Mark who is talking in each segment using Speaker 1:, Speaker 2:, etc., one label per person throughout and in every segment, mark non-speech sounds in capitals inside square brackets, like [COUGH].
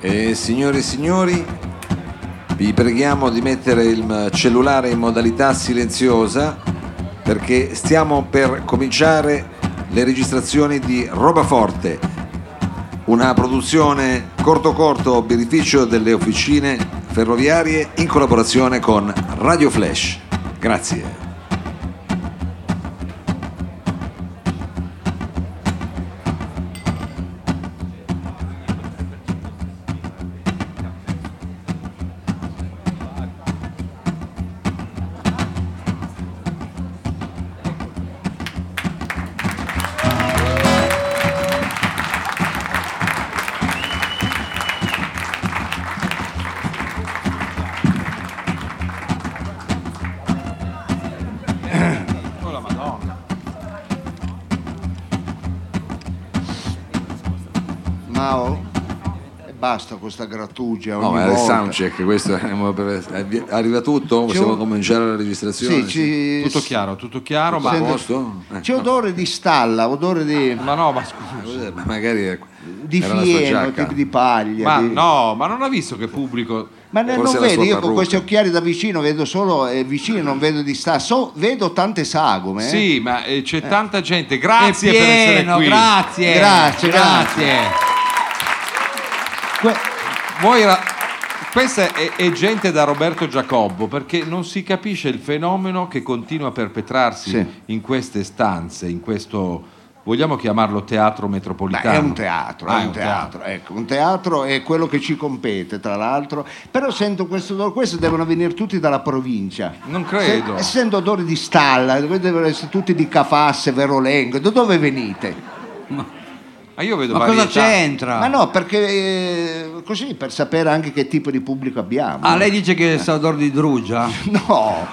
Speaker 1: E signore e signori, vi preghiamo di mettere il cellulare in modalità silenziosa perché stiamo per cominciare le registrazioni di Roba Forte, una produzione corto corto beneficio delle officine ferroviarie in collaborazione con Radio Flash. Grazie.
Speaker 2: Mao? E basta questa grattugia.
Speaker 1: No,
Speaker 2: ogni
Speaker 1: ma era il
Speaker 2: volta.
Speaker 1: soundcheck, questo è- arriva tutto, possiamo cominciare la registrazione.
Speaker 2: Sì, ci-
Speaker 3: Tutto chiaro, tutto chiaro,
Speaker 1: Ma a
Speaker 3: ma,
Speaker 2: Sento-
Speaker 1: posto? Eh,
Speaker 2: C'è
Speaker 1: no.
Speaker 2: odore di stalla, odore di, Eh,
Speaker 3: ma no, ma scusa.
Speaker 1: Cos'è? Ma magari è-
Speaker 2: di
Speaker 1: era la sua
Speaker 2: fieno,
Speaker 1: giacca.
Speaker 2: tipo di paglia.
Speaker 3: Ma
Speaker 2: di-
Speaker 3: no, ma non ha visto che pubblico.
Speaker 2: Ma ne- non
Speaker 1: Forse la sua
Speaker 2: vedo, io con
Speaker 1: parrucca.
Speaker 2: questi occhiali da vicino vedo solo eh, vicino, non vedo di stalla, so- vedo tante sagome. eh.
Speaker 3: Sì, ma eh, c'è tanta gente. Grazie
Speaker 4: È
Speaker 3: per essere
Speaker 4: pieno,
Speaker 3: qui.
Speaker 4: Grazie,
Speaker 2: Grazie,
Speaker 3: Que- voi ra- questa è, è gente da Roberto Giacobbo perché non si capisce il fenomeno che continua a perpetrarsi
Speaker 2: Sì.
Speaker 3: in queste stanze, in questo vogliamo chiamarlo teatro
Speaker 2: Beh,
Speaker 3: metropolitano.
Speaker 2: è un teatro,
Speaker 3: Ah,
Speaker 2: è un teatro, ecco, un teatro è quello che ci compete, tra l'altro. Però sento questo odore, questi devono venire tutti dalla provincia.
Speaker 3: Non credo.
Speaker 2: Se- essendo odori di stalla, voi devono essere tutti di Cafasse, Verolengo, da dove venite?
Speaker 3: Ma io vedo
Speaker 4: Ma
Speaker 3: varietà.
Speaker 4: cosa c'entra?
Speaker 2: Ma no, perché eh, così per sapere anche che tipo di pubblico abbiamo.
Speaker 4: Ah, lei dice che sa odore di drugia?
Speaker 2: No,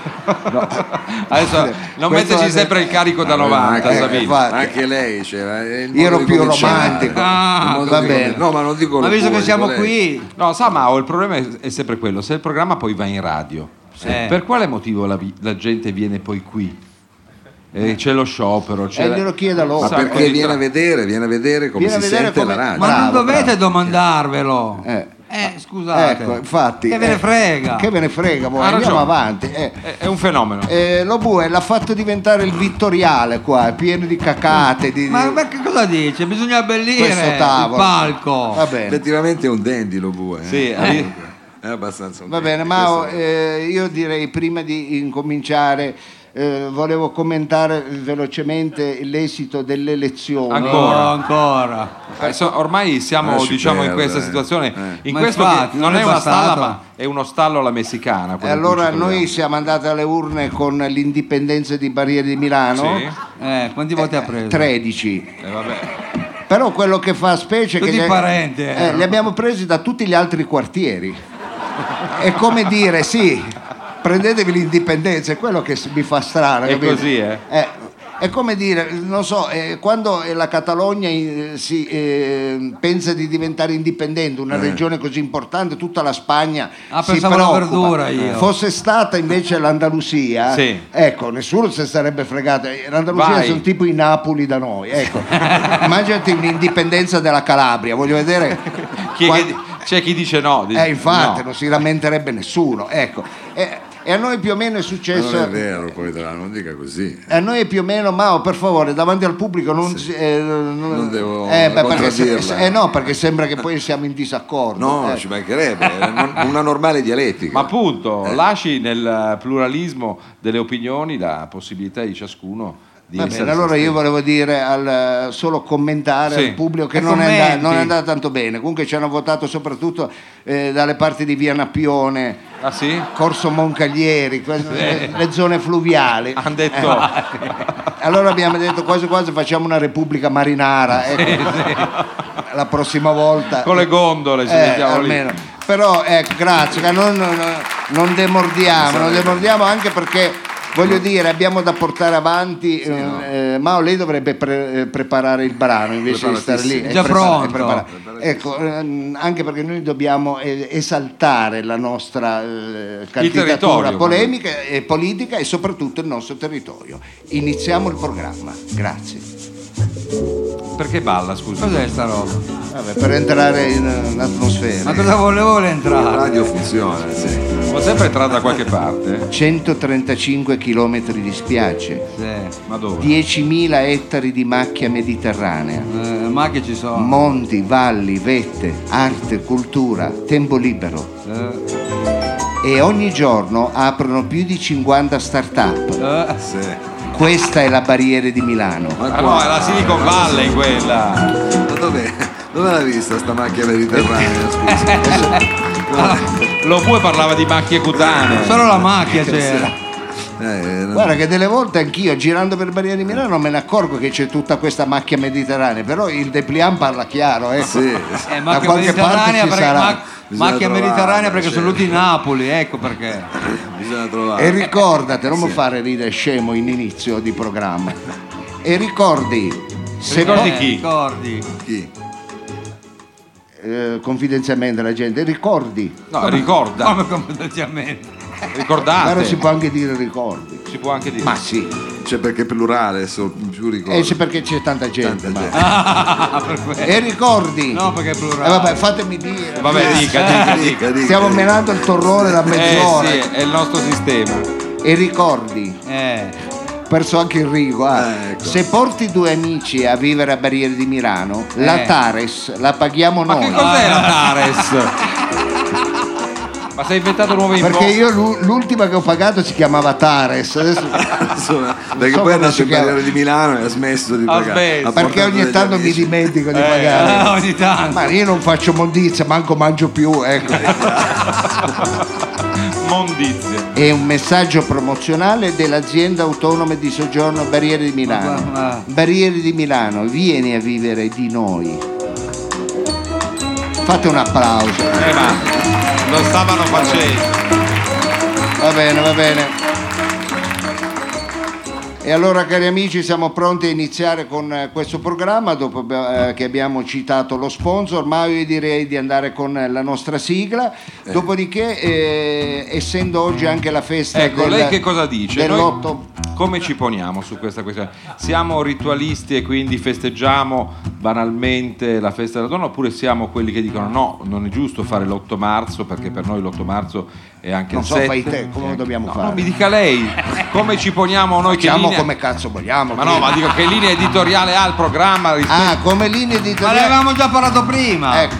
Speaker 3: Adesso non
Speaker 2: Questo
Speaker 3: metterci
Speaker 2: è-
Speaker 3: sempre il carico da
Speaker 1: Ah, Ma
Speaker 3: 90,
Speaker 1: anche,
Speaker 3: Savino.
Speaker 2: infatti.
Speaker 1: anche lei c'era. è il modo
Speaker 2: Io ero
Speaker 1: di
Speaker 2: più
Speaker 1: cominciare.
Speaker 2: romantico.
Speaker 4: Ah,
Speaker 1: Il modo
Speaker 2: va
Speaker 1: di
Speaker 2: bene.
Speaker 1: cominciare. No, ma non dico
Speaker 4: Ma
Speaker 1: lo
Speaker 4: visto
Speaker 1: vuoi,
Speaker 4: che siamo
Speaker 1: dico lei.
Speaker 4: qui,
Speaker 3: No, sa Mao, il problema è, è sempre quello, se il programma poi va in radio,
Speaker 4: Eh.
Speaker 3: per quale motivo la, vi- la gente viene poi qui? Eh, c'è lo sciopero, c'è...
Speaker 2: e glielo chieda loro.
Speaker 1: Ma
Speaker 3: Sa-
Speaker 1: perché
Speaker 3: quindi-
Speaker 1: viene a vedere, viene a vedere come
Speaker 2: Viene a
Speaker 1: si
Speaker 2: vedere
Speaker 1: sente
Speaker 2: come-
Speaker 1: la radio.
Speaker 4: ma
Speaker 3: Ah,
Speaker 4: non
Speaker 2: Bravo,
Speaker 4: dovete
Speaker 2: bravo.
Speaker 4: domandarvelo.
Speaker 2: Eh.
Speaker 4: Eh, scusate.
Speaker 2: Ecco, infatti.
Speaker 4: Che ve
Speaker 2: eh,
Speaker 4: ne frega.
Speaker 2: Che ve ne frega, voi,
Speaker 3: Ha
Speaker 2: andiamo
Speaker 3: ragione.
Speaker 2: avanti. eh.
Speaker 3: È, è un fenomeno.
Speaker 2: Eh, lo bue l'ha fatto diventare il vittoriale qua, è pieno di cacate, di,
Speaker 4: Ma,
Speaker 2: di-
Speaker 4: Ah, ma che cosa dice? Bisogna abbellire
Speaker 2: questo
Speaker 4: il
Speaker 2: tavolo.
Speaker 4: palco.
Speaker 2: Va bene,
Speaker 1: Effettivamente è un dandy lo bue. eh.
Speaker 3: Sì, eh.
Speaker 1: È abbastanza un
Speaker 2: va bene,
Speaker 1: dandy,
Speaker 2: ma
Speaker 1: questo-
Speaker 2: eh, io direi prima di incominciare eh, volevo commentare velocemente l'esito delle elezioni.
Speaker 4: No,
Speaker 3: Ancora.
Speaker 4: ancora.
Speaker 3: Adesso ormai siamo
Speaker 1: Eh, si
Speaker 3: diciamo in
Speaker 1: perde,
Speaker 3: questa
Speaker 1: eh.
Speaker 3: situazione,
Speaker 1: Eh.
Speaker 3: in
Speaker 4: Ma
Speaker 3: questo
Speaker 4: infatti,
Speaker 3: che
Speaker 4: non
Speaker 3: non è
Speaker 4: è
Speaker 3: una
Speaker 4: passato.
Speaker 3: stalla ma è uno stallo alla messicana.
Speaker 2: E
Speaker 3: quello in cui
Speaker 2: allora
Speaker 3: ci troviamo.
Speaker 2: noi siamo andati alle urne con l'indipendenza di Barriere di Milano,
Speaker 3: Sì.
Speaker 4: Eh, quanti voti ha preso?
Speaker 2: 13.
Speaker 3: Eh, vabbè.
Speaker 2: Però quello che fa specie è che
Speaker 4: Tutti
Speaker 2: li-
Speaker 4: parenti,
Speaker 2: eh,
Speaker 4: eh.
Speaker 2: li abbiamo presi da tutti gli altri quartieri. È come dire, sì, prendetevi l'indipendenza, è quello che s- mi fa strano.
Speaker 3: È
Speaker 2: capito?
Speaker 3: così, eh?
Speaker 2: è come dire, non so, eh, quando eh, la Catalogna eh, si, eh, pensa di diventare indipendente,
Speaker 3: Eh.
Speaker 2: una regione così importante, tutta la Spagna
Speaker 4: Ah,
Speaker 2: si
Speaker 4: pensavo alla
Speaker 2: preoccupa. Eh.
Speaker 4: verdura io.
Speaker 2: Fosse stata invece l'Andalusia,
Speaker 3: Sì.
Speaker 2: ecco, nessuno se sarebbe fregato. Eh, L'Andalusia
Speaker 3: Vai.
Speaker 2: sono tipo i Napoli da noi,
Speaker 3: [LAUGHS]
Speaker 2: ecco. Immaginati un'indipendenza della Calabria, voglio vedere.
Speaker 3: [LAUGHS] Chi è
Speaker 2: qua-
Speaker 3: che- c'è chi dice no. dice-
Speaker 2: Eh, infatti,
Speaker 3: no.
Speaker 2: non si lamenterebbe nessuno, ecco. E, e a noi più o meno è
Speaker 1: Ma non
Speaker 2: successo.
Speaker 1: è vero, poi tra l'altro, non dica così.
Speaker 2: A Eh, noi più o meno, Mao, per favore, davanti al pubblico non, si- eh,
Speaker 1: Non devo
Speaker 2: perché, se-
Speaker 1: contraddirla.
Speaker 2: eh, no, perché sembra che poi siamo in disaccordo.
Speaker 1: No,
Speaker 2: eh.
Speaker 1: ci mancherebbe, è non- una normale dialettica. Eh.
Speaker 3: Ma appunto, lasci nel pluralismo delle opinioni la possibilità di ciascuno di
Speaker 2: Va
Speaker 3: essere
Speaker 2: bene, allora
Speaker 3: se
Speaker 2: io volevo dire al, solo commentare
Speaker 3: Sì.
Speaker 2: al pubblico che
Speaker 4: E
Speaker 2: non è,
Speaker 4: commenti.
Speaker 2: andata, non è andata tanto bene. Comunque ci hanno votato soprattutto eh, dalle parti di Via Nappione,
Speaker 3: Ah sì?
Speaker 2: Corso Moncaglieri, que- le, le zone fluviali. Eh,
Speaker 3: Hanno detto...
Speaker 2: Allora abbiamo detto quasi quasi facciamo una repubblica marinara. ecco. La prossima volta.
Speaker 3: con le gondole ci
Speaker 2: Eh,
Speaker 3: mettiamo lì.
Speaker 2: almeno. Però ecco, grazie, che non, non- non demordiamo, non demordiamo anche perché voglio dire, abbiamo da portare avanti. eh, eh, Mao, lei dovrebbe pre- eh, preparare il brano invece di stare lì.
Speaker 1: Preparatissimo.
Speaker 2: e
Speaker 4: Già
Speaker 2: preparare-
Speaker 4: pronto.
Speaker 2: preparare. Ecco, ehm, anche perché noi dobbiamo eh, esaltare la nostra eh, candidatura
Speaker 3: territorio,
Speaker 2: polemica e politica e soprattutto il nostro territorio. Iniziamo il programma. Grazie.
Speaker 3: Perché balla, scusa?
Speaker 4: Cos'è sta roba?
Speaker 2: Vabbè, per entrare in, in atmosfera.
Speaker 4: Ma cosa volevo
Speaker 1: La
Speaker 4: entrare?
Speaker 1: radio funziona, sì.
Speaker 3: Può sempre entrare da qualche parte?
Speaker 2: eh, 135 km di spiagge,
Speaker 4: Sì.
Speaker 3: Ma dove?
Speaker 2: 10.000 ettari di macchia mediterranea,
Speaker 4: Eh, ma che ci sono?
Speaker 2: monti, valli, vette, arte, cultura, tempo libero.
Speaker 4: Eh,
Speaker 2: E ogni giorno aprono più di 50 start-up.
Speaker 4: eh,
Speaker 1: sì.
Speaker 2: Questa è la barriera di Milano.
Speaker 1: Ma
Speaker 3: Ah no, è la Silicon Valley quella.
Speaker 1: Ma dov'è? Dove l'ha vista sta macchia mediterranea?
Speaker 3: [LAUGHS]
Speaker 1: Scusa.
Speaker 3: Lo pure parlava di macchie cutanee.
Speaker 4: Solo la macchia
Speaker 2: [LAUGHS]
Speaker 4: c'era.
Speaker 1: Eh, no.
Speaker 2: Guarda che delle volte anch'io girando per Barriera di Milano me ne accorgo che c'è tutta questa macchia mediterranea, però il Deplian parla chiaro, eh.
Speaker 1: Sì.
Speaker 4: Eh,
Speaker 2: Da
Speaker 4: macchia
Speaker 2: qualche parte
Speaker 4: mediterranea
Speaker 2: ci
Speaker 4: perché,
Speaker 2: sarà.
Speaker 4: ma-
Speaker 1: Bisogna
Speaker 4: macchia
Speaker 1: trovarla,
Speaker 4: mediterranea perché sono
Speaker 1: certo.
Speaker 4: venuti in Napoli, ecco perché.
Speaker 1: Bisogna trovare.
Speaker 3: Eh,
Speaker 2: E ricordate, non mi fare ridere scemo in inizio di programma. E ricordi, se
Speaker 3: Ricordi
Speaker 4: Eh,
Speaker 3: chi?
Speaker 4: Ricordi.
Speaker 1: Chi?
Speaker 2: eh, confidenzialmente la gente, ricordi,
Speaker 3: No, ricorda,
Speaker 4: Come completamente.
Speaker 2: però
Speaker 3: ricordate.
Speaker 2: si
Speaker 3: Si
Speaker 2: può anche dire ricordi.
Speaker 3: può anche dire.
Speaker 2: Ma sì,
Speaker 1: Cioè perché è plurale, so, in più ricordo.
Speaker 2: esce Eh, perché c'è tanta gente.
Speaker 1: Tanta
Speaker 2: ma-
Speaker 1: gente.
Speaker 4: Ah, per quello.
Speaker 2: E ricordi?
Speaker 4: No, perché è plurale.
Speaker 2: Eh, vabbè, fatemi dire.
Speaker 3: Eh,
Speaker 2: Eh,
Speaker 3: Vabbè, dica, dica, dica.
Speaker 1: Dica, dica.
Speaker 2: Stiamo menando il torrone da mezz'ora.
Speaker 3: Eh sì, è il nostro sistema.
Speaker 2: E ricordi,
Speaker 4: Eh,
Speaker 2: perso anche il rigo, ah.
Speaker 1: Eh, ecco.
Speaker 2: se porti due amici a vivere a Barriere di Milano,
Speaker 4: Eh.
Speaker 2: la Tares la paghiamo
Speaker 3: Ma che
Speaker 2: noi.
Speaker 3: cos'è la Tares? Ma sei inventato nuove
Speaker 2: Perché
Speaker 3: imposte?
Speaker 2: io l'u- l'ultima che ho pagato si chiamava Tares.
Speaker 1: [LAUGHS]
Speaker 2: adesso-
Speaker 1: Insomma, perché
Speaker 2: so
Speaker 1: poi è
Speaker 2: come
Speaker 1: andato
Speaker 2: si
Speaker 1: in
Speaker 2: chiama.
Speaker 1: barriera di Milano e ha smesso di
Speaker 3: Ha
Speaker 1: pagare.
Speaker 3: smesso.
Speaker 1: Ha
Speaker 2: perché
Speaker 1: portato
Speaker 2: ogni
Speaker 1: degli
Speaker 2: tanto mi
Speaker 1: amici.
Speaker 2: dimentico di
Speaker 3: Eh,
Speaker 2: pagare.
Speaker 4: eh, ogni tanto.
Speaker 2: Ma io non faccio mondizia, manco mangio più, ecco.
Speaker 3: Mondizie.
Speaker 2: È un messaggio promozionale dell'azienda autonoma di soggiorno Barriere di
Speaker 4: Ma
Speaker 2: Milano.
Speaker 4: guarda.
Speaker 2: Barriere di Milano, vieni a vivere di noi. Fate un applauso.
Speaker 3: Eh ma lo stavano facendo.
Speaker 2: Va bene, va bene. E allora cari amici siamo pronti a iniziare con eh, questo programma dopo abbi- eh, che abbiamo citato lo sponsor, ma io direi di andare con eh, la nostra sigla, dopodiché eh, essendo oggi anche la festa...
Speaker 3: Ecco,
Speaker 2: del-
Speaker 3: lei che cosa dice?
Speaker 2: Dell'otto...
Speaker 3: come ci poniamo su questa questione? Siamo ritualisti e quindi festeggiamo banalmente la festa della donna oppure siamo quelli che dicono no, non è giusto fare l'8 marzo perché per noi l'8 marzo è anche
Speaker 2: Non
Speaker 3: il
Speaker 2: so,
Speaker 3: 7.
Speaker 2: fai te, come lo dobbiamo
Speaker 3: No,
Speaker 2: fare?
Speaker 3: no, mi dica lei, come ci poniamo noi che
Speaker 2: Facciamo
Speaker 3: linea...
Speaker 2: come cazzo vogliamo.
Speaker 3: Ma no, ma dico che linea editoriale ha il programma rispetto
Speaker 2: Ah, come linea
Speaker 4: Ma ne
Speaker 2: editoriale.
Speaker 4: avevamo già parlato prima.
Speaker 2: Ecco,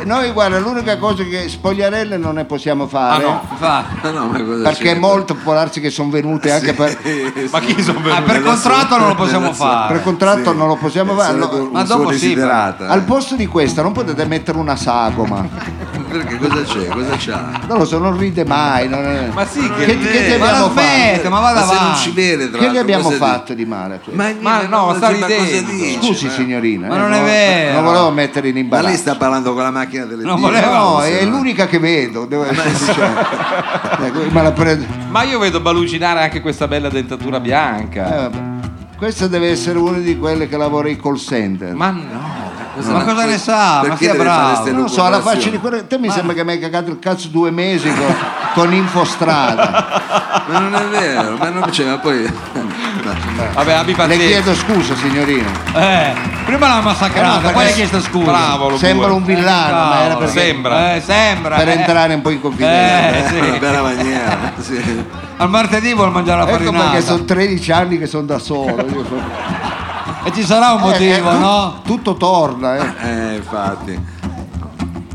Speaker 2: eh, noi guarda, l'unica cosa che spogliarelle non ne possiamo
Speaker 3: Ah,
Speaker 2: fare.
Speaker 3: no.
Speaker 4: Fa-
Speaker 1: Ah, no, ma cosa
Speaker 2: Perché
Speaker 1: c'entra?
Speaker 2: molto può darsi che
Speaker 3: [LAUGHS]
Speaker 2: sono venute
Speaker 1: [LAUGHS]
Speaker 2: anche per,
Speaker 1: Eh,
Speaker 3: Ma chi sono
Speaker 4: Ah,
Speaker 3: venuti?
Speaker 4: per contratto non lo possiamo fare.
Speaker 2: per contratto
Speaker 1: sì.
Speaker 2: non lo possiamo
Speaker 1: Eh,
Speaker 2: fare.
Speaker 1: sarebbe
Speaker 2: Allora,
Speaker 1: un
Speaker 4: ma
Speaker 1: suo
Speaker 4: dopo sì,
Speaker 1: desiderata. eh.
Speaker 2: al posto di questa non potete mettere una sagoma.
Speaker 1: Perché cosa c'è? Cosa c'ha?
Speaker 2: Non lo so, non ride mai. non è-
Speaker 3: Ma sì, che
Speaker 2: che, che
Speaker 3: idea.
Speaker 2: gli
Speaker 4: Ma la
Speaker 2: abbiamo fatto?
Speaker 4: smetta, ma vada
Speaker 1: se non
Speaker 4: avanti.
Speaker 1: ci vede, tra
Speaker 2: Che gli
Speaker 1: l'altro,
Speaker 2: abbiamo
Speaker 1: cosa
Speaker 2: fatto di male? a te?
Speaker 1: dici? Ma,
Speaker 3: Ma
Speaker 1: niente,
Speaker 3: no,
Speaker 1: ma
Speaker 3: sta
Speaker 1: cosa- ma cosa
Speaker 3: ridendo.
Speaker 1: dici?
Speaker 2: Scusi
Speaker 1: Ma-
Speaker 2: signorina.
Speaker 4: Ma
Speaker 2: eh,
Speaker 4: non è
Speaker 2: no,
Speaker 4: vero.
Speaker 2: Non volevo mettere in
Speaker 1: Ma
Speaker 2: imbarazzo.
Speaker 1: lei sta parlando con la macchina delle
Speaker 4: Non
Speaker 1: dita.
Speaker 4: voleva.
Speaker 2: No,
Speaker 1: Sì,
Speaker 2: è
Speaker 1: no.
Speaker 2: l'unica che
Speaker 1: [LAUGHS]
Speaker 2: vedo. devo- cioè, ecco, me la prendo.
Speaker 3: Ma io vedo balucinare anche questa bella dentatura
Speaker 2: Eh,
Speaker 3: bianca.
Speaker 2: vabbè. Questa deve essere una di quelle che lavora in call center.
Speaker 3: Ma no.
Speaker 4: Ma cosa ne sa? Ma
Speaker 1: Perché
Speaker 4: sia
Speaker 1: deve fare
Speaker 4: bravo.
Speaker 1: ste
Speaker 2: non lo so, alla
Speaker 1: lucubrazioni?
Speaker 2: faccia di quella. Te mi sembra che mi hai cagato il cazzo due mesi con, con Infostrada.
Speaker 1: Ma non è vero, ma non c'è, ma poi. [LAUGHS]
Speaker 3: Vabbè, abbi
Speaker 2: Le
Speaker 3: pazienza.
Speaker 2: chiedo scusa, signorina.
Speaker 4: Eh, prima l'ha massacrata, poi
Speaker 2: Eh, no,
Speaker 4: le ha
Speaker 2: perché-
Speaker 4: chiesto scusa.
Speaker 3: Bravo, lo
Speaker 2: Sembra
Speaker 3: bue.
Speaker 2: un villano, ma era perché-
Speaker 3: Sembra.
Speaker 4: Eh, sembra.
Speaker 2: per
Speaker 4: eh.
Speaker 2: entrare un po' in confidenza.
Speaker 4: Eh, sì.
Speaker 1: Una bella maniera. sì.
Speaker 4: Al martedì vuol mangiare la
Speaker 2: Ecco
Speaker 4: farinata.
Speaker 2: perché sono 13 anni che sono da solo. io sono-
Speaker 4: E ci sarà un
Speaker 2: Eh, eh,
Speaker 4: motivo,
Speaker 2: tu-
Speaker 4: no?
Speaker 2: Tutto torna. Eh.
Speaker 1: Eh, infatti.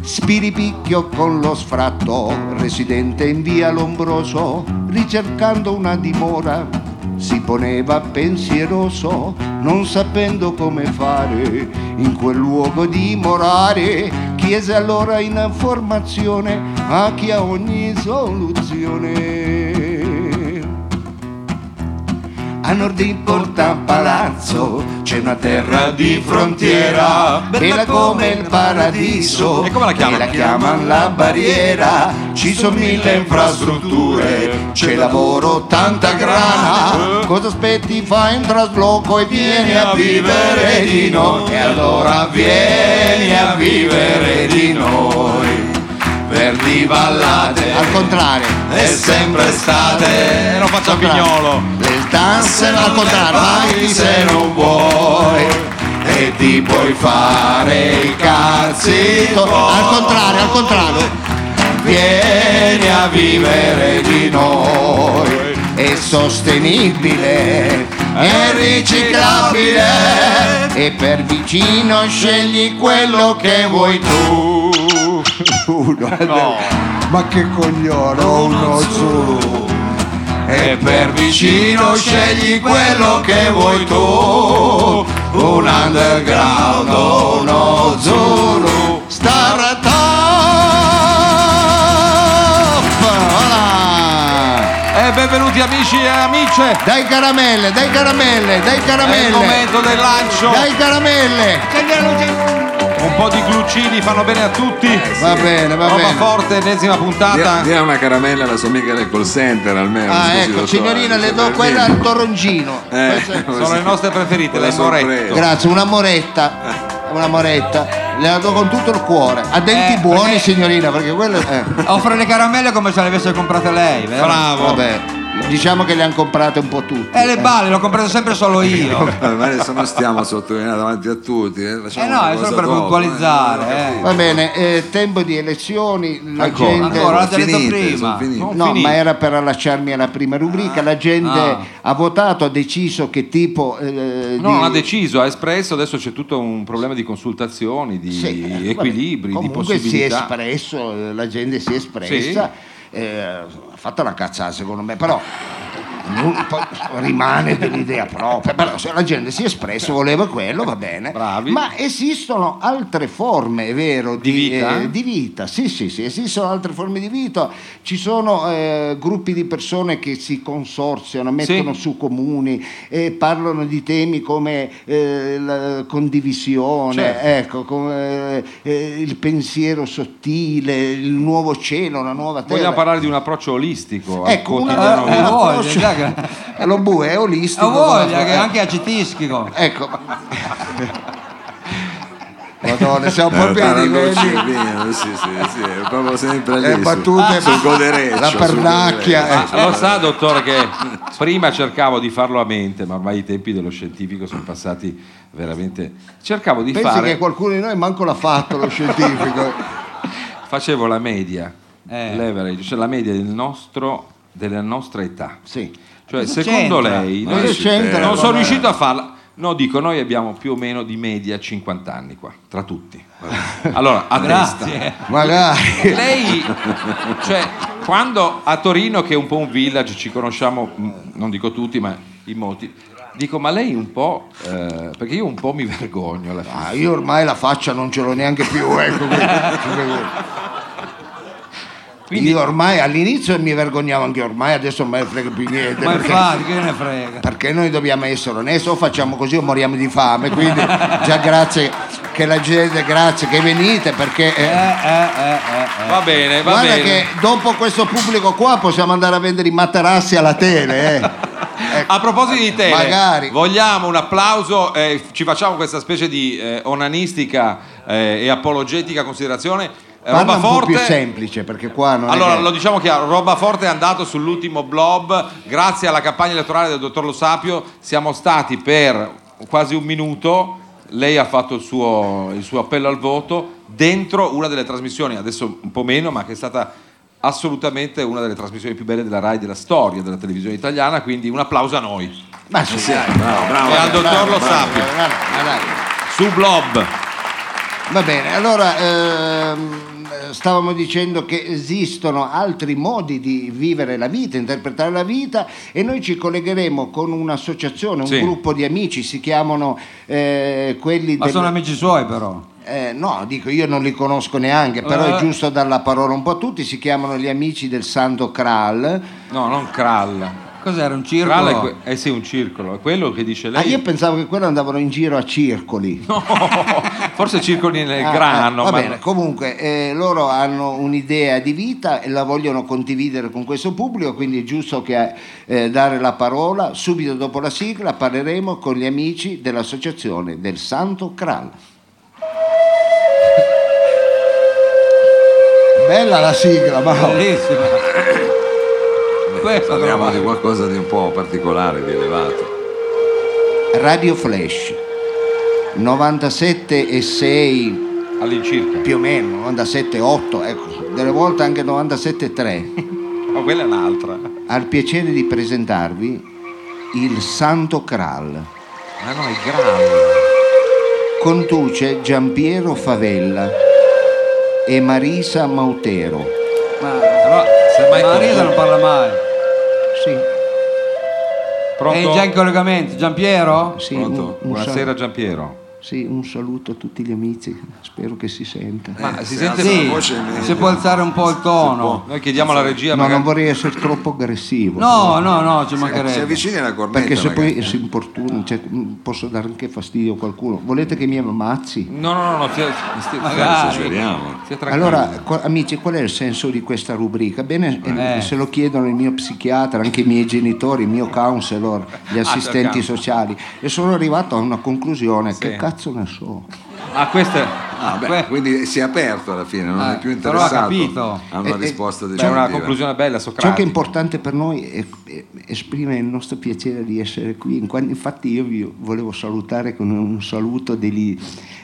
Speaker 2: Spiripicchio con lo sfratto, residente in via Lombroso, ricercando una dimora, si poneva pensieroso, non sapendo come fare in quel luogo dimorare. Chiese allora in formazione a chi ha ogni soluzione. A nord di Porta Palazzo c'è una terra di frontiera, bella come il paradiso.
Speaker 3: E come la chiamano?
Speaker 2: E la chiamano la barriera. Ci sono mille infrastrutture, Eh. c'è lavoro, tanta grana. Cosa aspetti? Fai un trasloco e vieni a vivere di noi. E allora vieni a vivere di noi. Verdi ballate. Al contrario.
Speaker 5: è sempre estate
Speaker 3: Eh, lo faccio a pignolo.
Speaker 2: Le danze al contrario.
Speaker 5: vai se non vuoi e ti impazzito.
Speaker 2: Al contrario, al contrario.
Speaker 5: Vieni a vivere di noi.
Speaker 2: È sostenibile, è riciclabile e per vicino scegli quello che vuoi tu. Uno, ma che coglione, uno su.
Speaker 5: E per vicino scegli quello che vuoi tu. Un underground, uno zulu.
Speaker 2: Star Top! Voilà!
Speaker 3: E Eh, benvenuti amici e amiche.
Speaker 2: Dai caramelle, dai caramelle, dai
Speaker 3: È il
Speaker 2: caramelle!
Speaker 3: momento del lancio.
Speaker 2: Dai caramelle!
Speaker 3: Un po' di glucini fanno bene a tutti.
Speaker 2: Eh, Va bene, va
Speaker 3: Roma
Speaker 2: bene.
Speaker 3: forte, ennesima
Speaker 1: Dia,
Speaker 3: puntata.
Speaker 1: dia una caramella alla sua amica del call center almeno.
Speaker 2: Ah,
Speaker 1: scusi,
Speaker 2: ecco,
Speaker 1: dottore,
Speaker 2: signorina, le do
Speaker 1: eh, per
Speaker 2: quella al
Speaker 1: dire.
Speaker 2: toroncino.
Speaker 1: Eh,
Speaker 2: Questa-
Speaker 3: Sono le nostre preferite,
Speaker 1: Quella
Speaker 3: le
Speaker 1: sorpresa.
Speaker 3: morette.
Speaker 2: Grazie, una moretta. Una moretta. Le la do con tutto il cuore. A denti
Speaker 4: Eh,
Speaker 2: buoni,
Speaker 4: perché-
Speaker 2: signorina, perché quello è. eh.
Speaker 4: Offre le caramelle come se le avesse comprate lei, vero?
Speaker 3: Bravo.
Speaker 2: Vabbè, diciamo che le hanno comprate un po' tutte.
Speaker 3: Eh,
Speaker 2: eh.
Speaker 4: E Eh, le balle le ho comprate sempre
Speaker 2: [LAUGHS]
Speaker 4: solo io.
Speaker 1: Vabbè, Eh, [LAUGHS] ma adesso non stiamo sottolineando davanti a tutti. Eh, facciamo
Speaker 4: Eh no,
Speaker 1: una
Speaker 4: è
Speaker 1: cosa
Speaker 4: solo per
Speaker 1: dopo,
Speaker 4: puntualizzare,
Speaker 1: non ho
Speaker 4: eh.
Speaker 1: capito.
Speaker 2: Va bene, eh, tempo di elezioni, la
Speaker 3: Ancora,
Speaker 2: gente.
Speaker 4: ancora, l'ha già
Speaker 1: Sono
Speaker 4: detto
Speaker 1: finite,
Speaker 4: prima.
Speaker 1: sono finite.
Speaker 3: No.
Speaker 2: No,
Speaker 3: Finito.
Speaker 2: ma era per allacciarmi alla prima rubrica. La gente
Speaker 4: Ah.
Speaker 2: ha votato, ha deciso che tipo. eh,
Speaker 3: No,
Speaker 2: di-
Speaker 3: non ha deciso, ha espresso, adesso c'è tutto un problema di consultazioni, di
Speaker 2: Sì, eh, vabbè,
Speaker 3: equilibri, di
Speaker 2: comunque si è
Speaker 3: possibilità.
Speaker 2: espresso, eh, la gente si è espressa. eh, ha fatto una cazzata secondo me, però ognuno poi rimane dell'idea propria. Però se la gente si è espressa, voleva quello, va bene.
Speaker 3: Bravi.
Speaker 2: Ma esistono altre forme, è vero,
Speaker 3: Di vita?
Speaker 2: eh, di vita. Sì, sì, sì, esistono altre forme di vita. Ci sono eh, gruppi di persone che si consorziano, mettono su comuni, eh, parlano di temi come eh, la condivisione,
Speaker 3: Certo.
Speaker 2: ecco, come, eh, il pensiero sottile, il nuovo cielo, la nuova terra.
Speaker 3: Vogliamo parlare di un approccio olistico al
Speaker 2: Eh, Ecco, una-
Speaker 3: quotidiano Cioè,
Speaker 4: Eh,
Speaker 2: una-
Speaker 3: vita.
Speaker 4: voglia,
Speaker 2: approccio-
Speaker 4: già che-
Speaker 2: Eh, [LAUGHS] Lo bue è
Speaker 4: Ho
Speaker 2: olistico.
Speaker 4: voglia,
Speaker 2: guarda,
Speaker 4: che
Speaker 2: eh.
Speaker 4: anche a Citischico.
Speaker 2: Ecco. Madonna, siamo
Speaker 1: Eh,
Speaker 2: proprio
Speaker 1: parla
Speaker 2: di
Speaker 1: così, via, sì, sì, sì, è proprio sempre lì.
Speaker 2: Le
Speaker 1: su-
Speaker 3: Ah,
Speaker 2: battute,
Speaker 1: sul godereccio,
Speaker 2: la
Speaker 1: sul godereccio.
Speaker 2: pernacchia,
Speaker 3: Ma lo sa dottore che prima cercavo di farlo a mente, ma ormai i tempi dello scientifico sono passati veramente... Cercavo di
Speaker 2: Pensi
Speaker 3: fare...
Speaker 2: che qualcuno di noi manco l'ha fatto lo scientifico.
Speaker 3: Facevo la media,
Speaker 4: Eh.
Speaker 3: l'average, cioè la media del nostro- della nostra età.
Speaker 2: Sì.
Speaker 3: Cioè,
Speaker 4: Cosa
Speaker 3: secondo
Speaker 4: c'entra?
Speaker 3: lei,
Speaker 1: Ma
Speaker 3: noi
Speaker 1: che
Speaker 3: si-
Speaker 1: c'entra
Speaker 3: non
Speaker 2: con
Speaker 3: sono
Speaker 2: me?
Speaker 3: riuscito a farla. No, dico, noi abbiamo più o meno di media 50 anni qua, tra
Speaker 4: [LAUGHS]
Speaker 3: tutti. Allora, a testa.
Speaker 4: Grazie.
Speaker 2: Magari.
Speaker 3: Lei, cioè, quando a Torino, che è un po' un village, ci conosciamo, mh, non dico tutti, ma in molti, dico, ma lei un po', eh, perché io un po' mi vergogno alla fine.
Speaker 2: Ah, io ormai la faccia non ce l'ho neanche più, ecco. quindi-
Speaker 3: Quindi-
Speaker 2: Io ormai all'inizio mi vergognavo anche ormai, adesso non me ne frega più niente.
Speaker 4: Ma
Speaker 2: perché-
Speaker 4: infatti, che ne frega.
Speaker 2: perché noi dobbiamo essere onesti o facciamo così o moriamo di fame quindi già grazie che la gente grazie che venite perché eh,
Speaker 4: Eh, eh, eh, eh, eh.
Speaker 3: Va bene, va
Speaker 2: guarda
Speaker 3: bene.
Speaker 2: che dopo questo pubblico qua possiamo andare a vendere i materassi alla tele eh. Ecco.
Speaker 3: A proposito di tele,
Speaker 2: magari
Speaker 3: vogliamo un applauso, eh, ci facciamo questa specie di eh, onanistica eh, e apologetica considerazione. Eh,
Speaker 2: parla
Speaker 3: Roba
Speaker 2: un po' più
Speaker 3: forte.
Speaker 2: semplice perché qua non
Speaker 3: Allora,
Speaker 2: è che-
Speaker 3: lo diciamo chiaro, Roba Forte è andato sull'ultimo blob, grazie alla campagna elettorale del dottor Lo Sapio, siamo stati per quasi un minuto, lei ha fatto il suo, il suo appello al voto, dentro una delle trasmissioni, adesso un po' meno, ma che è stata assolutamente una delle trasmissioni più belle della RAI della storia della televisione italiana, quindi un applauso a noi.
Speaker 2: ma sì,
Speaker 1: Sì,
Speaker 2: dai.
Speaker 1: bravo, bravo.
Speaker 3: E al dottor Lo Sapio,
Speaker 2: Guarda, guarda, guarda.
Speaker 3: su Blob.
Speaker 2: Va bene, allora ehm, stavamo dicendo che esistono altri modi di vivere la vita, interpretare la vita e noi ci collegheremo con un'associazione, un
Speaker 3: Sì.
Speaker 2: gruppo di amici, si chiamano eh, quelli
Speaker 4: Ma
Speaker 2: del-
Speaker 4: sono amici suoi però.
Speaker 2: eh, no, dico io non li conosco neanche, però è
Speaker 4: Eh.
Speaker 2: giusto dar la parola un po' a tutti, si chiamano gli amici del Santo Kral.
Speaker 3: No, non Kral.
Speaker 4: Cos'era un
Speaker 3: Kral è, que-
Speaker 4: circolo?
Speaker 3: eh sì, un circolo, è quello che dice
Speaker 2: Ah,
Speaker 3: lei.
Speaker 2: io pensavo che quello andavano in giro a circoli.
Speaker 3: No, Eh, forse circoli nel
Speaker 2: Ah,
Speaker 3: grano,
Speaker 2: ah, va
Speaker 3: ma
Speaker 2: bene, comunque eh, loro hanno un'idea di vita e la vogliono condividere con questo pubblico, quindi è giusto che eh, dare la parola. Subito dopo la sigla parleremo con gli amici dell'associazione del Santo Kral. Bella la sigla, ma
Speaker 4: Bellissimo. Questo
Speaker 1: Parliamo
Speaker 4: però.
Speaker 1: di qualcosa di un po' particolare, di elevato.
Speaker 2: Radio Flash 97,6
Speaker 3: all'incirca.
Speaker 2: più o meno 97 8 ecco delle volte anche 97 3
Speaker 3: Ma quella è un'altra.
Speaker 2: ha il piacere di presentarvi il Santo Kral
Speaker 3: Ma no, è grave.
Speaker 2: conduce Giampiero Favella e Marisa Mautero
Speaker 4: Ma,
Speaker 3: Però, semmai
Speaker 4: ma Rita non
Speaker 3: tu-
Speaker 4: parla mai.
Speaker 2: sì,
Speaker 3: Pronto?
Speaker 4: È già in collegamento. Giampiero?
Speaker 2: sì,
Speaker 3: Pronto?
Speaker 2: un- un
Speaker 3: Buonasera
Speaker 2: sal-
Speaker 3: Giampiero.
Speaker 2: sì, un saluto a tutti gli amici spero che si senta
Speaker 3: Ma si
Speaker 1: se
Speaker 3: sente
Speaker 1: alza la
Speaker 4: Sì,
Speaker 1: voce è meglio.
Speaker 4: se può alzare un po' il tono.
Speaker 3: Noi chiediamo alla regia,
Speaker 2: no,
Speaker 3: magari-
Speaker 2: non vorrei essere troppo aggressivo
Speaker 4: No, no, no, ci
Speaker 1: Si
Speaker 4: mancherebbe.
Speaker 1: avvicini alla cornetta.
Speaker 2: perché se
Speaker 1: ragazzi.
Speaker 2: poi si importuna cioè, mh, posso dare anche fastidio a qualcuno volete che mi ammazzi?
Speaker 3: No, no, no, no, stia, stia,
Speaker 4: Magari.
Speaker 1: Speriamo.
Speaker 3: stia Mm, tranquillo.
Speaker 2: Allora, qua- amici, qual è il senso di questa rubrica? Bene, eh,
Speaker 4: Eh.
Speaker 2: se lo chiedono il mio psichiatra, anche i miei genitori, il mio counselor, gli assistenti
Speaker 3: counselor.
Speaker 2: sociali e sono arrivato a una conclusione, che cazzo ne so.
Speaker 3: Ah, questa Eh,
Speaker 1: Ah, beh,
Speaker 4: Que-
Speaker 1: quindi si è aperto alla fine, non
Speaker 4: Ah,
Speaker 1: è più
Speaker 4: però ha
Speaker 1: interessato
Speaker 4: capito.
Speaker 1: a una
Speaker 2: Eh, eh,
Speaker 1: risposta
Speaker 3: è
Speaker 1: definitiva.
Speaker 3: una conclusione bella,
Speaker 2: Ciò che è
Speaker 3: Socrate.
Speaker 2: importante per noi è, è- esprimere il nostro piacere di essere qui. In qua- Infatti io vi volevo salutare con un saluto degli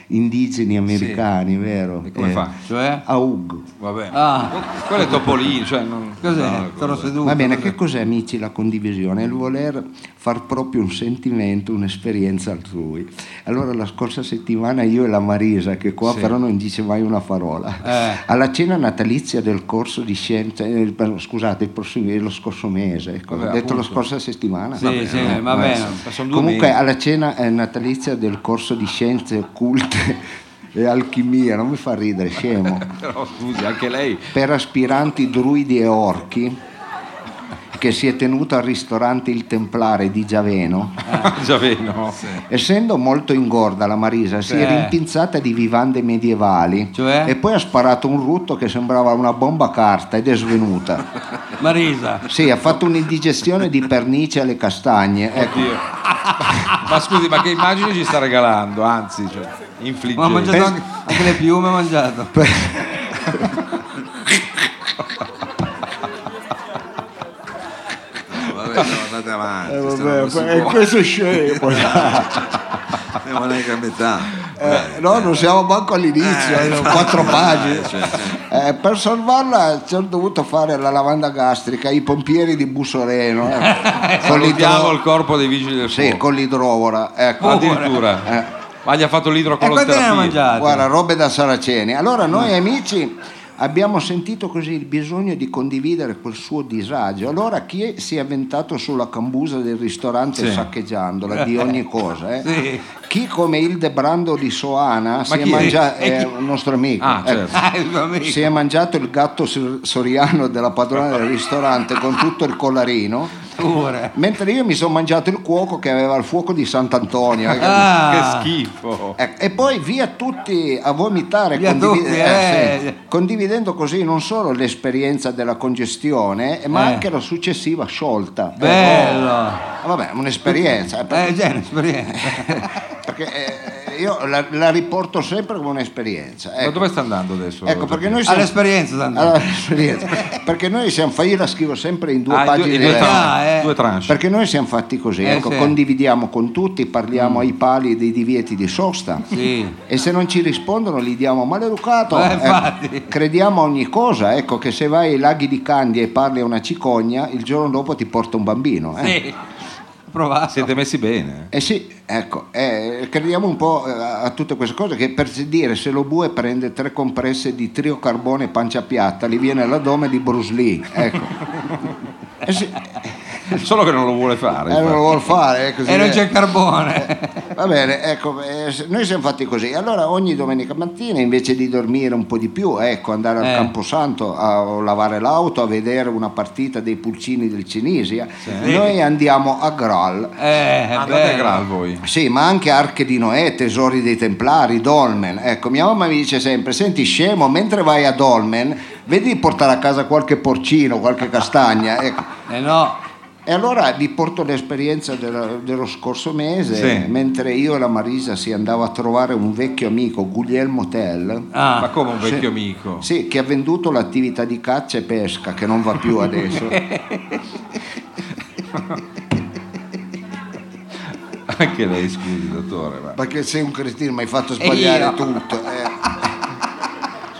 Speaker 2: indigeni americani, vero? Eh.
Speaker 3: E come fa?
Speaker 4: Cioè?
Speaker 2: Aug.
Speaker 3: Vabbè.
Speaker 4: Ah,
Speaker 3: Quello è Topolino, cioè non...
Speaker 4: cos'è?
Speaker 3: no,
Speaker 4: Sono seduto.
Speaker 2: Va bene, che cos'è amici la condivisione? È il voler far proprio un sentimento, un'esperienza altrui. Allora la scorsa settimana io e la Marisa, che qua però non dice mai una parola,
Speaker 4: Eh.
Speaker 2: alla cena natalizia del corso di scienze, eh, scusate, il prossimo- eh, lo scorso mese, ecco, ho
Speaker 3: Vabbè,
Speaker 2: detto la
Speaker 3: appunto.
Speaker 2: scorsa settimana.
Speaker 4: Sì,
Speaker 2: Eh,
Speaker 4: sì, va bene.
Speaker 3: ma sono due
Speaker 2: Comunque
Speaker 3: mesi.
Speaker 2: alla cena eh, natalizia del corso di scienze occulte [LAUGHS] e alchimia, non mi fa ridere, scemo
Speaker 3: Però scusi, anche lei...
Speaker 2: per aspiranti druidi e orchi che si è tenuto al ristorante Il Templare di Giaveno.
Speaker 3: Ah, Giaveno.
Speaker 2: Essendo molto ingorda la Marisa, si
Speaker 4: Sì.
Speaker 2: è rimpinzata di vivande medievali
Speaker 4: Cioè?
Speaker 2: e poi ha sparato un rutto che sembrava una bomba a carta ed
Speaker 4: [LAUGHS]
Speaker 2: è svenuta.
Speaker 4: Marisa.
Speaker 2: Sì, ha fatto un'indigestione di pernice alle castagne. Ecco.
Speaker 4: eh,
Speaker 3: Dio. ma scusi, ma che immagine ci sta regalando? Anzi, cioè,
Speaker 4: Ma ha
Speaker 3: infliggendo.
Speaker 4: mangiato anche, anche le piume, ha mangiato.
Speaker 1: Vabbè, no, andate avanti.
Speaker 2: Eh,
Speaker 1: sta
Speaker 2: vabbè,
Speaker 1: non si
Speaker 2: eh,
Speaker 1: può.
Speaker 2: questo è scemo.
Speaker 1: Siamo neanche a metà.
Speaker 2: Eh, [LAUGHS] no, non siamo manco all'inizio,
Speaker 1: Eh,
Speaker 2: erano quattro
Speaker 1: dai,
Speaker 2: pagine.
Speaker 1: cioè,
Speaker 2: Eh, per salvarla ci ho dovuto fare la lavanda gastrica, i pompieri di Bussoreno, eh, con,
Speaker 3: Salutiamo il
Speaker 2: l'idro-
Speaker 3: corpo dei vigili del
Speaker 2: sì,
Speaker 3: fuoco.
Speaker 2: con l'idrovora. Ecco.
Speaker 3: Addirittura.
Speaker 2: Eh.
Speaker 3: Ma gli ha fatto
Speaker 4: E quante ne ha
Speaker 3: l'idrocolonterapia.
Speaker 4: mangiate?
Speaker 2: Guarda, robe da Saraceni. Allora noi amici abbiamo sentito così il bisogno di condividere quel suo disagio. Allora chi si è avventato sulla cambusa del ristorante
Speaker 3: Sì.
Speaker 2: saccheggiandola di ogni cosa? eh?
Speaker 4: Sì.
Speaker 2: Chi come Ildebrando di Soana si è
Speaker 3: chi è?
Speaker 2: mangiato...
Speaker 3: E
Speaker 2: È
Speaker 3: chi-
Speaker 2: un nostro amico.
Speaker 3: Ah,
Speaker 2: ecco.
Speaker 3: certo.
Speaker 4: Ah, il mio amico.
Speaker 2: Si è mangiato il gatto sor- soriano della padrona del ristorante con tutto il collarino,
Speaker 4: Pure.
Speaker 2: mentre io mi sono mangiato il cuoco che aveva il fuoco di Sant'Antonio. eh.
Speaker 4: Ah,
Speaker 3: Che schifo.
Speaker 2: Ecco, E poi via tutti a vomitare,
Speaker 4: Via
Speaker 2: condivi-
Speaker 4: tutti,
Speaker 2: eh, sì.
Speaker 4: eh.
Speaker 2: condividendo così non solo l'esperienza della congestione, ma
Speaker 4: Eh.
Speaker 2: anche la successiva sciolta.
Speaker 4: bello.
Speaker 2: Eh, Vabbè, un'esperienza. eh,
Speaker 4: Eh,
Speaker 2: perché-
Speaker 4: già è un'esperienza.
Speaker 2: Perché eh, io la, la riporto sempre come un'esperienza.
Speaker 3: Ma
Speaker 2: ecco.
Speaker 3: dove sta andando adesso?
Speaker 2: Ecco, perché noi siamo...
Speaker 4: All'esperienza, tanto.
Speaker 2: Allora, esperienza. perché noi siamo [LAUGHS] fatti, io la scrivo sempre in due
Speaker 3: Ah, in due,
Speaker 2: pagine
Speaker 3: in due
Speaker 2: diverse.
Speaker 4: tra-
Speaker 3: tranche,
Speaker 4: Ah, eh.
Speaker 3: due tranche.
Speaker 2: Perché noi siamo fatti così,
Speaker 4: Eh,
Speaker 2: ecco,
Speaker 4: sì. Mm.
Speaker 2: condividiamo con tutti, parliamo ai pali dei divieti di sosta.
Speaker 4: Sì.
Speaker 2: E se non ci rispondono li diamo maleducato.
Speaker 4: Eh,
Speaker 2: ecco.
Speaker 4: infatti.
Speaker 2: crediamo a ogni cosa, ecco che se vai ai laghi di Candia e parli a una cicogna, il giorno dopo ti porta un bambino. eh.
Speaker 4: Sì. Provato.
Speaker 3: Siete messi bene.
Speaker 2: Eh sì, ecco, eh, crediamo un po' eh, a tutte queste cose che per dire se lo bue prende tre compresse di triocarbone pancia piatta, gli viene l'addome di Bruce Lee, ecco. Eh sì,
Speaker 3: Solo che non lo vuole fare.
Speaker 2: eh, non lo
Speaker 3: infatti.
Speaker 2: vuol fare, eh, così
Speaker 4: E non
Speaker 2: è.
Speaker 4: c'è il carbone.
Speaker 2: Va bene, ecco, eh, se- noi siamo fatti così. Allora ogni domenica mattina invece di dormire un po' di più, ecco, andare al
Speaker 4: Eh.
Speaker 2: Camposanto a o lavare l'auto, a vedere una partita dei pulcini del Cinisia, noi andiamo a Graal.
Speaker 4: Eh,
Speaker 2: Ah,
Speaker 4: è
Speaker 3: Andate Ah, a
Speaker 4: bello.
Speaker 3: Graal voi.
Speaker 2: Sì, ma anche Arche di Noè, Tesori dei Templari, Dolmen. Ecco, mia mamma mi dice sempre, senti scemo, mentre vai a Dolmen, vedi di portare a casa qualche porcino,
Speaker 4: [LAUGHS]
Speaker 2: qualche castagna. Ecco.
Speaker 4: Eh no.
Speaker 2: E allora vi porto l'esperienza del- dello scorso mese,
Speaker 3: Sì.
Speaker 2: mentre io e la Marisa si andava a trovare un vecchio amico, Guglielmo Tell,
Speaker 4: Ah.
Speaker 3: Ma come un vecchio amico?
Speaker 2: sì, che ha venduto l'attività di caccia e pesca, che non va più adesso.
Speaker 4: [LAUGHS]
Speaker 3: Anche lei, scusi, dottore. Ma...
Speaker 2: Perché sei un cretino, mi hai fatto sbagliare
Speaker 4: io?
Speaker 2: tutto. eh.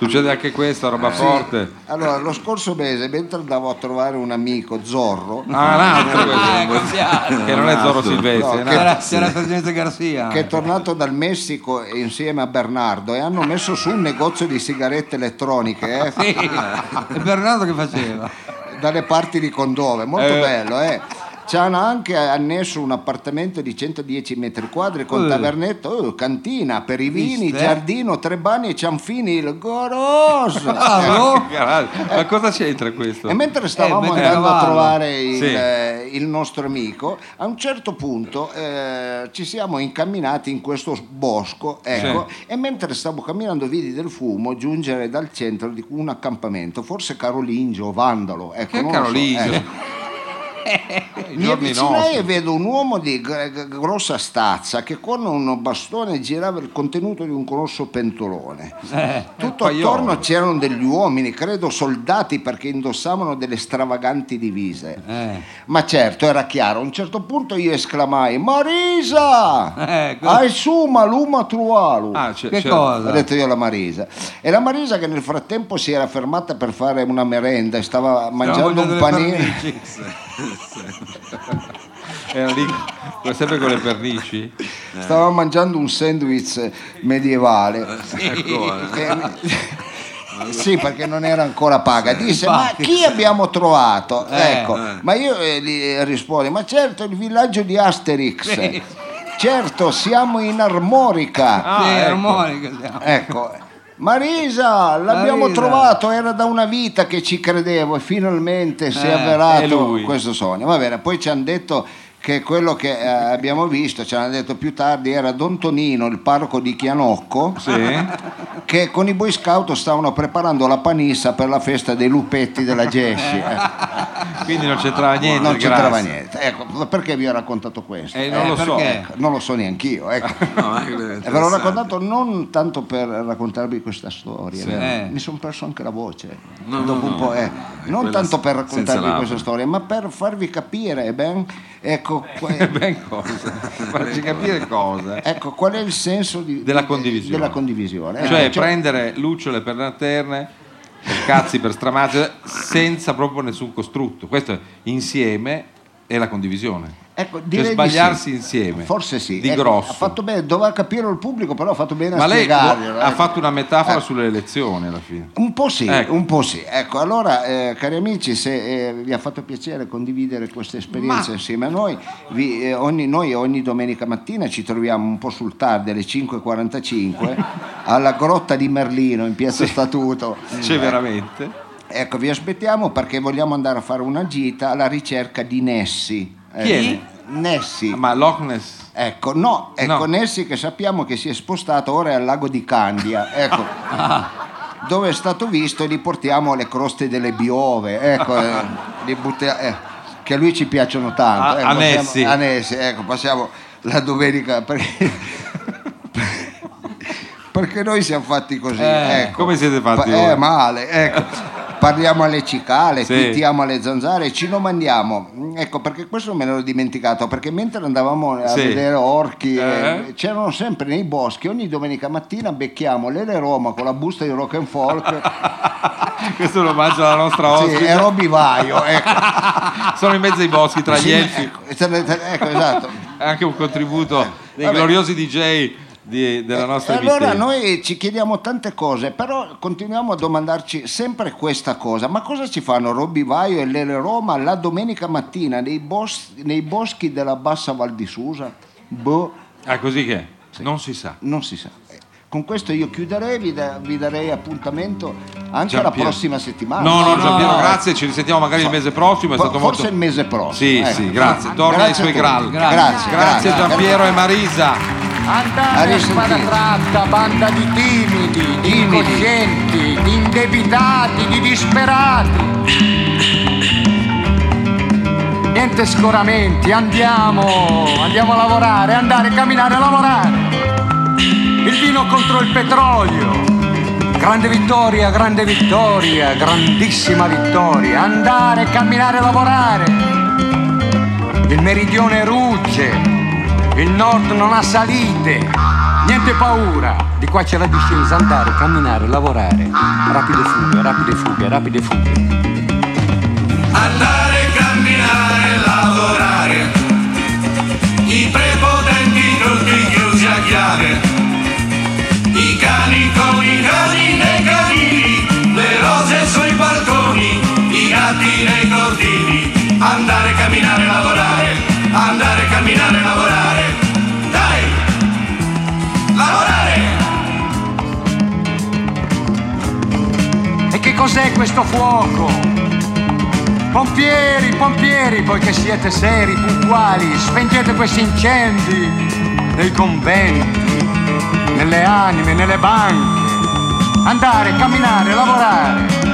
Speaker 3: Succede anche questa, roba forte.
Speaker 2: Allora, lo scorso mese, mentre andavo a trovare un amico, Zorro,
Speaker 3: Ah, un altro
Speaker 4: Ah, è
Speaker 3: questo.
Speaker 4: cambiato.
Speaker 3: Che non è Zorro Silvestri,
Speaker 2: No,
Speaker 3: è un
Speaker 2: che-
Speaker 3: altro.
Speaker 4: Era, era Sergente Garcia.
Speaker 2: che è tornato dal Messico e insieme a Bernardo e hanno messo su un negozio di sigarette elettroniche
Speaker 4: [LAUGHS]
Speaker 2: [LAUGHS] eh,
Speaker 4: Sì. E Bernardo che faceva?
Speaker 2: dalle parti di Condove, molto
Speaker 3: Eh.
Speaker 2: bello. Eh. Ci hanno anche annesso un appartamento di 110 metri quadri con
Speaker 4: Eh.
Speaker 2: tavernetto, eh, cantina per i vini,
Speaker 4: Viste?
Speaker 2: giardino, tre bagni e cianfini, il goroso.
Speaker 3: [LAUGHS]
Speaker 2: Eh.
Speaker 4: Bravo.
Speaker 3: Caralho, Ma cosa c'entra questo?
Speaker 2: Ah, E mentre stavamo
Speaker 4: mentre
Speaker 2: andando a
Speaker 4: eravamo.
Speaker 2: trovare il,
Speaker 3: Eh, Sì.
Speaker 2: eh, il nostro amico, a un certo punto eh, ci siamo incamminati in questo bosco ecco, e mentre stavo camminando vidi del fumo giungere dal centro di un accampamento, forse Carolingio o Vandalo. Ecco,
Speaker 3: Che
Speaker 2: non lo so,
Speaker 3: Carolingio?
Speaker 2: ecco.
Speaker 3: [LAUGHS] Eh, I
Speaker 2: Mi
Speaker 3: giorni
Speaker 2: avvicinai e
Speaker 3: nostri.
Speaker 2: vedo un uomo di gr- gr- grossa stazza che con uno bastone girava il contenuto di un grosso pentolone. Tutto
Speaker 3: un Eh, paiolo.
Speaker 2: attorno c'erano degli uomini, credo soldati, perché indossavano delle stravaganti divise.
Speaker 4: Eh.
Speaker 2: Ma certo, era chiaro, a un certo punto io esclamai Marisa!
Speaker 4: Eh, que-
Speaker 2: Ai su maluma trualu!
Speaker 3: Ah, c'è,
Speaker 4: Che
Speaker 3: c'è-
Speaker 2: Ho
Speaker 4: cosa?
Speaker 2: detto io alla Marisa. E la Marisa che nel frattempo si era fermata per fare una merenda e stava mangiando
Speaker 4: Stavamo mangiando
Speaker 2: un
Speaker 4: le
Speaker 2: panino.
Speaker 4: pernici.
Speaker 3: Era lì, come sempre con le pernici.
Speaker 2: Stava mangiando un sandwich medievale.
Speaker 3: Ecco,
Speaker 1: Ancora.
Speaker 2: Eh, Sì, perché non era ancora paga. Disse, ma chi abbiamo trovato?
Speaker 4: Eh.
Speaker 2: ecco, ma io eh, gli rispondo, ma certo il villaggio di Asterix.
Speaker 4: Sì.
Speaker 2: Certo, siamo in armorica.
Speaker 3: Ah,
Speaker 4: Sì,
Speaker 3: ecco.
Speaker 4: armonica siamo.
Speaker 2: Ecco. Marisa, l'abbiamo
Speaker 4: Marisa.
Speaker 2: trovato, era da una vita che ci credevo e finalmente si è
Speaker 4: Eh,
Speaker 3: è
Speaker 2: avverato
Speaker 3: lui.
Speaker 2: questo sogno. Va bene, poi ci hanno detto che quello che eh, abbiamo visto, ci hanno detto più tardi, era Don Tonino, il parco di Chianocco,
Speaker 3: Sì.
Speaker 2: che con i Boy Scout stavano preparando la panissa per la festa dei lupetti della Jessie. Eh,
Speaker 3: Quindi non c'entrava niente.
Speaker 2: non c'entrava
Speaker 3: grazie.
Speaker 2: niente. Ecco, perché vi ho raccontato questo?
Speaker 3: Eh, non
Speaker 4: Eh,
Speaker 3: lo
Speaker 4: perché?
Speaker 3: so. eh,
Speaker 2: Non lo so
Speaker 3: [LAUGHS]
Speaker 2: neanch'io, ecco.
Speaker 1: No, anche quello è
Speaker 2: E ve l'ho
Speaker 1: interessante.
Speaker 2: raccontato non tanto per raccontarvi questa storia,
Speaker 4: Sì.
Speaker 2: eh,
Speaker 4: Eh.
Speaker 2: mi sono perso anche la voce
Speaker 1: No,
Speaker 2: dopo
Speaker 1: no,
Speaker 2: un po',
Speaker 1: no,
Speaker 2: eh.
Speaker 1: no, è
Speaker 2: non
Speaker 1: quella
Speaker 2: tanto per
Speaker 1: senza labbra.
Speaker 2: raccontarvi questa storia, ma per farvi capire, eh ben,
Speaker 3: [LAUGHS]
Speaker 2: ecco, qua-
Speaker 3: Eh, Ben [LAUGHS] cosa. Farci capire cosa.
Speaker 2: ecco, qual è il senso di-
Speaker 3: Della
Speaker 2: di-
Speaker 3: condivisione.
Speaker 2: della condivisione.
Speaker 3: Cioè,
Speaker 2: Ecco, cioè-
Speaker 3: prendere lucciole per lanterne, per cazzi per stramazzi, senza proprio nessun costrutto. Questo è insieme e la condivisione.
Speaker 2: ecco,
Speaker 3: Cioè,
Speaker 2: direi di
Speaker 3: sbagliarsi
Speaker 2: sì.
Speaker 3: insieme.
Speaker 2: Forse sì.
Speaker 3: Di
Speaker 2: ecco,
Speaker 3: grosso.
Speaker 2: Ha fatto bene, doveva capire il pubblico, però ha fatto bene a
Speaker 3: Ma lei
Speaker 2: spiegarglielo.
Speaker 3: ha
Speaker 2: ecco.
Speaker 3: fatto una metafora
Speaker 2: Eh.
Speaker 3: sulle elezioni alla fine.
Speaker 2: Un po' sì,
Speaker 3: Ecco.
Speaker 2: un po' sì. Ecco, allora eh, cari amici, se eh, vi ha fatto piacere condividere queste esperienze insieme a noi, vi- eh, ogni- noi ogni domenica mattina ci troviamo un po' sul tardi alle 5.45
Speaker 3: [LAUGHS]
Speaker 2: alla grotta di Merlino in Piazza Statuto.
Speaker 3: C'è Cioè, veramente.
Speaker 2: Ecco, vi aspettiamo perché vogliamo andare a fare una gita alla ricerca di Nessi.
Speaker 3: Chi è? Ah,
Speaker 2: Ecco, Nessi.
Speaker 3: Ma Loch Ness.
Speaker 2: Ecco, no, ecco
Speaker 3: No.
Speaker 2: Nessi che sappiamo che si è spostato ora è al lago di
Speaker 3: [LAUGHS]
Speaker 2: Candia, ecco,
Speaker 3: Ah.
Speaker 2: dove è stato visto e li portiamo alle croste delle biove, ecco, eh, li butta- eh, che a lui ci piacciono tanto.
Speaker 3: A-
Speaker 2: ecco,
Speaker 3: a
Speaker 2: possiamo-
Speaker 3: Nessi.
Speaker 2: a Nessi, ecco, passiamo la
Speaker 3: [LAUGHS]
Speaker 2: domenica perché, perché noi siamo fatti così.
Speaker 4: Eh,
Speaker 2: ecco.
Speaker 3: come siete fatti
Speaker 2: Pa- eh,
Speaker 3: voi?
Speaker 2: male, ecco. Parliamo alle cicale,
Speaker 3: Sì.
Speaker 2: twittiamo alle zanzare, ci domandiamo, ecco perché questo me l'ero dimenticato, perché mentre andavamo a
Speaker 3: Sì.
Speaker 2: vedere orchi,
Speaker 3: Eh.
Speaker 2: eh, c'erano sempre nei boschi, ogni domenica mattina becchiamo l'Ele Roma con la busta di rock
Speaker 3: [LAUGHS]
Speaker 2: and folk Ecco,
Speaker 3: Questo lo mangia la nostra
Speaker 2: sì,
Speaker 3: ospite.
Speaker 2: e Roby
Speaker 3: [LAUGHS]
Speaker 2: Vaio, ecco,
Speaker 3: Sono in mezzo ai boschi tra gli
Speaker 2: Sì,
Speaker 3: elfi.
Speaker 2: ecco, ecco, esatto.
Speaker 3: Anche un contributo dei
Speaker 2: Vabbè.
Speaker 3: gloriosi DJ di- della
Speaker 2: E
Speaker 3: nostra vita.
Speaker 2: Eh, allora noi ci chiediamo tante cose, però continuiamo a domandarci sempre questa cosa: ma cosa ci fanno Robby Vaio e Lele Roma la domenica mattina nei, bos- nei boschi della bassa Val di Susa? Boh,
Speaker 3: Ah, così che? è? Non si sa.
Speaker 2: non si sa. Eh, Con questo io chiuderei, vi, da- vi darei appuntamento anche
Speaker 3: Gian
Speaker 2: la
Speaker 3: Piero.
Speaker 2: prossima settimana.
Speaker 3: No, no, Giampiero,
Speaker 4: no.
Speaker 3: grazie, ci risentiamo magari il mese prossimo. È
Speaker 2: eh. Fo-
Speaker 3: stato
Speaker 2: forse
Speaker 3: molto...
Speaker 2: il mese prossimo.
Speaker 3: Sì,
Speaker 2: ecco.
Speaker 3: sì, grazie. Torna ai
Speaker 2: Grazie a
Speaker 3: suoi
Speaker 2: tutti.
Speaker 3: grali.
Speaker 4: Grazie,
Speaker 2: Grazie,
Speaker 3: Grazie Giampiero e Marisa.
Speaker 2: A
Speaker 6: Andate a
Speaker 2: risentire.
Speaker 6: spada tratta, banda di timidi, di
Speaker 2: Timidi.
Speaker 6: incoscienti, di indebitati, di disperati. Niente scoramenti, andiamo, andiamo a lavorare, andare, camminare, lavorare. Il vino contro il petrolio. Grande vittoria, grande vittoria, grandissima vittoria. Andare, camminare, lavorare. Il meridione rugge, il nord non ha salite, niente paura. Di qua c'è la discesa, andare, camminare, lavorare. Rapide fughe, rapide fughe, rapide fughe.
Speaker 5: andare, camminare, lavorare. I prepotenti tutti chiusi a chiave. I cani con i cani nei canili, le rose sui balconi, i gatti nei cortili. Andare, camminare, lavorare. Andare, camminare, lavorare. Dai! Lavorare!
Speaker 6: E che cos'è questo fuoco? Pompieri, pompieri, voi che siete seri, puntuali, spegnete questi incendi nei conventi, nelle anime, nelle banche. Andare, camminare, lavorare.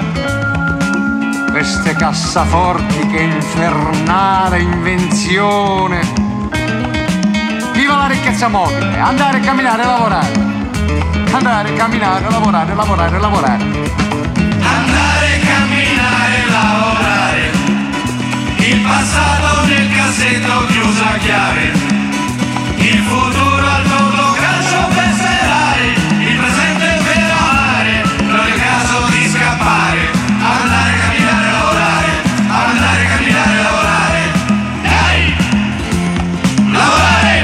Speaker 6: Queste cassaforti che infernale invenzione. Viva la ricchezza mobile, andare, camminare, lavorare. Andare, camminare, lavorare, lavorare, lavorare.
Speaker 5: Andare, camminare, lavorare. Il passato nel cassetto chiuso a chiave. Il futuro al fotografo per sperare. Il presente per amare. Non è caso di scappare. Andare, camminare, lavorare. Andare, camminare, lavorare. Dai! Lavorare!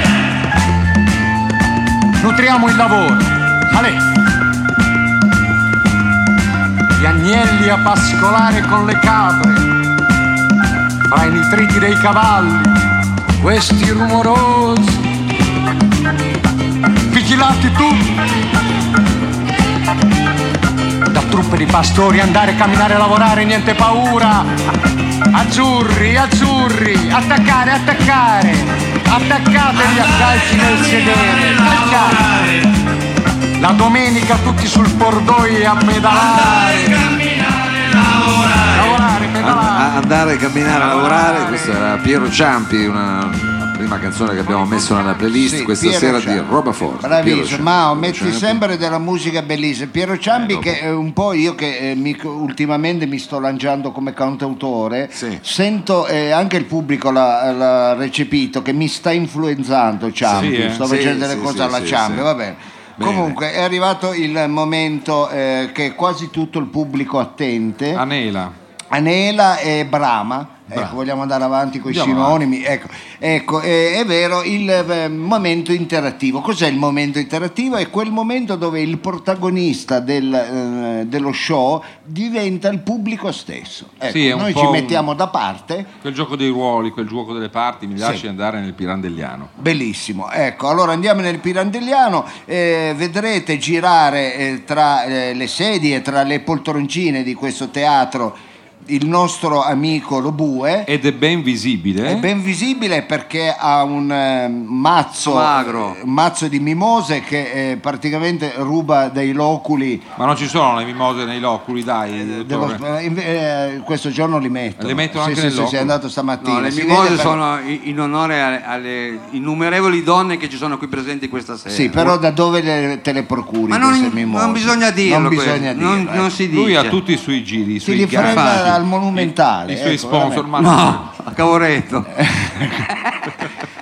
Speaker 6: Nutriamo il lavoro. Ale. Gli agnelli a pascolare con le capre. Fra i nitriti dei cavalli. Questi rumorosi. Vigilati tutti. Da truppe di pastori andare, camminare, lavorare, niente paura. Azzurri, azzurri, attaccare, attaccare. Attaccatevi a calci nel sedere. Calciate. La domenica tutti sul cordoglio a pedalare. Lavorare, pedalare.
Speaker 1: A- a- andare, camminare,
Speaker 3: eh,
Speaker 1: lavorare. Questa era Piero Ciampi, una la prima canzone che abbiamo messo nella playlist
Speaker 2: Sì,
Speaker 1: questa
Speaker 2: Piero
Speaker 1: sera di
Speaker 2: Ciampi.
Speaker 1: Roba Forte. Piero
Speaker 2: Bravissimo,
Speaker 1: Ciampi,
Speaker 2: ma
Speaker 1: Piero Eh,
Speaker 2: metti
Speaker 1: Ciampi.
Speaker 2: sempre della musica bellissima. Piero Ciambi, che è un po' io che eh, mi- ultimamente mi sto lanciando come cantautore,
Speaker 1: Sì.
Speaker 2: sento e anche il pubblico l'ha, l'ha recepito che mi sta influenzando Ciampi.
Speaker 3: Sì, eh.
Speaker 2: Sto
Speaker 1: Sì,
Speaker 2: facendo delle
Speaker 1: sì,
Speaker 2: cose
Speaker 1: sì,
Speaker 2: alla
Speaker 1: sì,
Speaker 2: Ciampi,
Speaker 1: sì.
Speaker 2: va bene.
Speaker 1: Bene.
Speaker 2: Comunque è arrivato il momento eh, che quasi tutto il pubblico attente.
Speaker 3: Anela.
Speaker 2: Anela e Brahma. Ecco, vogliamo andare avanti con i
Speaker 3: Andiamo
Speaker 2: sinonimi. Ecco, ecco, eh, è vero, il eh, momento interattivo. Cos'è il momento interattivo? È quel momento dove il protagonista del, eh, dello show diventa il pubblico stesso. Ecco,
Speaker 3: Sì, è un
Speaker 2: noi
Speaker 3: po'
Speaker 2: ci
Speaker 3: un-
Speaker 2: mettiamo da parte.
Speaker 3: Quel gioco dei ruoli, quel gioco delle parti, mi lasci andare nel Pirandelliano.
Speaker 2: Bellissimo, ecco, allora andiamo nel Pirandelliano, eh, vedrete girare eh, tra eh, le sedie, tra le poltroncine di questo teatro il nostro amico Lobue.
Speaker 3: Ed è ben visibile.
Speaker 2: È ben visibile perché ha un eh, mazzo,
Speaker 4: Magro.
Speaker 2: eh, mazzo di mimose che eh, praticamente ruba dei loculi.
Speaker 3: Ma non ci sono le mimose nei loculi, dai.
Speaker 2: dello-
Speaker 3: dottore.
Speaker 2: eh, inve- eh, questo giorno li mettono.
Speaker 3: Le mettono
Speaker 2: Sì,
Speaker 3: anche
Speaker 2: sì,
Speaker 3: nel
Speaker 2: sì,
Speaker 3: loculi.
Speaker 2: è andato stamattina.
Speaker 4: No, le
Speaker 2: Si
Speaker 4: mimose
Speaker 2: vede per-
Speaker 4: sono i- in onore alle, alle innumerevoli donne che ci sono qui presenti questa sera.
Speaker 2: Sì, però da dove le- te le procuri
Speaker 4: Eh, Ma
Speaker 2: queste
Speaker 4: non,
Speaker 2: mimose?
Speaker 4: non bisogna dirlo,
Speaker 2: Non
Speaker 4: questo,
Speaker 2: bisogna dirlo,
Speaker 4: non,
Speaker 2: ecco.
Speaker 4: non si dice.
Speaker 3: Lui ha tutti i suoi giri, i
Speaker 2: Ti
Speaker 3: suoi
Speaker 2: li
Speaker 3: gag,
Speaker 4: infatti.
Speaker 2: frega al monumentale.
Speaker 3: i suoi
Speaker 2: ecco,
Speaker 3: sponsor,
Speaker 2: veramente.
Speaker 3: ma
Speaker 4: No, a Cavoretto.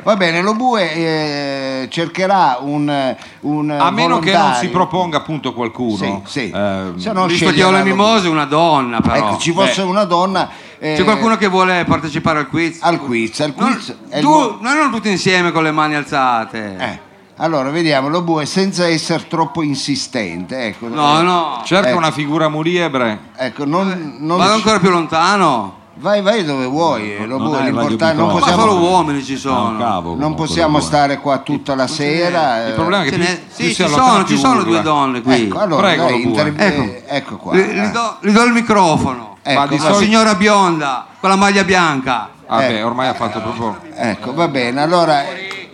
Speaker 2: Va bene, lo Bue eh, cercherà un, un
Speaker 3: a meno che non si
Speaker 2: volontario.
Speaker 3: proponga appunto qualcuno.
Speaker 2: Sì, sì.
Speaker 3: ehm,
Speaker 2: Se no
Speaker 4: Eh, Visto che
Speaker 2: sceglierà
Speaker 4: ho le
Speaker 2: Lobue.
Speaker 4: mimose, una donna però.
Speaker 2: Ecco, ci fosse
Speaker 3: Beh.
Speaker 2: una donna. eh,
Speaker 4: C'è qualcuno che vuole partecipare al quiz?
Speaker 2: Al quiz, al
Speaker 4: Non-
Speaker 2: quiz. è il
Speaker 4: tu,
Speaker 2: mo-
Speaker 4: noi non tutti insieme con le mani alzate.
Speaker 2: eh. Allora, vediamo, lo bue senza essere troppo insistente. Ecco,
Speaker 4: No,
Speaker 2: Eh,
Speaker 4: no.
Speaker 3: Cerca
Speaker 2: Eh.
Speaker 3: una figura muliebre.
Speaker 2: Ecco, non, non-
Speaker 4: Vado ancora più lontano.
Speaker 2: Vai, vai dove vuoi, eh, lo
Speaker 3: non
Speaker 2: bue,
Speaker 3: è il
Speaker 2: l'importante
Speaker 3: radio microfono.
Speaker 2: non
Speaker 4: Ma
Speaker 2: possiamo,
Speaker 4: solo uomini ci
Speaker 3: Ah,
Speaker 4: sono.
Speaker 3: un cavolo,
Speaker 2: non
Speaker 3: quello
Speaker 2: possiamo
Speaker 3: due.
Speaker 2: stare qua tutta la sera.
Speaker 3: Il problema è che
Speaker 4: Eh, Ce
Speaker 3: più,
Speaker 4: n'è-
Speaker 3: più
Speaker 4: sì,
Speaker 3: si
Speaker 4: ci
Speaker 3: allontana,
Speaker 4: sono,
Speaker 3: più
Speaker 4: ci sono due
Speaker 3: urla.
Speaker 4: donne qui.
Speaker 2: Ecco, allora,
Speaker 3: Prego,
Speaker 2: dai,
Speaker 3: lo bue.
Speaker 2: intervi-
Speaker 4: Ecco.
Speaker 2: eh, ecco qua.
Speaker 4: Gli- gli
Speaker 2: eh.
Speaker 4: do, gli do il microfono.
Speaker 2: Ecco,
Speaker 4: Ma
Speaker 2: di
Speaker 4: di
Speaker 2: solito-
Speaker 4: signora bionda con la maglia bianca.
Speaker 3: Vabbè,
Speaker 2: Eh.
Speaker 3: ormai ha fatto proprio
Speaker 2: Ecco, va bene, allora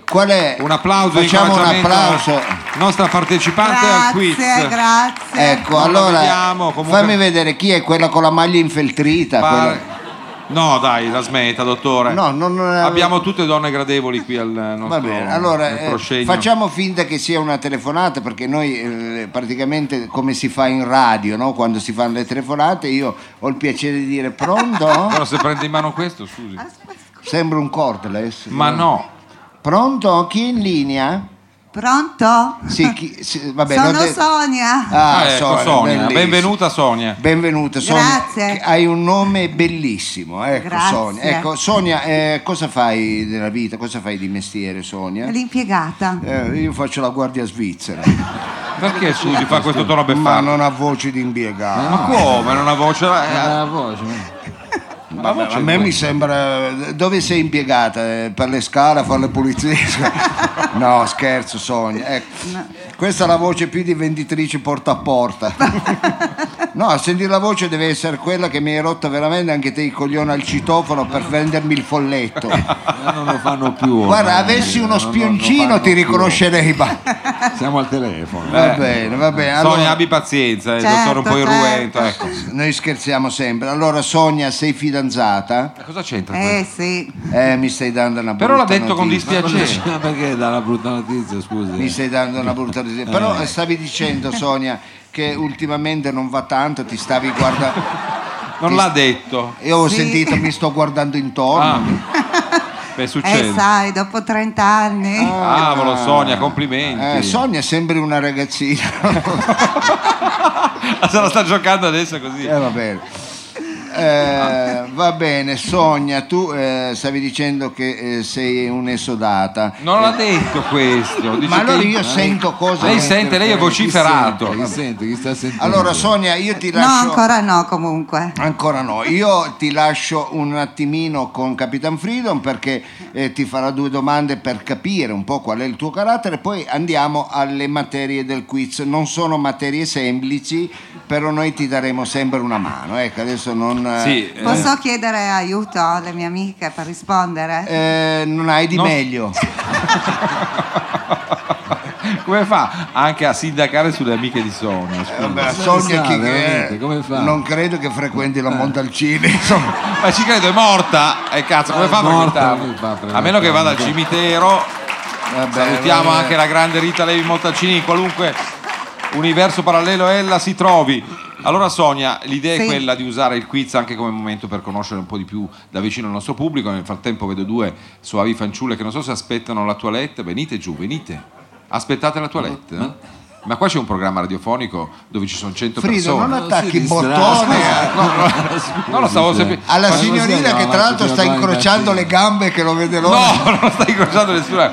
Speaker 2: qual è?
Speaker 3: un applauso. di
Speaker 2: Facciamo un
Speaker 3: incoraggiamento
Speaker 2: applauso.
Speaker 3: alla Nostra partecipante al quiz.
Speaker 7: Grazie, grazie.
Speaker 2: Ecco,
Speaker 3: Non la
Speaker 2: allora
Speaker 3: vediamo, comunque-
Speaker 2: fammi vedere chi è quella con la maglia infeltrita.
Speaker 3: Pare-
Speaker 2: quella-
Speaker 3: No, dai, la smetta, dottore.
Speaker 2: No, non- non-
Speaker 3: Abbiamo tutte donne gradevoli qui al eh, nostro
Speaker 2: Va bene, allora
Speaker 3: nel
Speaker 2: eh,
Speaker 3: proscenio.
Speaker 2: facciamo finta che sia una telefonata perché noi eh, praticamente come si fa in radio, no? quando si fanno le telefonate io ho il piacere di dire
Speaker 7: [LAUGHS]
Speaker 3: Però
Speaker 2: pronto?
Speaker 3: se prende in mano questo, scusi.
Speaker 7: Aspetta, scusa.
Speaker 2: Sembra un cordless.
Speaker 3: Ma no,
Speaker 2: Pronto? Chi è in linea?
Speaker 7: [LAUGHS] Pronto?
Speaker 2: Sì, chi- sì, vabbè,
Speaker 7: Sono
Speaker 2: l'ho detto-
Speaker 7: Sonia.
Speaker 2: Ah,
Speaker 3: Ah, ecco,
Speaker 2: Sonia,
Speaker 3: Sonia,
Speaker 2: bellissima.
Speaker 3: benvenuta Sonia.
Speaker 2: Benvenuta Sonia.
Speaker 7: Grazie.
Speaker 2: Che- Hai un nome bellissimo, ecco
Speaker 7: Eh. Grazie.
Speaker 2: Sonia. Ecco, Sonia, eh, cosa fai della vita? Cosa fai di mestiere, Sonia?
Speaker 7: L'impiegata.
Speaker 2: Eh, io faccio la guardia svizzera,
Speaker 3: Perché scusi fa questo tono
Speaker 2: ma
Speaker 3: beffardo?
Speaker 2: non ha voce di impiegato.
Speaker 3: Ma come? Non ha voce? Eh,
Speaker 2: Ma a me mi sembra. Dove sei impiegata? Eh, Per le scale, a fare le
Speaker 3: [LAUGHS]
Speaker 2: pulizie? no, scherzo, Sonia. Ecco. Questa è la voce più di venditrice porta a porta.
Speaker 7: [LAUGHS]
Speaker 2: No, a sentire la voce deve essere quella che mi hai rotta veramente anche te il coglione al citofono per vendermi il folletto.
Speaker 1: Ma non lo fanno più.
Speaker 2: Guarda,
Speaker 1: ormai,
Speaker 2: avessi
Speaker 1: non- non
Speaker 2: uno
Speaker 1: lo
Speaker 2: spioncino
Speaker 1: fanno
Speaker 2: ti
Speaker 1: più.
Speaker 2: riconoscerei. ma-
Speaker 1: Siamo al telefono.
Speaker 2: Va bene, va
Speaker 3: Eh.
Speaker 2: bene.
Speaker 3: Sonia,
Speaker 2: Allora,
Speaker 3: abbi pazienza, il
Speaker 7: Certo,
Speaker 3: dottore un po'
Speaker 7: certo.
Speaker 3: irruento. Ecco.
Speaker 2: noi scherziamo sempre. Allora, Sonia, sei fidanzata?
Speaker 3: Ma Cosa c'entra questo?
Speaker 7: Eh sì,
Speaker 2: Eh, mi stai dando una
Speaker 3: Però l'ha
Speaker 2: brutta
Speaker 3: detto con
Speaker 2: notizia.
Speaker 3: dispiacere.
Speaker 1: Ma perché dà la brutta notizia,
Speaker 2: Mi
Speaker 1: scusi? eh?"
Speaker 2: stai dando una brutta notizia. Però eh, stavi dicendo, Sonia, che ultimamente non va tanto, ti stavi guardando.
Speaker 3: Non l'ha detto.
Speaker 2: Io ho
Speaker 7: Sì.
Speaker 2: sentito, mi sto guardando
Speaker 3: Ah.
Speaker 2: intorno.
Speaker 3: Beh,
Speaker 7: eh
Speaker 3: succede.
Speaker 7: sai, dopo 30 anni.
Speaker 2: Ah,
Speaker 3: Cavolo, Sonia, complimenti.
Speaker 2: Eh, Sonia sembri una ragazzina.
Speaker 3: Ah, [LAUGHS] Se la sta giocando adesso così.
Speaker 2: Eh, va bene. Eh, va bene, Sonia, tu eh, stavi dicendo che eh, sei un'esodata.
Speaker 3: Non l'ha detto questo. dice
Speaker 2: Ma allora
Speaker 3: che- eh,
Speaker 2: io sento cose.
Speaker 3: Lei sente, lei è vociferato.
Speaker 1: Chi sente? Chi sta sentendo?
Speaker 2: Allora,
Speaker 3: Mm.
Speaker 2: Sonia, io ti
Speaker 7: No,
Speaker 2: lascio.
Speaker 7: ancora no comunque.
Speaker 2: Ancora no, io ti lascio un attimino con Capitan Freedom perché eh, ti farà due domande per capire un po' qual è il tuo carattere, poi andiamo alle materie del quiz. Non sono materie semplici, però noi ti daremo sempre una mano. Ecco, adesso non, eh,
Speaker 3: Sì, eh,
Speaker 7: Posso chiedere aiuto alle mie amiche per rispondere?
Speaker 2: eh, non hai di
Speaker 3: No. [LAUGHS]
Speaker 2: meglio.
Speaker 3: come fa anche a sindacare sulle amiche di Sonia? scusi?
Speaker 2: Eh, Vabbè,
Speaker 1: Cosa
Speaker 2: Sonia,
Speaker 1: sa,
Speaker 2: chi che
Speaker 1: veramente?
Speaker 2: è?
Speaker 1: Come fa?
Speaker 2: Non credo che frequenti
Speaker 3: Eh.
Speaker 2: la
Speaker 3: [LAUGHS]
Speaker 2: Montalcini, insomma.
Speaker 3: Ma ci credo, è morta. E cazzo, come
Speaker 1: Ah,
Speaker 3: fa a
Speaker 1: è morta,
Speaker 3: frequentarla?
Speaker 1: come fa a frequentarla?
Speaker 3: A meno che vada al cimitero.
Speaker 2: Vabbè,
Speaker 3: Salutiamo
Speaker 2: vabbè.
Speaker 3: anche la grande Rita Levi Montalcini in qualunque universo parallelo ella si trovi. Allora Sonia, l'idea è
Speaker 7: Sì.
Speaker 3: quella di usare il quiz anche come momento per conoscere un po' di più da vicino il nostro pubblico. Nel frattempo vedo due soavi fanciulle che non so se aspettano la toilette. Venite giù, venite. Aspettate la toilette. eh. Ma qua c'è un programma radiofonico dove ci sono 100
Speaker 2: Frido, non
Speaker 3: persone.
Speaker 2: attacchi
Speaker 1: si
Speaker 2: i
Speaker 1: distrae.
Speaker 2: bottoni. eh.
Speaker 3: Non lo stavo sempre-
Speaker 2: alla
Speaker 1: Ma
Speaker 2: signorina
Speaker 1: cos'è,
Speaker 2: che
Speaker 1: no,
Speaker 2: tra
Speaker 1: ma
Speaker 2: l'altro sta
Speaker 1: bisogna guardare
Speaker 2: incrociando
Speaker 1: in
Speaker 2: le gambe che lo vede l'ora
Speaker 3: No, non stai incrociando nessuna.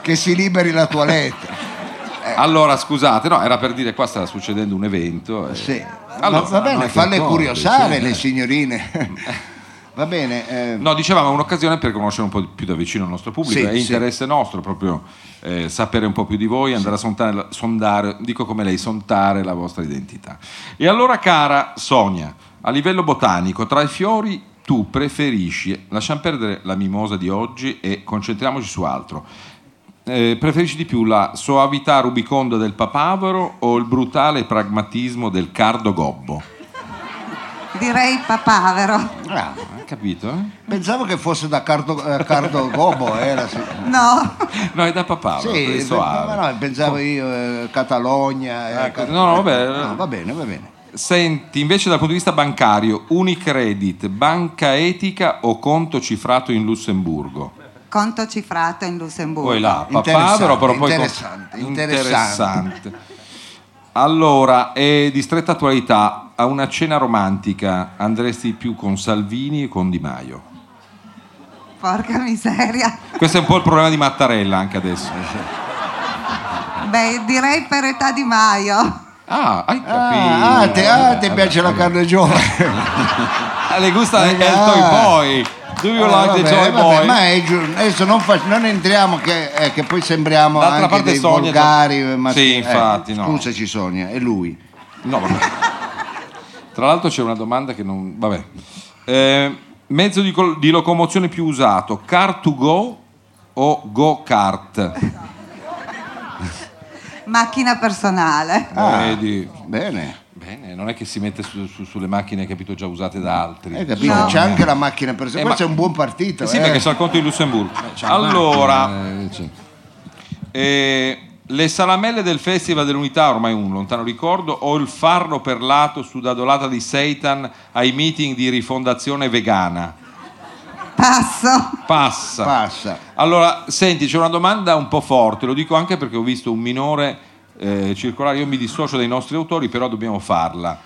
Speaker 2: che si liberi
Speaker 3: [LAUGHS]
Speaker 2: la toilette Eh.
Speaker 3: Allora, scusate, no, era per dire qua sta succedendo un evento. eh.
Speaker 2: sì.
Speaker 3: Allora,
Speaker 2: Ma va bene
Speaker 1: che
Speaker 2: falle
Speaker 1: accordi,
Speaker 2: curiosare
Speaker 1: sì.
Speaker 2: le signorine va bene eh,
Speaker 3: No, dicevamo è un'occasione per conoscere un po' di- più da vicino il nostro pubblico,
Speaker 2: Sì,
Speaker 3: è
Speaker 2: sì.
Speaker 3: interesse nostro proprio eh, sapere un po' più di voi, andare a sontare- sondare, dico come lei, sondare la vostra identità. E allora, cara Sonia, a livello botanico, tra i fiori tu preferisci, lasciamo perdere la mimosa di oggi e concentriamoci su altro. Eh, preferisci di più la soavità rubiconda del papavero o il brutale pragmatismo del cardo gobbo?
Speaker 7: Direi papavero.
Speaker 2: bravo.
Speaker 3: Hai capito? eh?
Speaker 2: pensavo che fosse da Cardo, eh, Cardo Gobo eh, la si-
Speaker 7: No,
Speaker 3: No, è da papavero,
Speaker 2: sì,
Speaker 3: è
Speaker 2: pe-
Speaker 3: soave.
Speaker 2: ma no, pensavo io eh, Catalogna eh,
Speaker 3: Ecco,
Speaker 2: Car-
Speaker 3: no, no, vabbè.
Speaker 2: No, va bene va bene
Speaker 3: Senti, invece dal punto di vista bancario, Unicredit, banca etica o conto cifrato in Lussemburgo?
Speaker 7: conto cifrato in Lussemburgo.
Speaker 3: Poi là, papavero,
Speaker 2: Interessante,
Speaker 3: però poi...
Speaker 2: interessante, interessante.
Speaker 3: Interessante. Allora, e di stretta attualità, a una cena romantica andresti più con Salvini o con Di Maio?
Speaker 7: Porca miseria.
Speaker 3: Questo è un po' il problema di Mattarella anche adesso.
Speaker 7: Beh, direi per età di Maio.
Speaker 3: Ah, hai capito.
Speaker 2: ah, ah, te, ah, ti piace la carne giovane
Speaker 3: Ah, Le gusta il
Speaker 2: Ah.
Speaker 3: Toy Boy. Do you
Speaker 2: Eh,
Speaker 1: Ah,
Speaker 3: like the
Speaker 2: vabbè,
Speaker 3: Joy
Speaker 2: vabbè,
Speaker 3: Boy?
Speaker 2: ma è giù- adesso non, fac- non entriamo che, eh, che poi sembriamo
Speaker 3: D'altra
Speaker 2: anche
Speaker 3: parte
Speaker 2: dei
Speaker 3: Sonia-
Speaker 2: volgari eh, ma-
Speaker 3: Sì,
Speaker 2: eh,
Speaker 3: infatti, no.
Speaker 2: scusaci Sonia è lui
Speaker 3: No, vabbè. Tra l'altro c'è una domanda che non... Vabbè. Eh, mezzo di, col- di locomozione più usato, car to go o go kart?
Speaker 7: Macchina personale.
Speaker 2: Ah.
Speaker 3: Vedi?
Speaker 2: bene
Speaker 3: Bene, non è che si mette su- su- sulle macchine, capito, già usate da altri.
Speaker 2: hai Eh, capito
Speaker 7: No.
Speaker 2: c'è anche la macchina per sé
Speaker 3: Eh,
Speaker 2: questo
Speaker 3: ma-
Speaker 2: è un buon partito
Speaker 3: Sì,
Speaker 2: eh.
Speaker 3: perché c'è il conto di Lussemburgo. allora,
Speaker 1: Eh, c'è.
Speaker 3: eh, le salamelle del Festival dell'Unità, ormai un lontano ricordo, o il farro perlato sudadolata di Satan ai meeting di rifondazione vegana?
Speaker 7: Passo.
Speaker 3: Passa.
Speaker 2: Passa.
Speaker 3: Allora, senti, c'è una domanda un po' forte, lo dico anche perché ho visto un minore eh, circolare, io mi dissocio dai nostri autori, però dobbiamo farla.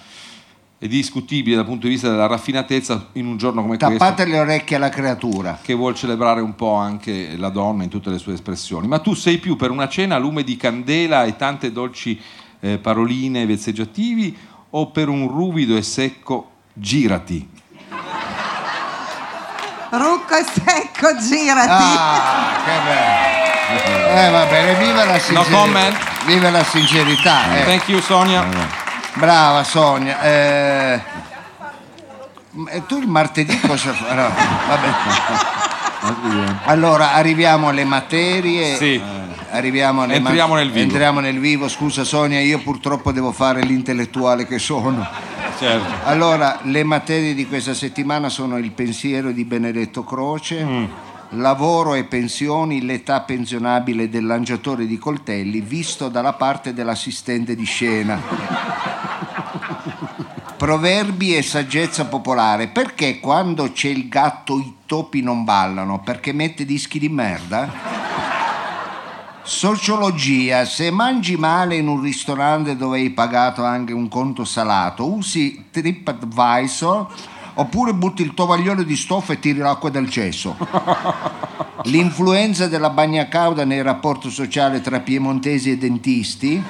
Speaker 3: È discutibile dal punto di vista della raffinatezza in un giorno come questo
Speaker 2: Tappate le orecchie alla creatura.
Speaker 3: che vuol celebrare un po' anche la donna in tutte le sue espressioni. Ma tu sei più per una cena a lume di candela e tante dolci eh, paroline e vezzeggiativi o per un ruvido e secco girati?
Speaker 7: Rucco e secco, girati.
Speaker 2: Ah, che bello. Eh, va bene, viva la sincerità.
Speaker 3: comment.
Speaker 2: Viva la sincerità. eh.
Speaker 3: Thank you Sonia.
Speaker 2: Brava Sonia. eh. M- e tu il martedì cosa fai? No, vabbè. Allora, arriviamo alle materie.
Speaker 3: Sì.
Speaker 2: Eh, Arriviamo alle ma-
Speaker 3: Entriamo nel vivo.
Speaker 2: Entriamo nel vivo. Scusa Sonia, io purtroppo devo fare l'intellettuale che sono.
Speaker 3: Certo.
Speaker 2: Allora, le materie di questa settimana sono il pensiero di Benedetto Croce, lavoro e pensioni, l'età pensionabile del lanciatore di coltelli, visto dalla parte dell'assistente di scena. Proverbi e saggezza popolare. Perché quando c'è il gatto i topi non ballano? Perché mette dischi di merda? Sociologia, se mangi male in un ristorante dove hai pagato anche un conto salato, usi TripAdvisor oppure butti il tovagliolo di stoffa e tiri l'acqua dal cesso. L'influenza della bagna cauda nel rapporto sociale tra piemontesi e dentisti.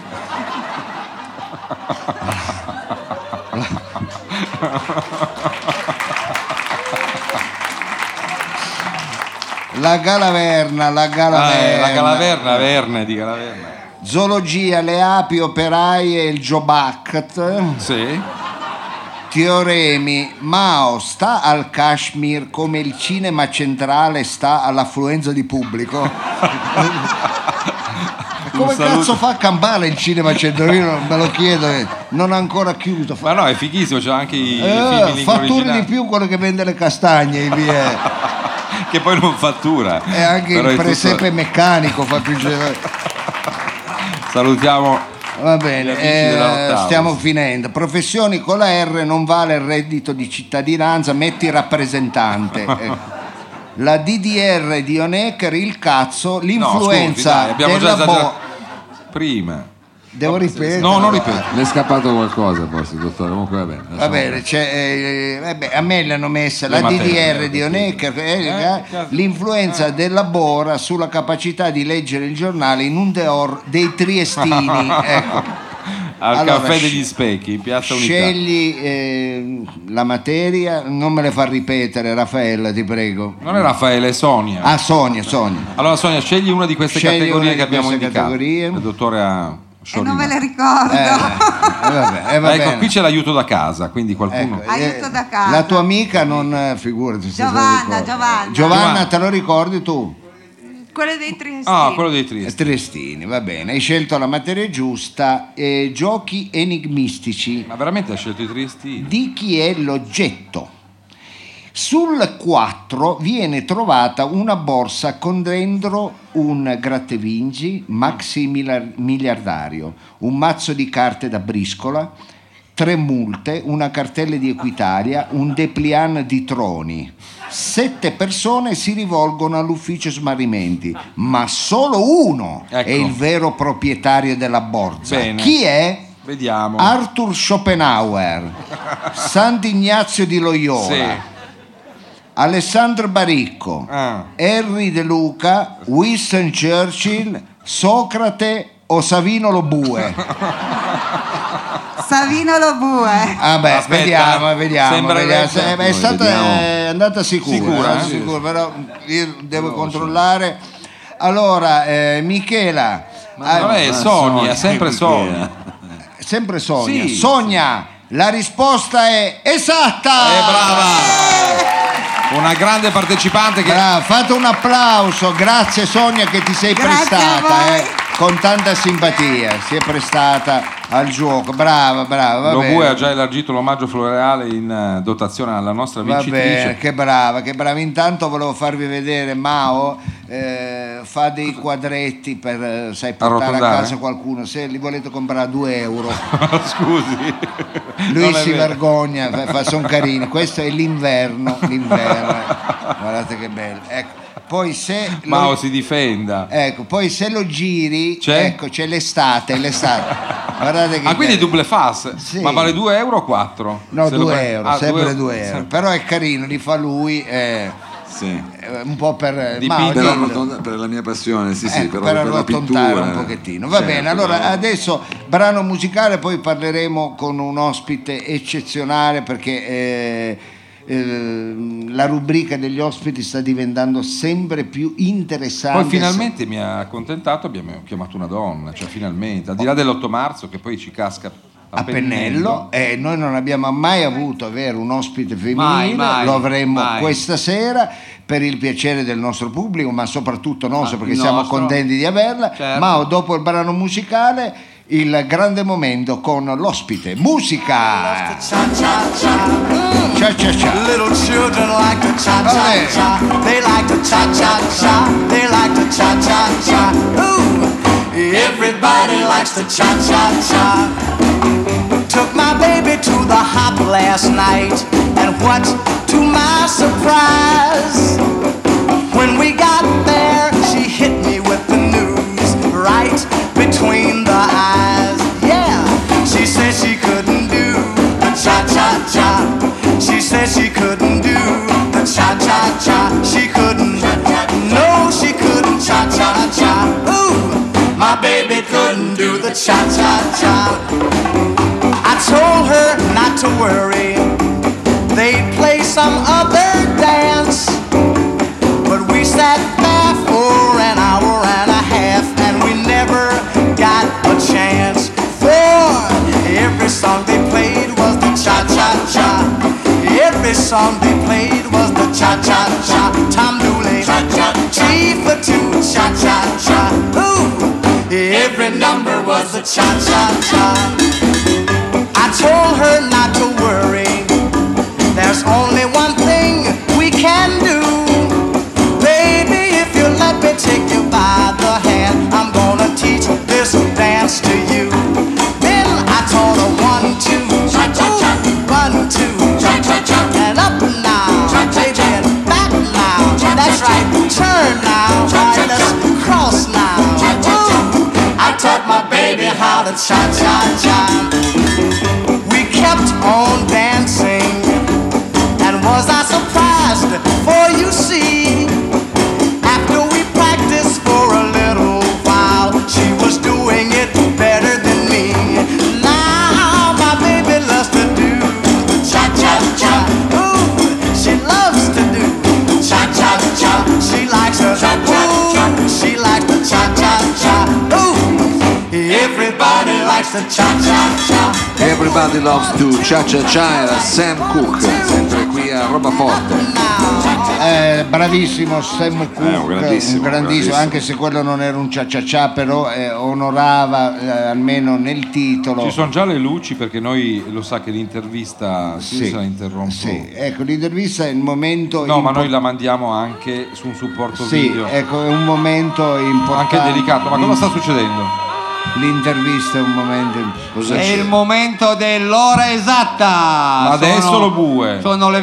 Speaker 2: La galaverna, la
Speaker 3: Ah,
Speaker 2: galaverna.
Speaker 3: eh, la Galaverna, Verne di Galaverna.
Speaker 2: Zoologia, le api operaie e il Jobact.
Speaker 3: Sì.
Speaker 2: Teoremi, Mao sta al Kashmir come il cinema centrale sta all'affluenza di pubblico.
Speaker 3: [LAUGHS]
Speaker 2: come cazzo fa a campare il cinema centrale? Io me lo chiedo, eh. non ha ancora chiuso. Fa-
Speaker 3: Ma no, è fighissimo, c'è anche i film
Speaker 2: Eh,
Speaker 3: in lingua
Speaker 2: fatturi
Speaker 3: originale,
Speaker 2: di più quello che vende le castagne in via.
Speaker 3: [LAUGHS] che poi non fattura.
Speaker 2: e anche
Speaker 3: Però è
Speaker 2: il
Speaker 3: tutto-
Speaker 2: presepe meccanico fa più girare.
Speaker 3: Salutiamo.
Speaker 2: Va
Speaker 3: Gli
Speaker 2: bene,
Speaker 3: amici della
Speaker 2: eh,
Speaker 3: Rotthaus.
Speaker 2: stiamo finendo. Professioni con la R non vale il reddito di cittadinanza, metti
Speaker 3: [LAUGHS]
Speaker 2: rappresentante. Eh. La DDR di Onecker, il cazzo,
Speaker 3: No, scusi,
Speaker 2: l'influenza
Speaker 3: dai, abbiamo già già-
Speaker 2: della bo-
Speaker 3: prima.
Speaker 2: Devo ripetere?
Speaker 3: No, non ripeto.
Speaker 1: Le è scappato qualcosa forse, dottore, comunque va bene.
Speaker 2: Va
Speaker 1: lasciamo
Speaker 2: bene, c'è, eh, vabbè, a me l'hanno messa la
Speaker 3: Le materie,
Speaker 2: DDR di Onecker, eh, eh,
Speaker 3: cazzo. Eh.
Speaker 2: l'influenza della Bora sulla capacità di leggere il giornale in un deor
Speaker 3: [LAUGHS]
Speaker 2: dei triestini. ecco.
Speaker 3: Al
Speaker 2: Allora,
Speaker 3: caffè
Speaker 2: sc-
Speaker 3: degli specchi, in piazza Unità.
Speaker 2: Scegli eh, la materia, non me le fa ripetere, Raffaella, ti prego.
Speaker 3: Non è Raffaele, è Sonia.
Speaker 2: Ah, Sonia, Sonia.
Speaker 3: Allora Sonia, scegli una di queste
Speaker 2: Scegli
Speaker 3: categorie
Speaker 2: una di
Speaker 3: che abbiamo
Speaker 2: queste
Speaker 3: indicato.
Speaker 2: categorie.
Speaker 3: Il dottore ha
Speaker 7: e non ve
Speaker 3: sciolinato.
Speaker 7: le ricordo.
Speaker 2: Eh, eh, vabbè, eh, va
Speaker 3: Ecco,
Speaker 2: bene.
Speaker 3: qui c'è l'aiuto da casa, quindi qualcuno...
Speaker 2: Ecco,
Speaker 7: Aiuto da casa.
Speaker 2: La tua amica non eh, figurati. se te lo
Speaker 7: Giovanna,
Speaker 2: ricordi.
Speaker 7: Giovanna.
Speaker 2: Giovanna, te lo ricordi tu?
Speaker 7: Quelle dei tristi.
Speaker 3: Ah, quello dei tristi.
Speaker 2: Triestini, va bene. Hai scelto la materia giusta. eh, giochi enigmistici.
Speaker 3: Ma veramente ha
Speaker 2: Eh.
Speaker 3: scelto i tristi?
Speaker 2: Di chi è l'oggetto? Sul 4 viene trovata una borsa con dentro un grattevingi maxi mila- miliardario, un mazzo di carte da briscola, tre multe, una cartella di Equitalia, un dépliant di troni. Sette persone si rivolgono all'ufficio smarrimenti, ma solo uno è
Speaker 3: Ecco.
Speaker 2: il vero proprietario della borsa.
Speaker 3: Bene.
Speaker 2: Chi è?
Speaker 3: Vediamo.
Speaker 2: Arthur Schopenhauer, Sant'Ignazio di Loyola,
Speaker 3: Sì.
Speaker 2: Alessandro Baricco,
Speaker 3: Ah.
Speaker 2: Henry De Luca, Winston Churchill, Socrate o Savino Lobue.
Speaker 7: Savino Lobue.
Speaker 2: Ah beh,
Speaker 3: Aspetta,
Speaker 2: vediamo, vediamo.
Speaker 3: sembra
Speaker 2: vediamo.
Speaker 3: che-
Speaker 2: Eh, beh, è, stata, è andata sicura,
Speaker 3: Sicura,
Speaker 2: eh,
Speaker 3: eh?
Speaker 2: sicura, però io devo controllare. Allora, eh, Michela, ah,
Speaker 3: Vabbè, è Sonia,
Speaker 1: eh,
Speaker 3: sempre Sonia.
Speaker 2: sempre Sonia.
Speaker 3: Sì.
Speaker 2: Sonia, la risposta è esatta!
Speaker 3: Eh, brava! Una grande partecipante che
Speaker 2: Brava, fate un applauso, grazie Sonia che ti sei
Speaker 7: Grazie a
Speaker 2: prestata
Speaker 7: voi.
Speaker 2: eh, con tanta simpatia, si è prestata al gioco, brava, brava. va
Speaker 3: Lo
Speaker 2: bene.
Speaker 3: Bue ha già elargito l'omaggio floreale in eh, dotazione alla nostra
Speaker 2: Va bene,
Speaker 3: vincitrice.
Speaker 2: che brava, che brava. Intanto volevo farvi vedere Mao, eh, eh, fa dei quadretti per eh, sai, portare a
Speaker 3: Arrotondare?
Speaker 2: casa qualcuno, se li volete comprare a 2 euro,
Speaker 3: [LAUGHS] Scusi.
Speaker 2: lui
Speaker 3: Non è
Speaker 2: si
Speaker 3: vero.
Speaker 2: vergogna, fa, sono carini, questo è l'inverno, l'inverno, guardate che bello. Ecco, Poi se lo-
Speaker 3: Mao si difenda.
Speaker 2: Ecco, poi se lo giri,
Speaker 3: C'è?
Speaker 2: ecco, c'è l'estate, l'estate. Guardate che
Speaker 3: Ah, quindi
Speaker 2: carino.
Speaker 3: double fast?
Speaker 2: Eh, Sì.
Speaker 3: Ma vale 2 euro o 4?
Speaker 2: No, 2 euro,
Speaker 3: Ah,
Speaker 2: sempre 2 euro. Però è carino, li fa lui eh,
Speaker 1: Sì.
Speaker 2: eh, un po' per...
Speaker 3: Dipinto.
Speaker 2: Mao,
Speaker 1: Per,
Speaker 2: dillo.
Speaker 1: arrotonda- per la mia passione, sì, sì,
Speaker 2: Ecco,
Speaker 1: però
Speaker 2: per
Speaker 1: per la
Speaker 2: arrotondare
Speaker 1: pittura.
Speaker 2: un pochettino. Va
Speaker 1: Certo,
Speaker 2: bene, allora
Speaker 1: però-
Speaker 2: adesso brano musicale, poi parleremo con un ospite eccezionale perché eh, eh, la rubrica degli ospiti sta diventando sempre più interessante.
Speaker 3: Poi finalmente mi ha accontentato, abbiamo chiamato una donna, cioè finalmente, al di là dell'8 marzo che poi ci casca
Speaker 2: a pennello e noi non abbiamo mai avuto è vero, un ospite femminile,
Speaker 4: Mai, mai,
Speaker 2: lo avremo
Speaker 4: mai.
Speaker 2: questa sera per il piacere del nostro pubblico, ma soprattutto nostro
Speaker 4: Ma
Speaker 2: perché
Speaker 4: il
Speaker 2: siamo
Speaker 4: nostro.
Speaker 2: contenti di averla.
Speaker 4: Certo.
Speaker 2: Ma dopo il brano musicale il grande momento con l'ospite. Musica! Ciao ciao ciao!
Speaker 8: Little children like to cha cha
Speaker 2: Ole.
Speaker 8: cha. They like to cha cha cha. They like to cha cha cha. Ooh, everybody likes to cha cha cha. Took my baby to the hop last night, and what to my surprise, when we got there, she hit me with the news right between the eyes. Yeah, she said she couldn't do the cha cha cha. She said she couldn't do the cha cha cha. She couldn't. No, she couldn't cha cha cha. Ooh, my baby couldn't do the cha cha cha. I told her not to worry. They'd play some other dance. But we sat there for an hour and a half and we never got a chance. For every song they played was the cha cha cha. Every song they played was the cha cha cha. Tom Dooley, cha cha cha. for two, cha cha cha. Ooh, every number was the cha cha cha. I told her not to worry. There's only one thing we can do. Baby, if you let me take you by the hand, I'm gonna teach this dance to you. Then I taught her one, two, cha cha cha, one, two, cha cha cha, and up now, cha cha cha, back now, that's right, turn now, cha cha cha, cross now, cha cha cha. I taught my baby how to cha cha cha. We kept on dancing, and was I surprised? For you see. After we practiced for a little while, she was doing it better than me. Now my baby loves to do the cha cha cha. Ooh, she loves to do the cha cha cha. She likes her cha cha cha. She likes the cha cha cha. Ooh, everybody likes the cha cha cha.
Speaker 2: eh.
Speaker 1: Everybody loves to cha cha cha era Sam Cook, sempre qui a Roba Forte.
Speaker 2: Eh, bravissimo
Speaker 3: Eh,
Speaker 2: Sam
Speaker 1: un
Speaker 2: Cooke,
Speaker 1: grandissimo,
Speaker 2: un grandissimo,
Speaker 1: grandissimo.
Speaker 2: anche se quello non era un cia cia cia, però eh, onorava eh, almeno nel titolo.
Speaker 3: Ci sono già le luci perché noi lo sa che l'intervista sì, se la interrompo.
Speaker 2: Sì, ecco, l'intervista è il momento
Speaker 3: No, ma
Speaker 2: impo-
Speaker 3: noi la mandiamo anche su un supporto
Speaker 2: Sì,
Speaker 3: video.
Speaker 2: ecco, è un momento importante.
Speaker 3: Anche delicato, ma cosa sta succedendo?
Speaker 2: L'intervista è un momento
Speaker 4: È
Speaker 2: importante.
Speaker 4: il momento dell'ora esatta.
Speaker 3: Adesso lo bue.
Speaker 4: Sono le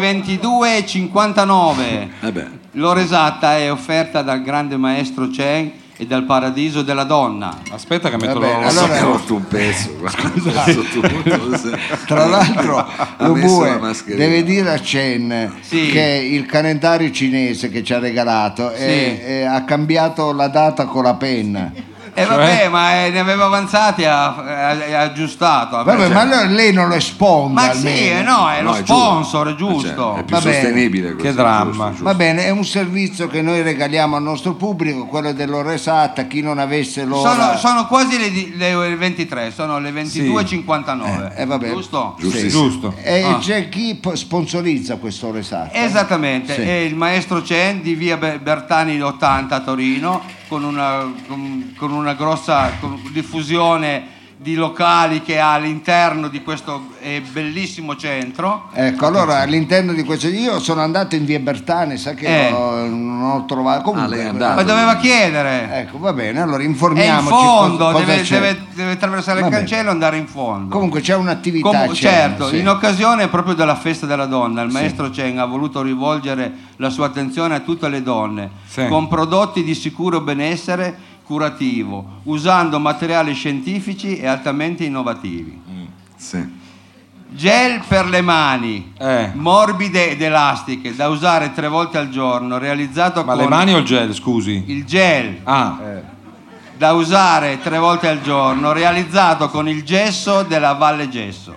Speaker 4: 22.59.
Speaker 1: Vabbè,
Speaker 4: L'ora esatta è offerta dal grande maestro Chen e dal paradiso della donna.
Speaker 3: Aspetta che metto
Speaker 2: Va bene,
Speaker 3: la
Speaker 1: allora,
Speaker 2: Allora- Esatto.
Speaker 1: ho
Speaker 3: [LAUGHS]
Speaker 1: rotto un pezzo. guarda, a questo punto.
Speaker 2: Tra l'altro,
Speaker 1: ha
Speaker 2: lo
Speaker 1: messo la
Speaker 2: bue
Speaker 1: mascherina.
Speaker 2: deve dire a Chen
Speaker 4: Sì.
Speaker 2: che il calendario cinese che ci ha regalato è-
Speaker 4: Sì.
Speaker 2: è- ha cambiato la data con la penna.
Speaker 4: E vabbè, ma eh, ne aveva avanzati e ha, ha- ha aggiustato. vabbè.
Speaker 2: Vabbè, ma allora lei non lo esponga.
Speaker 4: certo. Ma
Speaker 2: almeno.
Speaker 4: sì, eh, no, è lo
Speaker 1: No, è giusto.
Speaker 4: sponsor, è giusto.
Speaker 1: Cioè, è più
Speaker 2: Va bene.
Speaker 1: sostenibile questo,
Speaker 3: Che dramma.
Speaker 1: giusto,
Speaker 2: Va
Speaker 1: giusto.
Speaker 2: bene, è un servizio che noi regaliamo al nostro pubblico, quello dell'ora esatta, chi non avesse l'ora...
Speaker 4: Sono, sono quasi le, di- le 23, sono le 22.59.
Speaker 2: Eh, eh, vabbè. Eh,
Speaker 4: Giusto?
Speaker 1: Giustissimo.
Speaker 3: Giusto.
Speaker 2: E
Speaker 4: Ah.
Speaker 2: c'è chi po- sponsorizza quest'ora esatta.
Speaker 4: Esattamente,
Speaker 2: Sì.
Speaker 4: è il maestro Chen di via Be- Bertani 80 a Torino con una, con, con una grossa con- diffusione di locali che ha all'interno di questo eh, bellissimo centro.
Speaker 2: Ecco, allora all'interno di questo io sono andato in via Bertani, sa che
Speaker 4: Eh. Ah,
Speaker 2: ho- non ho trovato comunque.
Speaker 1: lei è andato.
Speaker 4: Ma doveva chiedere.
Speaker 2: Ecco, va bene, allora
Speaker 4: È in
Speaker 2: informiamoci.
Speaker 4: fondo,
Speaker 2: cosa- cosa
Speaker 4: deve,
Speaker 2: c'è.
Speaker 4: deve- deve attraversare
Speaker 2: Va
Speaker 4: il
Speaker 2: bene.
Speaker 4: cancello e andare in fondo.
Speaker 2: Comunque c'è un'attività.
Speaker 4: Com-
Speaker 2: c'è,
Speaker 4: certo,
Speaker 2: sì.
Speaker 4: in occasione proprio della festa della donna, il maestro Cheng ha voluto rivolgere la sua attenzione a tutte le donne
Speaker 3: Sì.
Speaker 4: con prodotti di sicuro benessere curativo, usando materiali scientifici e altamente innovativi.
Speaker 2: Mm,
Speaker 1: Sì.
Speaker 4: Gel per le mani,
Speaker 3: Eh.
Speaker 4: morbide ed elastiche, da usare tre volte al giorno, realizzato
Speaker 3: Ma
Speaker 4: con
Speaker 3: le mani o il gel, scusi?
Speaker 4: il gel eh,
Speaker 3: Ah,
Speaker 4: da usare tre volte al giorno, realizzato con il gesso della Valle Gesso.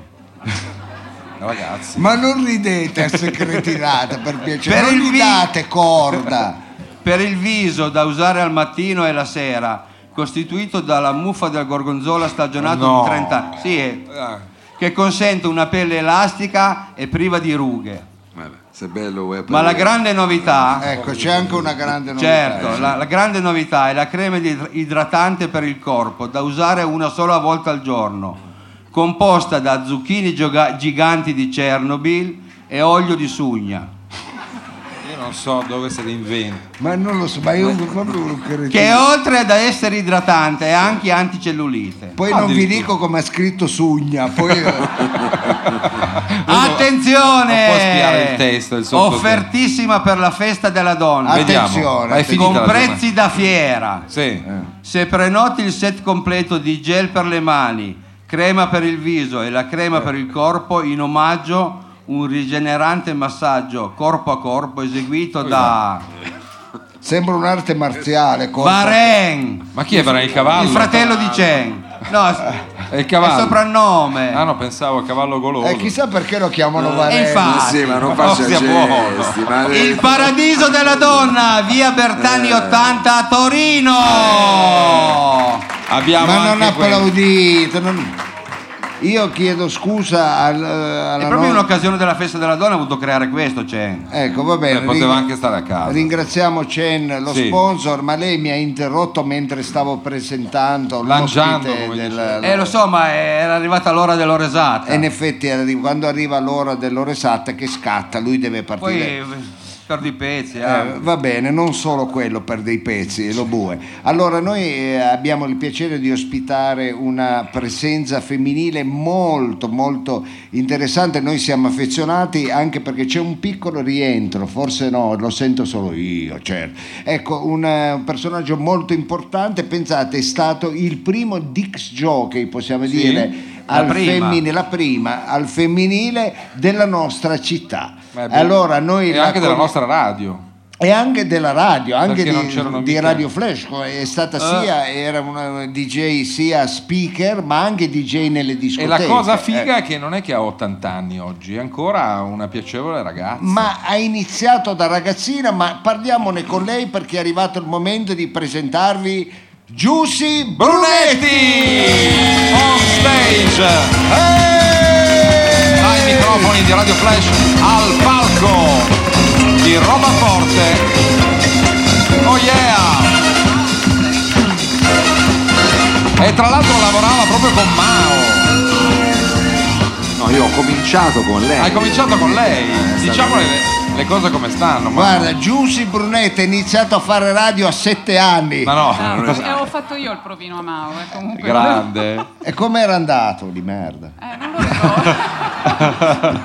Speaker 3: ragazzi.
Speaker 2: Ma non ridete a segretinata per piacere,
Speaker 4: Per
Speaker 2: non
Speaker 4: il
Speaker 2: gli
Speaker 4: vi-
Speaker 2: date corda.
Speaker 4: [LAUGHS] Per il viso da usare al mattino e la sera, costituito dalla muffa del gorgonzola stagionato
Speaker 3: No.
Speaker 4: di 30 anni, sì, eh, che consente una pelle elastica e priva di rughe.
Speaker 1: Vabbè, Eh se è bello vuoi
Speaker 4: Ma la
Speaker 1: aprire.
Speaker 4: grande novità,
Speaker 2: Ecco, c'è anche una grande novità. eh,
Speaker 4: certo, la, la grande novità è la crema di- idratante per il corpo, da usare una sola volta al giorno, composta da zucchini gioga- giganti di Chernobyl e olio di sugna.
Speaker 3: Io non so dove se le inventa.
Speaker 2: Ma non lo so, ma io proprio non credo.
Speaker 4: Che oltre ad essere idratante è anche anticellulite.
Speaker 2: Poi
Speaker 3: Ah,
Speaker 2: non vi dico come ha scritto Sugna, poi
Speaker 4: [LAUGHS]
Speaker 3: Non
Speaker 4: Attenzione!
Speaker 3: può spiare il testo, il sottotitolo.
Speaker 4: Offertissima per la festa della donna.
Speaker 2: Attenzione,
Speaker 3: Vediamo. Ma è finita
Speaker 4: con
Speaker 3: la
Speaker 4: prezzi da fiera.
Speaker 3: giornata. Sì.
Speaker 1: Eh.
Speaker 4: Se prenoti il set completo di gel per le mani, crema per il viso e la crema per il corpo, in omaggio un rigenerante massaggio corpo a corpo eseguito da
Speaker 2: sembra un'arte marziale. corda.
Speaker 4: Bahrain,
Speaker 3: Ma chi è Brian il
Speaker 4: il
Speaker 3: cavallo?
Speaker 4: fratello di Chen. No,
Speaker 2: Ah.
Speaker 3: È il cavallo.
Speaker 4: È soprannome.
Speaker 3: Ah no, pensavo il cavallo goloso.
Speaker 2: Eh, chissà perché lo chiamano
Speaker 3: Eh.
Speaker 2: Varese.
Speaker 4: infatti-
Speaker 1: Sì, ma
Speaker 3: Ma
Speaker 1: non faccia
Speaker 3: cosa buono.
Speaker 1: gesti, ma
Speaker 4: Il paradiso della donna, via
Speaker 3: Eh.
Speaker 4: Bertani 80 a Torino.
Speaker 3: Abbiamo
Speaker 2: Ma non
Speaker 3: anche quel-
Speaker 2: applaudite. non- Io chiedo scusa al, eh, alla
Speaker 4: È proprio
Speaker 2: no-
Speaker 4: un'occasione della festa della donna, ha voluto creare questo, c'è.
Speaker 2: Ecco, va bene.
Speaker 3: Eh, poteva
Speaker 2: ring-
Speaker 3: anche stare a casa.
Speaker 2: Ringraziamo Chen, lo
Speaker 3: Sì.
Speaker 2: sponsor, ma lei mi ha interrotto mentre stavo presentando
Speaker 3: Lanciando,
Speaker 2: l'ospite
Speaker 3: come
Speaker 2: del... Eh,
Speaker 4: Eh lo so, ma era arrivata l'ora dell'oresata.
Speaker 2: E in effetti era di- quando arriva l'ora dell'ora esatta che scatta, lui deve
Speaker 4: Poi
Speaker 2: partire.
Speaker 4: eh, perdo i pezzi. eh.
Speaker 2: Eh, va bene, non solo quello per dei pezzi, lo bue. Allora, noi eh, abbiamo il piacere di ospitare una presenza femminile molto, molto interessante. Noi siamo affezionati anche perché c'è un piccolo rientro, forse no, lo sento solo io, certo. Ecco, un eh, personaggio molto importante, pensate, è stato il primo Dix Jockey, possiamo dire.
Speaker 4: la
Speaker 2: Al
Speaker 4: prima.
Speaker 2: femminile, la prima al femminile della nostra città.
Speaker 3: Ma è bello.
Speaker 2: Allora, noi
Speaker 3: E
Speaker 2: la
Speaker 3: anche della
Speaker 2: con-
Speaker 3: nostra radio.
Speaker 2: e anche della radio, anche
Speaker 3: Perché non c'erano
Speaker 2: di, di
Speaker 3: mica- Ah.
Speaker 2: Radio Flash, è stata sia, era una DJ sia speaker ma anche DJ nelle
Speaker 3: E
Speaker 2: discoteche.
Speaker 3: la cosa
Speaker 2: Eh,
Speaker 3: figa è che non è che ha 80 anni oggi, è ancora una piacevole ragazza.
Speaker 2: Ma ha iniziato da ragazzina, ma parliamone con lei perché è arrivato il momento di presentarvi Giussi
Speaker 3: Brunetti! On stage!
Speaker 2: Eh!
Speaker 3: Eeeh! Ai microfoni di Radio Flash al palco di Roba Forte. Oh yeah! E tra l'altro lavorava proprio con Mao.
Speaker 1: No, io ho cominciato con lei.
Speaker 3: Hai cominciato con lei. Diciamo le, le cose come stanno, ma,
Speaker 2: Guarda, Giussi Brunetti ha iniziato a fare radio a sette anni.
Speaker 3: ma no.
Speaker 9: Ah, avevo fatto io il provino a Mao, eh, comunque.
Speaker 3: Grande.
Speaker 2: E com'era andato di merda?
Speaker 9: Eh, non lo ricordo.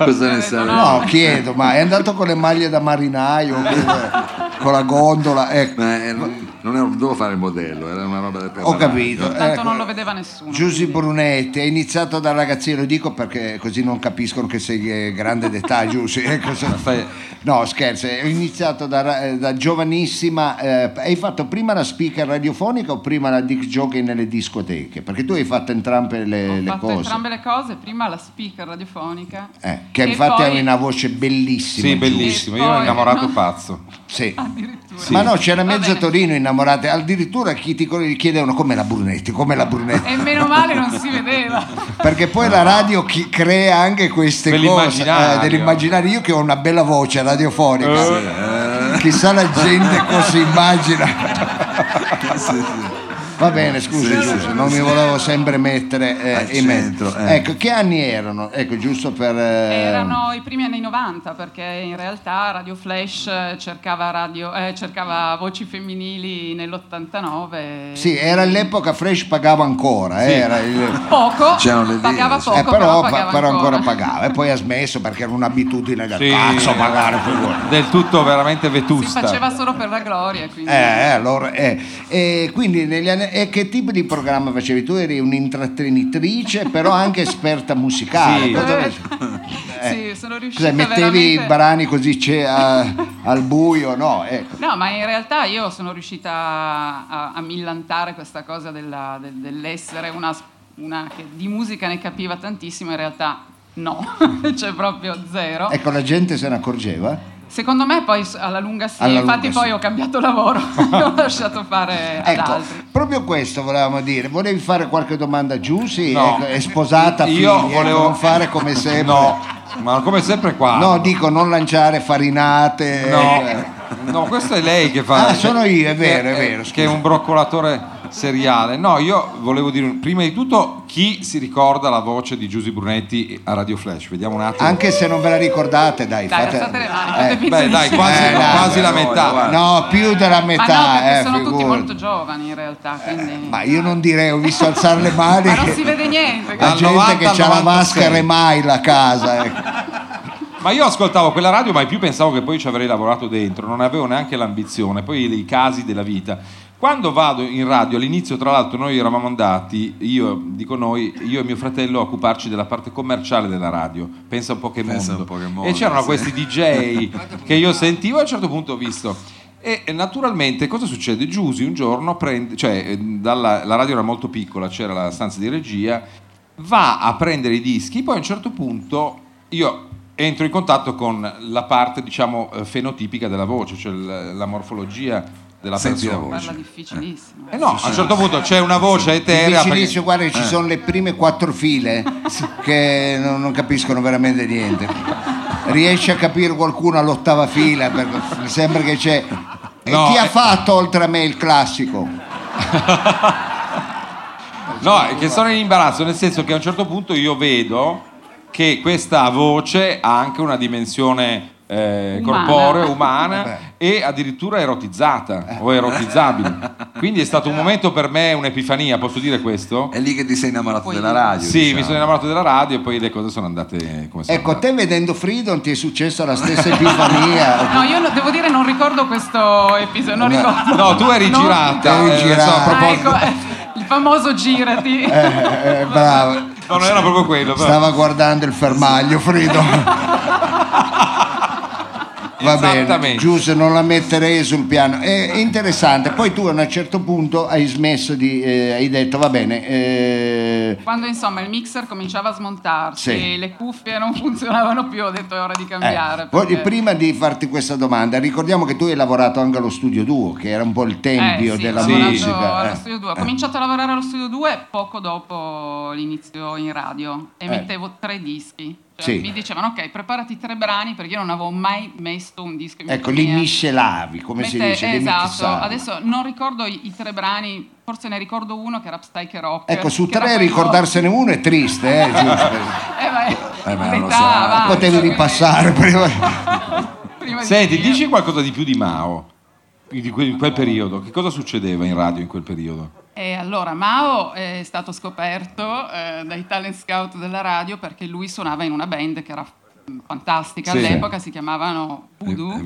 Speaker 1: [LAUGHS] Cosa ne
Speaker 9: Eh,
Speaker 1: sa?
Speaker 9: no.
Speaker 2: No, chiedo, ma è andato con le maglie da marinaio, oppure con la gondola, ecco.
Speaker 1: Ma eh, non, non ero- dovevo fare il modello, era una roba del
Speaker 2: Ho capito.
Speaker 9: Tanto
Speaker 2: ecco.
Speaker 9: non lo vedeva nessuno.
Speaker 2: Giussi
Speaker 9: quindi.
Speaker 2: Brunetti è iniziato da ragazzino, lo dico perché così non capiscono che sei eh, grande d'età, Giussi. ecco, se-
Speaker 3: stai-
Speaker 2: No, scherzo, è iniziato da, ra- eh, da giovanissima. eh, hai fatto prima la speaker radiofonica o prima la disc jockey nelle discoteche? Perché tu hai fatto entrambe le,
Speaker 9: Ho
Speaker 2: le
Speaker 9: fatto
Speaker 2: cose.
Speaker 9: entrambe le cose, prima la speaker radiofonica. [LAUGHS]
Speaker 2: Eh, che
Speaker 9: e
Speaker 2: infatti
Speaker 9: poi-
Speaker 2: hai una voce bellissima.
Speaker 3: Sì,
Speaker 2: Giussi.
Speaker 3: bellissimo. Io ero
Speaker 9: poi- [LAUGHS]
Speaker 3: innamorato pazzo.
Speaker 2: Sì.
Speaker 9: Addirittura.
Speaker 2: Ma no, c'era
Speaker 9: Va
Speaker 2: mezzo
Speaker 9: bene.
Speaker 2: Torino innamorate, addirittura chi ti gli chiedevano come la Brunetti, come
Speaker 9: [LAUGHS]
Speaker 2: la Brunetti.
Speaker 9: E meno male non si vedeva.
Speaker 2: Perché poi la radio chi- crea anche queste cose
Speaker 3: Dell'immaginario.
Speaker 2: eh, dell'immaginario. Io che ho una bella voce
Speaker 1: Eh,
Speaker 2: radiofonica, eh.
Speaker 1: [LAUGHS]
Speaker 2: chissà la gente cosa immagina. Va bene, scusa,
Speaker 1: Sì, sì,
Speaker 2: Giuseppe,
Speaker 1: sì.
Speaker 2: non mi volevo sempre mettere
Speaker 1: Al
Speaker 2: eh, in mezzo.
Speaker 1: centro, eh.
Speaker 2: Ecco, che anni erano? Ecco, giusto per... eh,
Speaker 9: Erano i primi anni 90 perché in realtà Radio Flash eh, cercava, radio- eh, cercava voci femminili nell'89.
Speaker 2: Sì, era l'epoca Fresh pagava ancora, eh, era
Speaker 1: [LAUGHS]
Speaker 2: il-
Speaker 9: Poco,
Speaker 1: C'erano le
Speaker 9: pagava
Speaker 1: dire,
Speaker 9: poco,
Speaker 1: sì.
Speaker 2: eh,
Speaker 9: però,
Speaker 2: però, pa-
Speaker 9: pagava
Speaker 2: però ancora
Speaker 9: ancora.
Speaker 2: pagava e poi ha smesso perché era un'abitudine del
Speaker 3: Sì,
Speaker 2: cazzo
Speaker 3: era
Speaker 2: pagare figurati.
Speaker 3: Del tutto veramente
Speaker 9: Si
Speaker 3: vetusta.
Speaker 9: faceva solo per la gloria, quindi
Speaker 2: Eh, eh, allora, eh. E quindi negli anni- e che tipo di programma facevi? Tu eri un'intrattenitrice, però anche esperta musicale.
Speaker 3: Sì.
Speaker 2: Cosa
Speaker 9: Eh,
Speaker 2: facevi?
Speaker 9: [LAUGHS] sì, sono riuscita
Speaker 2: Cioè, mettevi i
Speaker 9: veramente...
Speaker 2: brani così c'è al buio, no? Ecco.
Speaker 9: No, ma in realtà io sono riuscita a, a millantare questa cosa della- de- dell'essere una, una che di musica ne capiva tantissimo, in realtà no, [LAUGHS] cioè proprio zero.
Speaker 2: Ecco, la gente se ne accorgeva.
Speaker 9: Secondo me poi s- alla lunga sì,
Speaker 2: Alla
Speaker 9: infatti
Speaker 2: lunga
Speaker 9: poi
Speaker 2: sì.
Speaker 9: ho cambiato
Speaker 2: [LAUGHS]
Speaker 9: lavoro [LAUGHS] e ho lasciato fare ad
Speaker 2: Ecco,
Speaker 9: altri.
Speaker 2: proprio questo volevamo dire. Volevi fare qualche domanda a Giussi?
Speaker 3: No.
Speaker 2: Ecco, è sposata, figli,
Speaker 3: Io
Speaker 2: ecco,
Speaker 3: volevo-
Speaker 2: non fare come sempre.
Speaker 3: No, ma come sempre qua.
Speaker 2: No, dico non lanciare farinate. eh.
Speaker 3: No, no, questo è lei che fa.
Speaker 2: Ah, sono io, è
Speaker 3: che-
Speaker 2: vero, è
Speaker 3: eh,
Speaker 2: vero,
Speaker 3: Che è un broccolatore seriale. No, io volevo dire prima di tutto chi si ricorda la voce di Giusy Brunetti a Radio Flash. Vediamo un attimo.
Speaker 2: Anche se non ve la ricordate, dai,
Speaker 9: Dai,
Speaker 2: fate-
Speaker 9: alzate le mani,
Speaker 2: Eh,
Speaker 9: fate finta
Speaker 3: Beh,
Speaker 9: di
Speaker 3: dai,
Speaker 9: sì.
Speaker 3: quasi,
Speaker 2: Eh, dai,
Speaker 3: quasi la
Speaker 1: guarda,
Speaker 3: metà.
Speaker 1: guarda.
Speaker 2: No, più della metà.
Speaker 9: Ma no, perché
Speaker 2: eh,
Speaker 9: sono tutti
Speaker 2: figurati.
Speaker 9: molto giovani in realtà,
Speaker 1: Eh,
Speaker 9: quindi...
Speaker 2: Ma io non direi, ho visto alzare le mani.
Speaker 9: Ma non
Speaker 2: che-
Speaker 9: si vede niente.
Speaker 2: La
Speaker 3: Dal
Speaker 2: gente
Speaker 3: 90 al
Speaker 2: che ha la
Speaker 3: 96.
Speaker 2: maschera e mai
Speaker 9: [LAUGHS]
Speaker 2: la casa. ecco.
Speaker 3: Ma io ascoltavo quella radio, mai più pensavo che poi ci avrei lavorato dentro, non avevo neanche l'ambizione, poi dei casi della vita. Quando vado in radio, all'inizio tra l'altro noi eravamo andati, io dico noi, io e mio fratello a occuparci della parte commerciale della radio, pensa un po' che,
Speaker 1: Pensa
Speaker 3: mondo.
Speaker 1: un po' che mondo,
Speaker 3: E c'erano
Speaker 1: sì.
Speaker 3: questi
Speaker 1: [LAUGHS]
Speaker 3: DJ che io sentivo e a un certo punto ho visto. E e naturalmente cosa succede? Giusy un giorno prende, cioè eh, dalla- la radio era molto piccola, c'era la stanza di regia, va a prendere i dischi, poi a un certo punto io entro in contatto con la parte, diciamo, eh, fenotipica della voce, cioè l- la morfologia della
Speaker 1: Senti la
Speaker 3: persona.
Speaker 9: Parla difficilissimo.
Speaker 3: E no, a un certo punto c'è una voce Eh. eterea.
Speaker 2: Vicinissimo, guarda, ci sono le prime quattro file che non, non capiscono veramente niente. Riesce a capire qualcuno all'ottava fila, perché mi sembra che c'è. E
Speaker 3: No,
Speaker 2: chi ha
Speaker 3: eh.
Speaker 2: fatto oltre a me il classico?
Speaker 3: No, è che sono in imbarazzo, nel senso che a un certo punto io vedo che questa voce ha anche una dimensione eh,
Speaker 9: Umana.
Speaker 3: corporea,
Speaker 1: Eh
Speaker 3: umana
Speaker 2: Vabbè.
Speaker 3: e addirittura erotizzata o erotizzabile. Quindi è stato un momento per me un'epifania, posso dire questo?
Speaker 1: È lì che ti sei innamorato
Speaker 9: Poi-
Speaker 1: della radio.
Speaker 3: Sì,
Speaker 1: diciamo.
Speaker 3: mi sono innamorato della radio e poi le cose sono andate come sono
Speaker 2: Ecco,
Speaker 3: andate.
Speaker 2: te vedendo Freedom ti è successa la stessa epifania.
Speaker 9: No, io no- devo dire non ricordo questo episodio, non ricordo.
Speaker 3: No, tu eri
Speaker 9: Non-
Speaker 3: girata.
Speaker 2: Eri
Speaker 3: eh,
Speaker 2: girata.
Speaker 3: so, a
Speaker 9: Ah,
Speaker 3: proposito-
Speaker 9: ecco, eh, [LAUGHS] il famoso girati.
Speaker 2: Eh, eh, bravo.
Speaker 3: No, non era proprio quello. però-
Speaker 2: Stava guardando il fermaglio, Freedom. Va bene,
Speaker 3: Esattamente.
Speaker 2: Giuse non la metterei sul piano. È interessante, poi tu a un certo punto hai smesso di... eh, hai detto, va bene, eh,
Speaker 9: Quando insomma il mixer cominciava a smontarsi
Speaker 2: Sì.
Speaker 9: e le cuffie non [LAUGHS] funzionavano più, ho detto è ora di cambiare.
Speaker 2: Eh, voglio-
Speaker 9: perché-
Speaker 2: Prima di farti questa domanda, ricordiamo che tu hai lavorato anche allo studio duo, che era un po' il tempio
Speaker 9: Eh, sì,
Speaker 2: della
Speaker 9: ho
Speaker 3: Sì.
Speaker 9: lavorato
Speaker 2: musica.
Speaker 9: allo
Speaker 2: eh.
Speaker 9: Studio 2. Ho cominciato a lavorare allo Studio 2 poco dopo l'inizio in radio e
Speaker 2: Eh.
Speaker 9: mettevo tre dischi. Cioè,
Speaker 2: Sì.
Speaker 9: Mi dicevano ok, preparati tre brani perché io non avevo mai messo un disco in
Speaker 2: Ecco, li
Speaker 9: mixofonia.
Speaker 2: miscelavi, come si
Speaker 9: Mette-
Speaker 2: dice, li
Speaker 9: esatto,
Speaker 2: mixavi.
Speaker 9: adesso non ricordo i, i tre brani, forse ne ricordo uno che era Upstike Rock.
Speaker 2: Ecco, su
Speaker 9: che era
Speaker 2: tre
Speaker 9: quello-
Speaker 2: ricordarsene uno è triste, eh, giusto?
Speaker 9: [LAUGHS] Eh, ma è-
Speaker 1: Eh, ma
Speaker 9: l'età
Speaker 1: non lo so,
Speaker 9: avanza,
Speaker 2: Potevi
Speaker 9: quindi-
Speaker 2: ripassare prima.
Speaker 9: prima di
Speaker 3: Senti,
Speaker 9: finire.
Speaker 3: dici qualcosa di più di Mao, di que- in quel periodo. Che cosa succedeva in radio in quel periodo?
Speaker 9: E allora Mao eh, è stato scoperto eh, dai talent scout della radio perché lui suonava in una band che era mm, fantastica
Speaker 3: Sì.
Speaker 9: all'epoca, si chiamavano
Speaker 1: È- è
Speaker 9: Voodoo.
Speaker 1: voodoo.
Speaker 3: Di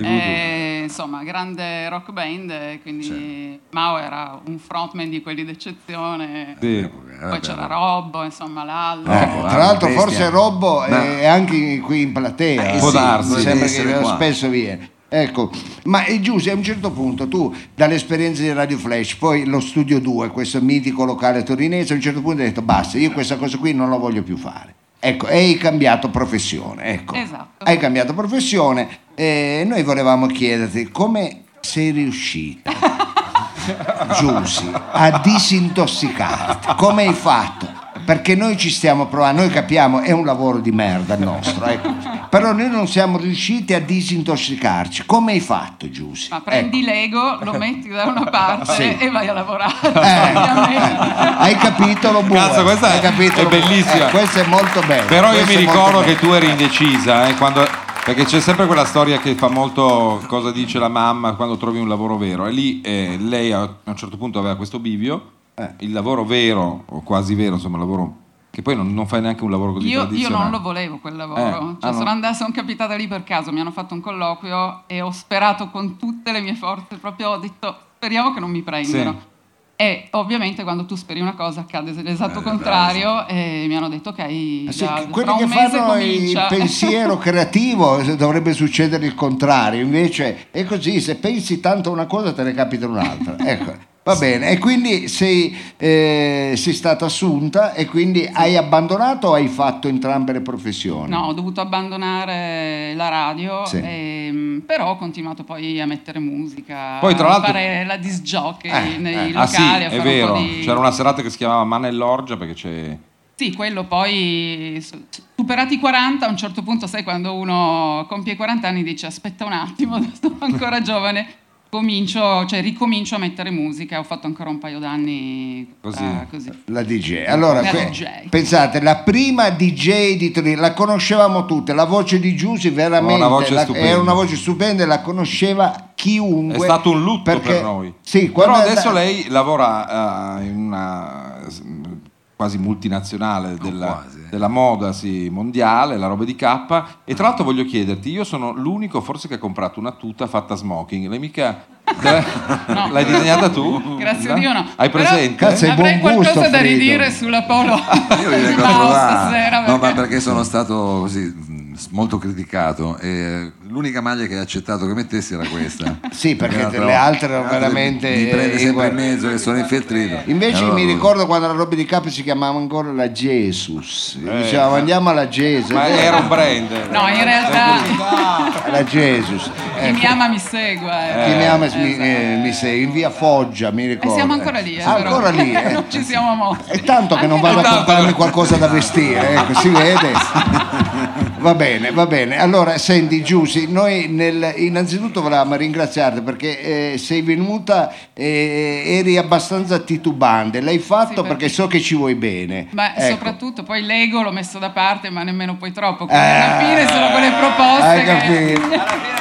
Speaker 3: Voodoo.
Speaker 9: Eh, insomma, grande rock band, eh, quindi Mao era un frontman di quelli d'eccezione.
Speaker 3: Sì.
Speaker 9: Poi c'era Robbo, insomma, l'altro.
Speaker 1: Ecco,
Speaker 2: Tra l'altro
Speaker 1: bestia.
Speaker 2: forse Robbo
Speaker 1: Ma-
Speaker 2: è anche qui in platea.
Speaker 1: Eh,
Speaker 3: Può
Speaker 1: sì,
Speaker 3: darsi.
Speaker 2: Mi
Speaker 1: deve
Speaker 2: sembra
Speaker 1: essere
Speaker 2: che
Speaker 1: qua.
Speaker 2: spesso viene. Ecco, ma eh, Giuse, a un certo punto tu dall'esperienza di Radio Flash, poi lo Studio 2, questo mitico locale torinese, a un certo punto hai detto basta, io questa cosa qui non la voglio più fare. Ecco, e hai cambiato professione. Ecco.
Speaker 9: Esatto.
Speaker 2: Hai cambiato professione e noi volevamo chiederti come
Speaker 3: [LAUGHS]
Speaker 2: sei riuscita, Giussi, a disintossicarti, come hai fatto? perché noi ci stiamo provando, noi capiamo, è un lavoro di merda il nostro, ecco. però noi non siamo riusciti a disintossicarci. Come hai fatto Giussi?
Speaker 9: Ma prendi
Speaker 3: Ecco.
Speaker 9: l'ego, lo metti da
Speaker 3: [LAUGHS]
Speaker 9: una parte
Speaker 2: Sì.
Speaker 9: e vai a lavorare.
Speaker 2: Ecco, Hai capito lo buono?
Speaker 3: Cazzo, questa
Speaker 2: Hai
Speaker 3: è-
Speaker 2: capito
Speaker 3: è
Speaker 2: lo buono?
Speaker 3: bellissima.
Speaker 2: Eh, questo è molto bello.
Speaker 3: Però io
Speaker 2: questo
Speaker 3: mi
Speaker 2: è molto
Speaker 3: ricordo
Speaker 2: bello.
Speaker 3: che tu eri indecisa, eh, quando- perché c'è sempre quella storia che fa molto cosa dice la mamma quando trovi un lavoro vero. E lì eh, lei a a un certo punto aveva questo bivio, eh, il lavoro vero, o quasi vero, insomma, il lavoro che poi non, non fai neanche un lavoro così
Speaker 9: Io, io
Speaker 3: tradizionale.
Speaker 9: non lo volevo quel lavoro,
Speaker 3: Eh,
Speaker 9: Cioè,
Speaker 3: ah,
Speaker 9: sono,
Speaker 3: no.
Speaker 9: andata, sono capitata lì per caso, mi hanno fatto un colloquio e ho sperato con tutte le mie forze, proprio ho detto speriamo che non mi prendano.
Speaker 3: Sì.
Speaker 9: E ovviamente quando tu speri una cosa accade
Speaker 3: Eh,
Speaker 9: l'esatto contrario e mi hanno detto ok,
Speaker 2: Sì,
Speaker 9: da,
Speaker 2: quelli
Speaker 9: fra un
Speaker 2: che
Speaker 9: mese
Speaker 2: fanno
Speaker 9: comincia. [LAUGHS]
Speaker 2: il pensiero creativo eh, dovrebbe succedere il contrario, invece è così, se pensi tanto a una cosa te ne
Speaker 9: [LAUGHS]
Speaker 2: capita un'altra. Ecco. Va bene, e quindi sei, eh, sei stata assunta e quindi hai abbandonato o hai fatto entrambe le professioni?
Speaker 9: No, ho dovuto abbandonare la radio,
Speaker 2: Sì.
Speaker 9: ehm, però ho continuato poi a mettere musica,
Speaker 3: Poi, tra
Speaker 9: a
Speaker 3: l'altro-
Speaker 9: fare la disc jockey
Speaker 2: Eh,
Speaker 9: nei
Speaker 3: Ah sì,
Speaker 9: locali, a
Speaker 3: è
Speaker 9: fare
Speaker 3: vero,
Speaker 9: un po' di...
Speaker 3: c'era una serata che si chiamava Mana e l'Orgia perché c'è...
Speaker 9: Sì, quello poi su- superati i 40, a un certo punto, sai, quando uno compie i 40 anni dice aspetta un attimo, [LAUGHS] sono ancora giovane, comincio, cioè ricomincio a mettere musica, ho fatto ancora un paio d'anni
Speaker 3: Così.
Speaker 9: ah, così.
Speaker 2: La DJ. Allora,
Speaker 9: La
Speaker 2: que-
Speaker 9: DJ.
Speaker 2: pensate, la prima DJ di Torino, la conoscevamo tutte, la voce di Giussi veramente
Speaker 3: Una voce
Speaker 2: la-
Speaker 3: stupenda.
Speaker 2: era una voce stupenda, e la conosceva chiunque.
Speaker 3: È stato un lutto per noi.
Speaker 2: Sì,
Speaker 3: Però
Speaker 2: quando è
Speaker 3: adesso
Speaker 2: andata-
Speaker 3: lei lavora eh, in una s- m, quasi
Speaker 9: Ah,
Speaker 3: multinazionale della,
Speaker 9: eh.
Speaker 10: quasi.
Speaker 3: della moda sì, mondiale, la roba di K.
Speaker 9: Ah.
Speaker 3: E tra l'altro voglio chiederti, io sono l'unico forse che ha comprato una tuta fatta smoking. Lei mica...
Speaker 9: [LAUGHS] No.
Speaker 3: L'hai disegnata tu?
Speaker 9: Grazie a Dio no.
Speaker 3: Hai
Speaker 9: Però
Speaker 3: presente?
Speaker 2: Cazzo, hai
Speaker 9: Avrei
Speaker 2: buon
Speaker 9: qualcosa
Speaker 2: gusto,
Speaker 9: da
Speaker 2: Frido.
Speaker 9: ridire sulla Polo.
Speaker 2: [LAUGHS]
Speaker 10: Io vi
Speaker 9: di
Speaker 10: vengo a
Speaker 9: Mao
Speaker 10: trovare.
Speaker 9: stasera,
Speaker 10: No, ma
Speaker 9: perché-
Speaker 10: perché sono stato così mh, molto criticato. E eh, l'unica maglia che hai accettato che mettessi era questa.
Speaker 2: Sì, perché
Speaker 10: Era
Speaker 1: Ah,
Speaker 2: le altre erano
Speaker 10: le altre
Speaker 2: veramente,
Speaker 10: Mi prende
Speaker 2: eh,
Speaker 10: sempre in
Speaker 2: guarda.
Speaker 10: mezzo, che sono infeltrito.
Speaker 2: Invece
Speaker 10: Allora,
Speaker 2: mi ricordo quando la roba di capo si chiamava ancora la Jesus. Dicevamo andiamo alla Jesus.
Speaker 3: Ma era un brand.
Speaker 9: No, in
Speaker 2: Ecco
Speaker 9: realtà
Speaker 2: [LAUGHS] La Jesus.
Speaker 9: chi mi ama mi segua. eh.
Speaker 2: Ecco. Chi mi ama mi,
Speaker 9: Esatto.
Speaker 2: eh, mi sei in via Foggia, mi
Speaker 9: E
Speaker 2: ricordo.
Speaker 9: siamo ancora lì, eh,
Speaker 2: Ah,
Speaker 9: però.
Speaker 2: ancora lì,
Speaker 9: [LAUGHS]
Speaker 2: eh.
Speaker 9: non ci siamo mossi.
Speaker 2: È tanto che non vado a comprarmi qualcosa da vestire, ecco,
Speaker 9: [LAUGHS]
Speaker 2: si vede. Va bene, va bene. Allora, senti Giussi, noi nel- innanzitutto volevamo ringraziarti perché eh, sei venuta e eri abbastanza titubante, l'hai fatto
Speaker 9: perché-
Speaker 2: perché so che ci vuoi bene.
Speaker 9: Ma
Speaker 2: Ecco.
Speaker 9: soprattutto poi l'ego l'ho messo da parte, ma nemmeno poi troppo. Quindi
Speaker 2: Eh,
Speaker 9: alla fine sono quelle proposte
Speaker 2: Hai
Speaker 9: che
Speaker 2: capito?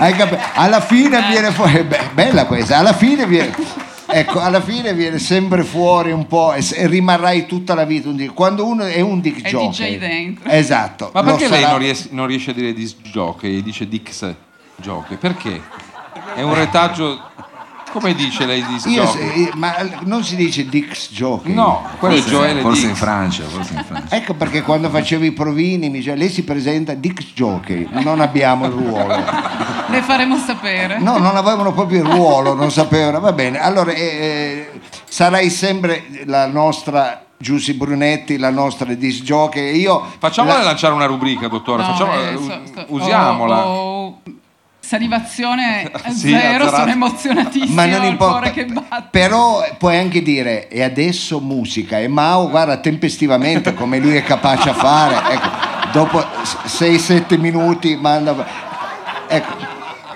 Speaker 2: Hai capi- Alla fine
Speaker 9: Eh.
Speaker 2: viene fuori, Beh, bella questa, alla fine viene... Ecco, alla fine viene sempre fuori un po' e s- e rimarrai tutta la vita un DJ. Quando uno è un dick
Speaker 9: È
Speaker 2: jockey.
Speaker 9: DJ dentro.
Speaker 2: Esatto.
Speaker 3: Ma
Speaker 2: lo
Speaker 3: perché lei
Speaker 2: sarà-
Speaker 3: non riesce, non riesce a dire disc jockey, dice Dix jockey? Perché? È un retaggio... Come dice lei disc
Speaker 2: Io
Speaker 3: jockey?
Speaker 2: se- eh, ma non si dice dick jockey.
Speaker 3: No, quello è Joele
Speaker 10: Forse in
Speaker 3: Dix.
Speaker 10: Francia, forse in Francia.
Speaker 2: Ecco perché quando facevo i provini mi diceva lei si presenta dick jockey, non abbiamo il ruolo.
Speaker 9: [LAUGHS] le faremo sapere.
Speaker 2: No, non avevano proprio il ruolo, non sapevano. Va bene, allora eh, eh, sarai sempre la nostra Giussi Brunetti, la nostra disc jockey. e Io
Speaker 3: Facciamola
Speaker 2: la-
Speaker 3: lanciare una rubrica, dottore.
Speaker 9: No,
Speaker 3: facciamola-
Speaker 9: eh,
Speaker 3: u-
Speaker 9: so- sto-
Speaker 3: usiamola.
Speaker 9: ho- ho
Speaker 2: [LAUGHS]
Speaker 9: Salivazione
Speaker 3: Sì,
Speaker 9: zero,
Speaker 3: azzerato.
Speaker 9: sono emozionatissimo.
Speaker 2: ma non
Speaker 9: ho il
Speaker 2: importa,
Speaker 9: cuore che batte.
Speaker 2: però puoi anche dire e adesso musica. E Mao, guarda tempestivamente come lui è capace a fare. Ecco, dopo 6-7 minuti manda. Ecco.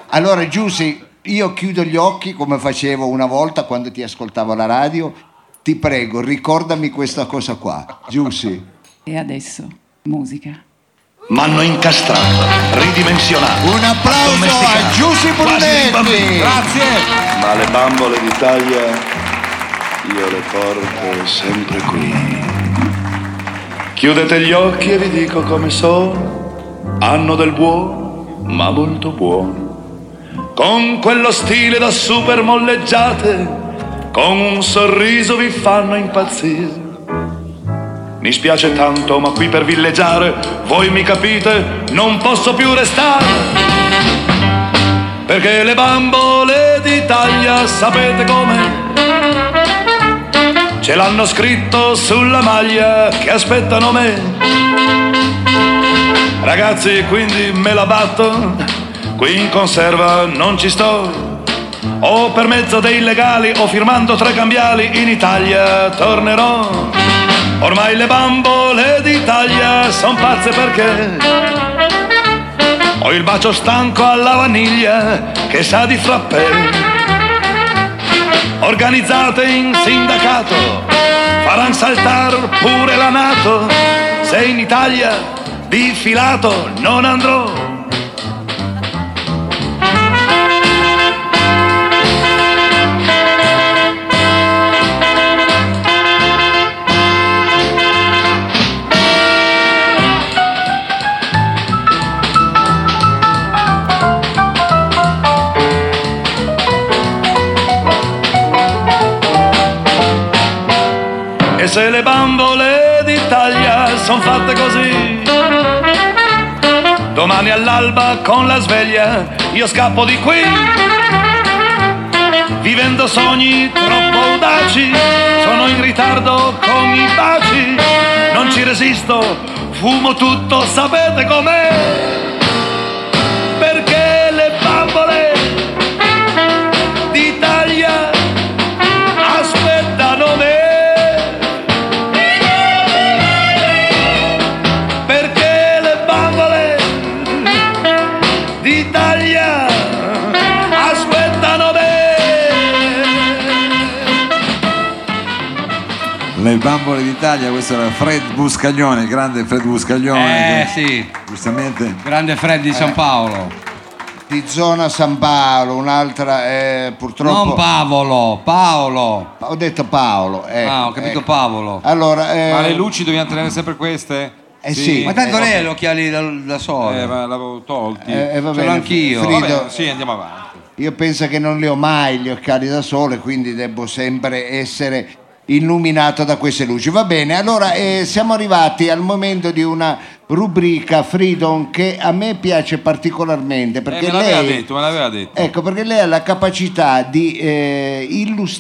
Speaker 2: Allora, Giussi, io chiudo gli occhi come facevo una volta quando ti ascoltavo alla radio. Ti prego, ricordami questa cosa qua, Giussi.
Speaker 9: E adesso, musica.
Speaker 11: M'hanno incastrato, ridimensionato.
Speaker 2: Un applauso a
Speaker 11: Domesticato.
Speaker 2: Giussi
Speaker 11: Quasi un bambino.
Speaker 2: Brunetti!
Speaker 3: Grazie.
Speaker 11: Ma le bambole d'Italia io le porto sempre qui. Chiudete gli occhi e vi dico come sono. Hanno del buono, ma molto buono. Con quello stile da super molleggiate, con un sorriso vi fanno impazzire. Mi spiace tanto, ma qui per villeggiare, voi mi capite, non posso più restare. Perché le bambole d'Italia sapete come? Ce l'hanno scritto sulla maglia che aspettano me. Ragazzi, quindi me la batto, qui in conserva non ci sto. O per mezzo dei legali o firmando tre cambiali in Italia tornerò. Ormai le bambole d'Italia son pazze perché ho il bacio stanco alla vaniglia che sa di frappè. Organizzate in sindacato, faran saltar pure la Nato. Se in Italia di filato non andrò, E se le bambole d'Italia son fatte così Domani all'alba con la sveglia io scappo di qui Vivendo sogni troppo audaci Sono in ritardo con i baci Non ci resisto, fumo tutto, sapete com'è Perché le bambole d'Italia aspettano me perché le bambole d'Italia aspettano me.
Speaker 1: Le bambole d'Italia, questo era Fred Buscaglione, il grande Fred Buscaglione.
Speaker 4: Eh sì,
Speaker 1: giustamente.
Speaker 4: grande Fred di San Paolo.
Speaker 2: Eh. Di zona San Paolo, un'altra eh, purtroppo...
Speaker 4: Non Paolo, Paolo.
Speaker 2: Ho detto Paolo. Ecco,
Speaker 4: Ah, ho capito
Speaker 2: ecco.
Speaker 4: Paolo.
Speaker 2: Allora, eh,
Speaker 3: Ma le luci dobbiamo tenere sempre queste?
Speaker 2: Eh sì.
Speaker 4: Ma tanto lei ha gli occhiali da, da
Speaker 3: Eh,
Speaker 4: sole.
Speaker 3: ma l'avevo tolti.
Speaker 2: Eh, eh, va
Speaker 4: Ce
Speaker 2: bene,
Speaker 4: l'ho anch'io.
Speaker 2: Frido,
Speaker 3: Vabbè, sì, andiamo avanti.
Speaker 2: Io penso che non li ho mai gli occhiali da sole, quindi devo sempre essere illuminato da queste luci. Va bene, allora eh, siamo arrivati al momento di una rubrica Freedom che a me piace particolarmente perché
Speaker 3: Eh, me l'aveva
Speaker 2: lei
Speaker 3: detto, me l'aveva detto.
Speaker 2: Ecco, perché lei ha la capacità di eh,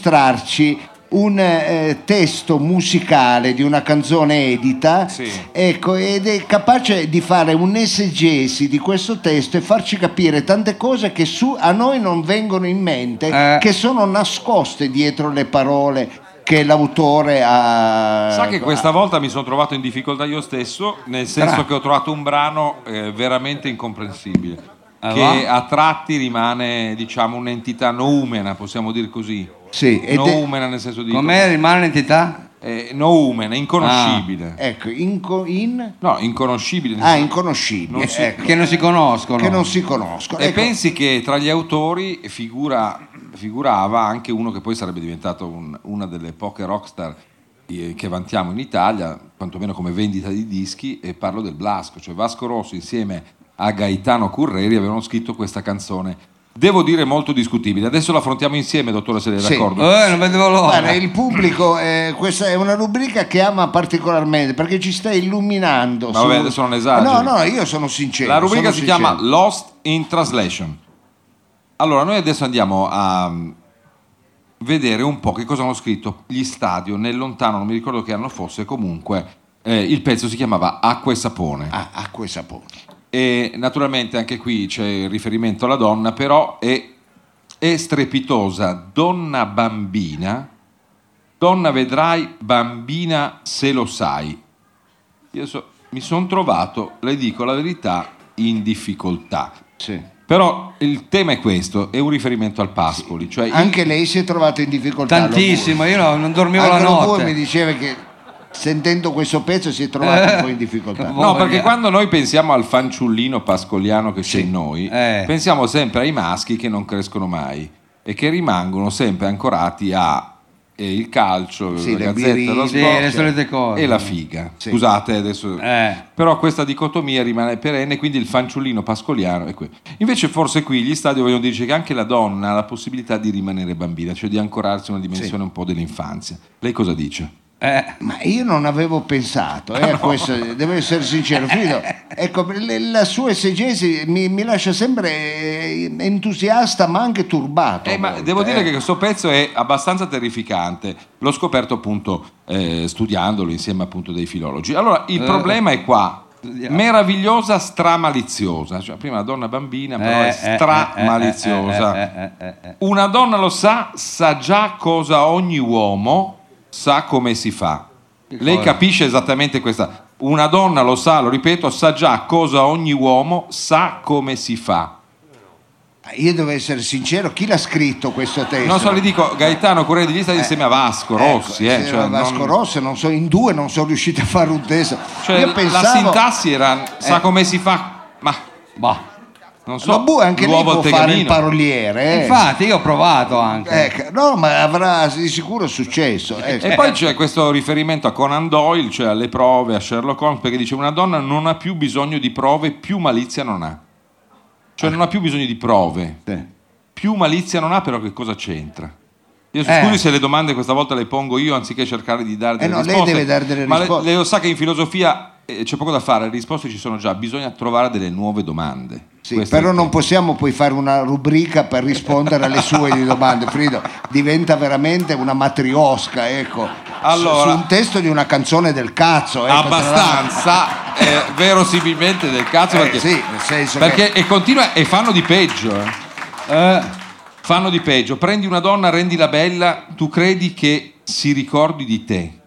Speaker 2: illustrarci un eh, testo musicale di una canzone edita
Speaker 3: Sì.
Speaker 2: ecco, ed è capace di fare un'esegesi di questo testo e farci capire tante cose che su- a noi non vengono in mente,
Speaker 4: Eh.
Speaker 2: che sono nascoste dietro le parole che l'autore ha...
Speaker 3: Sa che questa volta mi sono trovato in difficoltà io stesso, nel senso
Speaker 4: Tra-
Speaker 3: che ho trovato un brano eh, veramente incomprensibile.
Speaker 4: Ah,
Speaker 3: Che
Speaker 4: va?
Speaker 3: a tratti rimane, diciamo, un'entità noumena, possiamo dire così.
Speaker 2: Sì, ed è-
Speaker 3: Noumena nel senso di.
Speaker 4: Com'è rimane l'entità?
Speaker 3: Eh, noumena, inconoscibile.
Speaker 2: ecco, inco- in...
Speaker 3: No, inconoscibile. nel
Speaker 2: Ah,
Speaker 3: senso-
Speaker 2: inconoscibile,
Speaker 3: Non si-
Speaker 2: ecco,
Speaker 4: Che non si conoscono.
Speaker 2: che non si conoscono.
Speaker 3: E
Speaker 2: Ecco.
Speaker 3: pensi che tra gli autori figura- figurava anche uno che poi sarebbe diventato un- una delle poche rockstar eh, che vantiamo in Italia, quantomeno come vendita di dischi, e parlo del Blasco, cioè Vasco Rosso insieme a Gaetano Curreri avevano scritto questa canzone. Devo dire molto discutibile. Adesso la affrontiamo insieme, dottore, se lei è
Speaker 2: Sì.
Speaker 3: d'accordo.
Speaker 4: Eh, non vedevo l'ora.
Speaker 2: Guarda, il pubblico, eh, questa è una rubrica che ama particolarmente perché ci sta illuminando.
Speaker 3: Vabbè, adesso non esageri.
Speaker 2: No, no, io sono sincero.
Speaker 3: La rubrica
Speaker 2: sono
Speaker 3: si
Speaker 2: sincero.
Speaker 3: chiama Lost in Translation. Allora, noi adesso andiamo a mm, vedere un po' che cosa hanno scritto gli stadio nel lontano, non mi ricordo che anno fosse, comunque eh, il pezzo si chiamava Acqua e Sapone.
Speaker 2: Ah, acqua e sapone.
Speaker 3: E naturalmente anche qui c'è il riferimento alla donna, però è, è strepitosa, donna bambina, donna vedrai, bambina se lo sai. Io so- mi sono trovato, le dico la verità, in difficoltà.
Speaker 2: Sì.
Speaker 3: Però il tema è questo, è un riferimento al Pascoli, cioè il-
Speaker 2: Anche lei si è trovata in difficoltà.
Speaker 4: Tantissimo, io no- non
Speaker 2: Lombur.
Speaker 4: dormivo la
Speaker 2: Anche Lombur
Speaker 4: notte.
Speaker 2: mi diceva che sentendo questo pezzo si è trovata un po' in difficoltà.
Speaker 3: No,
Speaker 4: Voglia.
Speaker 3: perché quando noi pensiamo al fanciullino pascoliano che c'è in noi,
Speaker 4: Eh.
Speaker 3: pensiamo sempre ai maschi che non crescono mai e che rimangono sempre ancorati a eh, il calcio,
Speaker 2: Sì,
Speaker 3: la
Speaker 2: le
Speaker 3: gazzetta, lo
Speaker 2: birine,
Speaker 4: Sì,
Speaker 3: sport
Speaker 4: le solite cose.
Speaker 3: e la figa.
Speaker 2: Sì.
Speaker 3: Scusate adesso.
Speaker 4: Eh.
Speaker 3: Però questa dicotomia rimane perenne, quindi il fanciullino pascoliano è qui. Invece forse qui gli stadi vogliono dirci che anche la donna ha la possibilità di rimanere bambina, cioè di ancorarsi a una dimensione un po' dell'infanzia. Lei cosa dice?
Speaker 4: Eh.
Speaker 2: Ma io non avevo pensato, eh, a questo, devo essere
Speaker 4: [LAUGHS]
Speaker 2: sincero, Frido. Ecco, le- la sua esegesi mi, mi lascia sempre eh, entusiasta ma anche turbato.
Speaker 3: Eh,
Speaker 2: a
Speaker 3: ma
Speaker 2: volte,
Speaker 3: devo dire
Speaker 2: eh.
Speaker 3: che questo pezzo è abbastanza terrificante. L'ho scoperto appunto eh, studiandolo insieme appunto dei filologi. Allora, il
Speaker 4: Eh.
Speaker 3: problema è qua.
Speaker 4: Studiamo.
Speaker 3: Meravigliosa stramaliziosa. Cioè, prima la donna bambina, però
Speaker 4: Eh,
Speaker 3: è
Speaker 4: eh,
Speaker 3: stramaliziosa.
Speaker 4: eh, eh, eh, eh, eh.
Speaker 3: Una donna lo sa, sa già cosa ogni uomo sa come si fa. Lei
Speaker 2: cosa?
Speaker 3: capisce esattamente questa. Una donna lo sa, lo ripeto, sa già cosa ogni uomo sa come si fa.
Speaker 2: Io devo essere sincero, chi l'ha scritto questo Eh, testo?
Speaker 3: Non so, le dico, Gaetano Correa degli Stati insieme a Vasco Rossi. eh,
Speaker 2: Sì,
Speaker 3: cioè,
Speaker 2: Vasco
Speaker 3: non-
Speaker 2: Rossi, non so, in due non sono riuscito a fare un testo.
Speaker 3: cioè,
Speaker 2: Io
Speaker 3: la-
Speaker 2: pensavo...
Speaker 3: La sintassi era, sa
Speaker 2: Eh.
Speaker 3: come si fa, ma... boh, Non so,
Speaker 2: Ma Bu anche lì
Speaker 3: l'uovo
Speaker 2: può
Speaker 3: al
Speaker 2: fare il
Speaker 3: tegamino.
Speaker 2: paroliere. eh.
Speaker 4: Infatti, io ho provato anche.
Speaker 2: Ecco, no, ma avrà di sicuro successo. ecco.
Speaker 3: E poi c'è questo riferimento a Conan Doyle, cioè alle prove, a Sherlock Holmes, perché dice una donna non ha più bisogno di prove, più malizia non ha. Cioè non ha più bisogno di prove. Più malizia non ha, però che cosa c'entra? Io
Speaker 2: Eh.
Speaker 3: scusi se le domande questa volta le pongo io anziché cercare di dare
Speaker 2: Eh
Speaker 3: delle
Speaker 2: no, lei
Speaker 3: risposte.
Speaker 2: deve dare delle
Speaker 3: ma le-
Speaker 2: risposte.
Speaker 3: lei lo sa che in filosofia eh, c'è poco da fare, le risposte ci sono già, bisogna trovare delle nuove domande.
Speaker 2: Sì,
Speaker 3: Questo è
Speaker 2: però non possiamo poi fare una rubrica per rispondere alle sue di domande, Frido. Diventa veramente una matriosca, ecco. Su-
Speaker 3: Allora-
Speaker 2: su un testo di una canzone del cazzo, ecco, tra l'altro.
Speaker 3: abbastanza eh, verosimilmente del cazzo
Speaker 2: Eh,
Speaker 3: perché,
Speaker 2: sì, nel senso
Speaker 3: perché- e continua e fanno di peggio eh. Eh, fanno di peggio prendi una donna rendila bella tu credi che si ricordi di te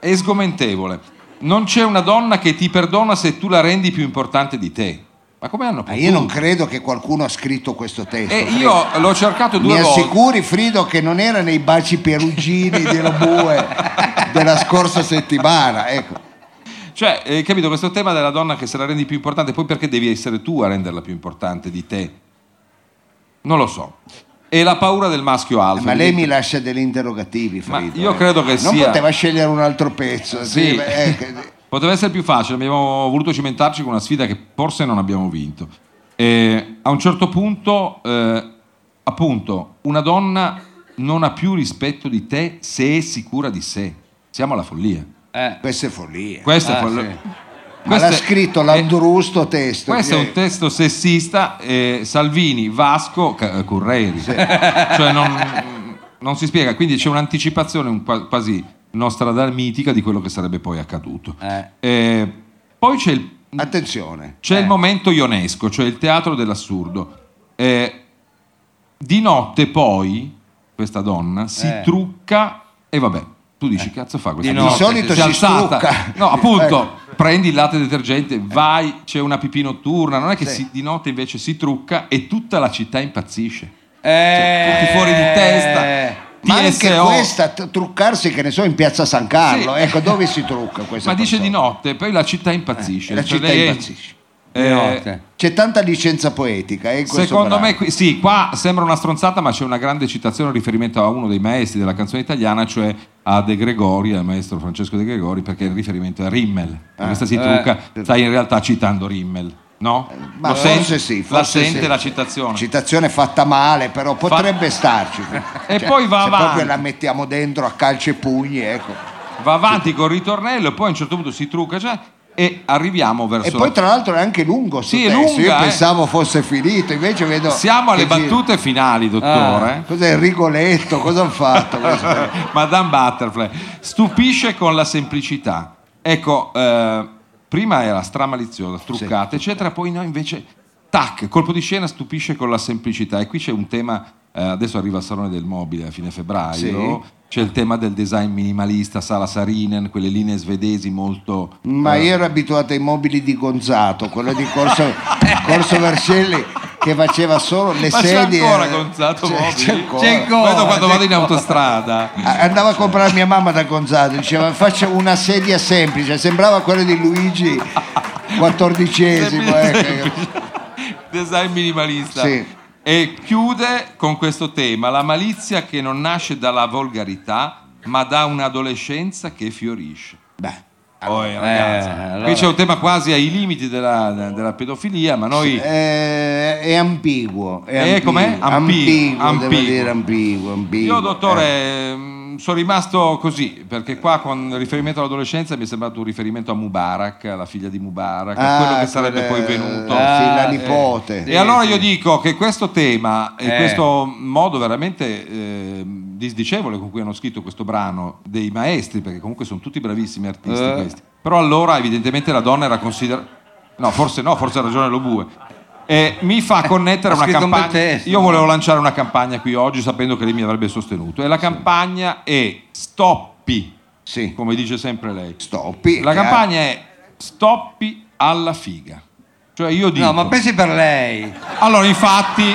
Speaker 3: è sgomentevole non c'è una donna che ti perdona se tu la rendi più importante di te ma come hanno
Speaker 2: Ma
Speaker 3: potuto
Speaker 2: Eh, io non credo che qualcuno ha scritto questo testo.
Speaker 3: e
Speaker 2: Frido.
Speaker 3: Eh, io l'ho cercato due
Speaker 2: Mi
Speaker 3: volte
Speaker 2: assicuri, Frido, che non era nei baci perugini di Robue della scorsa settimana. Ecco.
Speaker 3: Cioè, eh, capito, questo tema della donna che se la rendi più importante, poi perché devi essere tu a renderla più importante di te? Non lo so. E la paura del maschio alfa.
Speaker 2: Eh, Ma lei mi
Speaker 3: evidente-
Speaker 2: lascia degli interrogativi, Frido.
Speaker 3: io
Speaker 2: eh.
Speaker 3: credo che
Speaker 2: Non
Speaker 3: sia-
Speaker 2: poteva scegliere un altro pezzo.
Speaker 3: Sì. [LAUGHS]
Speaker 2: beh, ecco.
Speaker 3: Poteva essere più facile, abbiamo voluto cimentarci con una sfida che forse non abbiamo vinto. E a un certo punto, eh, appunto, una donna non ha più rispetto di te se è sicura di sé. Siamo alla follia.
Speaker 2: Questa è follia.
Speaker 3: Questa
Speaker 2: Ah,
Speaker 3: è follia.
Speaker 2: sì. Ma
Speaker 3: Questo
Speaker 2: l'ha
Speaker 3: è- eh,
Speaker 2: scritto l'andrusto testo.
Speaker 3: Questo è un testo sessista, eh, Salvini, Vasco, C- Curreri. Cioè non, non si spiega, quindi c'è un'anticipazione un qua- quasi nostradamitica di quello che sarebbe poi accaduto. Eh, poi c'è il
Speaker 2: Attenzione. Eh.
Speaker 3: c'è il momento ionesco, cioè il teatro dell'assurdo. Eh, di notte poi questa donna si
Speaker 2: Eh.
Speaker 3: trucca e vabbè, tu dici cazzo fa questa
Speaker 2: Di
Speaker 3: donna?
Speaker 2: notte, Di solito
Speaker 3: è
Speaker 2: si trucca.
Speaker 3: No,
Speaker 2: Sì,
Speaker 3: appunto,
Speaker 2: ecco.
Speaker 3: prendi il latte detergente, vai, c'è una pipì notturna, non è che
Speaker 2: Sì.
Speaker 3: si- di notte invece si trucca e tutta la città impazzisce. Cioè, tutti fuori di testa.
Speaker 2: Eh, Ma anche
Speaker 3: TSO.
Speaker 2: questa, t- truccarsi, che ne so, in piazza San Carlo.
Speaker 3: Sì.
Speaker 2: Ecco, dove si trucca
Speaker 3: [LAUGHS]
Speaker 2: questa
Speaker 3: Ma dice
Speaker 2: persona?
Speaker 3: di notte, poi la città impazzisce.
Speaker 2: la
Speaker 3: Cioè,
Speaker 2: città
Speaker 3: lei-
Speaker 2: impazzisce.
Speaker 3: eh,
Speaker 2: C'è tanta licenza poetica. eh, in questo
Speaker 3: Secondo
Speaker 2: brano.
Speaker 3: me, qui- sì, qua sembra una stronzata, ma c'è una grande citazione, un riferimento a uno dei maestri della canzone italiana, cioè a De Gregori, al maestro Francesco De Gregori, perché il riferimento è a Rimmel.
Speaker 2: Ah,
Speaker 3: Questa si
Speaker 2: eh.
Speaker 3: trucca, stai in realtà citando Rimmel, no?
Speaker 2: Ma
Speaker 3: Lo sen-
Speaker 2: forse sì,
Speaker 3: la
Speaker 2: forse
Speaker 3: sente
Speaker 2: sì.
Speaker 3: la citazione.
Speaker 2: Citazione fatta male, però potrebbe starci.
Speaker 3: [LAUGHS] E poi va
Speaker 2: se
Speaker 3: avanti.
Speaker 2: proprio la mettiamo dentro a calci e pugni, ecco.
Speaker 3: Va avanti col ritornello, poi a un certo punto si trucca cioè, e arriviamo verso...
Speaker 2: E poi tra l'altro è anche lungo sto
Speaker 3: Sì, è
Speaker 2: testo. Io
Speaker 3: lunga, eh.
Speaker 2: pensavo fosse finito, invece vedo
Speaker 3: Siamo alle
Speaker 2: che gira.
Speaker 3: battute finali, dottore. [LAUGHS]
Speaker 2: Ah, cos'è Rigoletto? Cosa hanno fatto? questo?
Speaker 3: Madame Butterfly stupisce con la semplicità. Ecco, eh, prima era stramaliziosa, truccata, eccetera, poi no, invece, tac, colpo di scena stupisce con la semplicità. E qui c'è un tema, eh, adesso arriva al Salone del Mobile a fine febbraio,
Speaker 2: Sì.
Speaker 3: c'è il tema del design minimalista, Sala Sarinen, quelle linee svedesi molto... eh,
Speaker 2: Ma io ero abituato ai mobili di Gonzato, quello di
Speaker 3: [LAUGHS]
Speaker 2: Corso,
Speaker 3: Eh.
Speaker 2: Corso Vercelli che faceva solo le
Speaker 3: Ma c'è
Speaker 2: sedie. eh,
Speaker 3: ancora Gonzato Mobili?
Speaker 2: c'è ancora.
Speaker 3: C'è ancora, Vedo quando
Speaker 2: c'è
Speaker 3: vado in
Speaker 2: ancora. [LAUGHS]
Speaker 3: autostrada.
Speaker 2: A- Eh, Andava a comprare mia mamma da Gonzato, diceva faccia una sedia semplice, sembrava quella di Luigi XIV. ecco.
Speaker 3: [LAUGHS] design minimalista.
Speaker 2: Sì.
Speaker 3: E chiude con questo tema, la malizia che non nasce dalla volgarità, ma da un'adolescenza che fiorisce.
Speaker 2: Beh,
Speaker 3: Poi, ragazzi,
Speaker 4: allora-
Speaker 3: qui c'è un tema quasi ai limiti della, della pedofilia, ma noi...
Speaker 2: Eh, è ambiguo. È
Speaker 3: Eh,
Speaker 2: ambiguo.
Speaker 3: com'è? Ambiguo,
Speaker 2: Ambiguo,
Speaker 3: ambiguo.
Speaker 2: devo dire ambiguo, ambiguo. eh.
Speaker 3: Io, dottore, ehm, sono rimasto così, perché qua con riferimento all'adolescenza mi è sembrato un riferimento a Mubarak, alla figlia di Mubarak, a
Speaker 2: Ah,
Speaker 3: quello che sarebbe
Speaker 2: quella-
Speaker 3: poi venuto.
Speaker 2: sì, la
Speaker 1: Ah,
Speaker 3: Eh,
Speaker 2: nipote.
Speaker 3: E
Speaker 2: Sì,
Speaker 3: allora
Speaker 2: sì.
Speaker 3: io dico che questo tema e
Speaker 2: Eh.
Speaker 3: questo modo veramente ehm, disdicevole con cui hanno scritto questo brano dei maestri, perché comunque sono tutti bravissimi artisti
Speaker 4: Eh.
Speaker 3: questi. Però allora evidentemente la donna era considerata... No, forse no, forse ha ragione lo bue. E mi fa [LAUGHS] connettere
Speaker 4: Ha
Speaker 3: una
Speaker 4: scritto un bel
Speaker 3: campagna.
Speaker 4: testo.
Speaker 3: Io volevo lanciare una campagna qui oggi sapendo che lei mi avrebbe sostenuto. E la campagna è Stoppi come dice sempre lei.
Speaker 2: Stoppi.
Speaker 3: La
Speaker 2: che-
Speaker 3: campagna è stoppi alla figa. Cioè io dico...
Speaker 4: No, ma pensi per lei.
Speaker 3: Allora, infatti,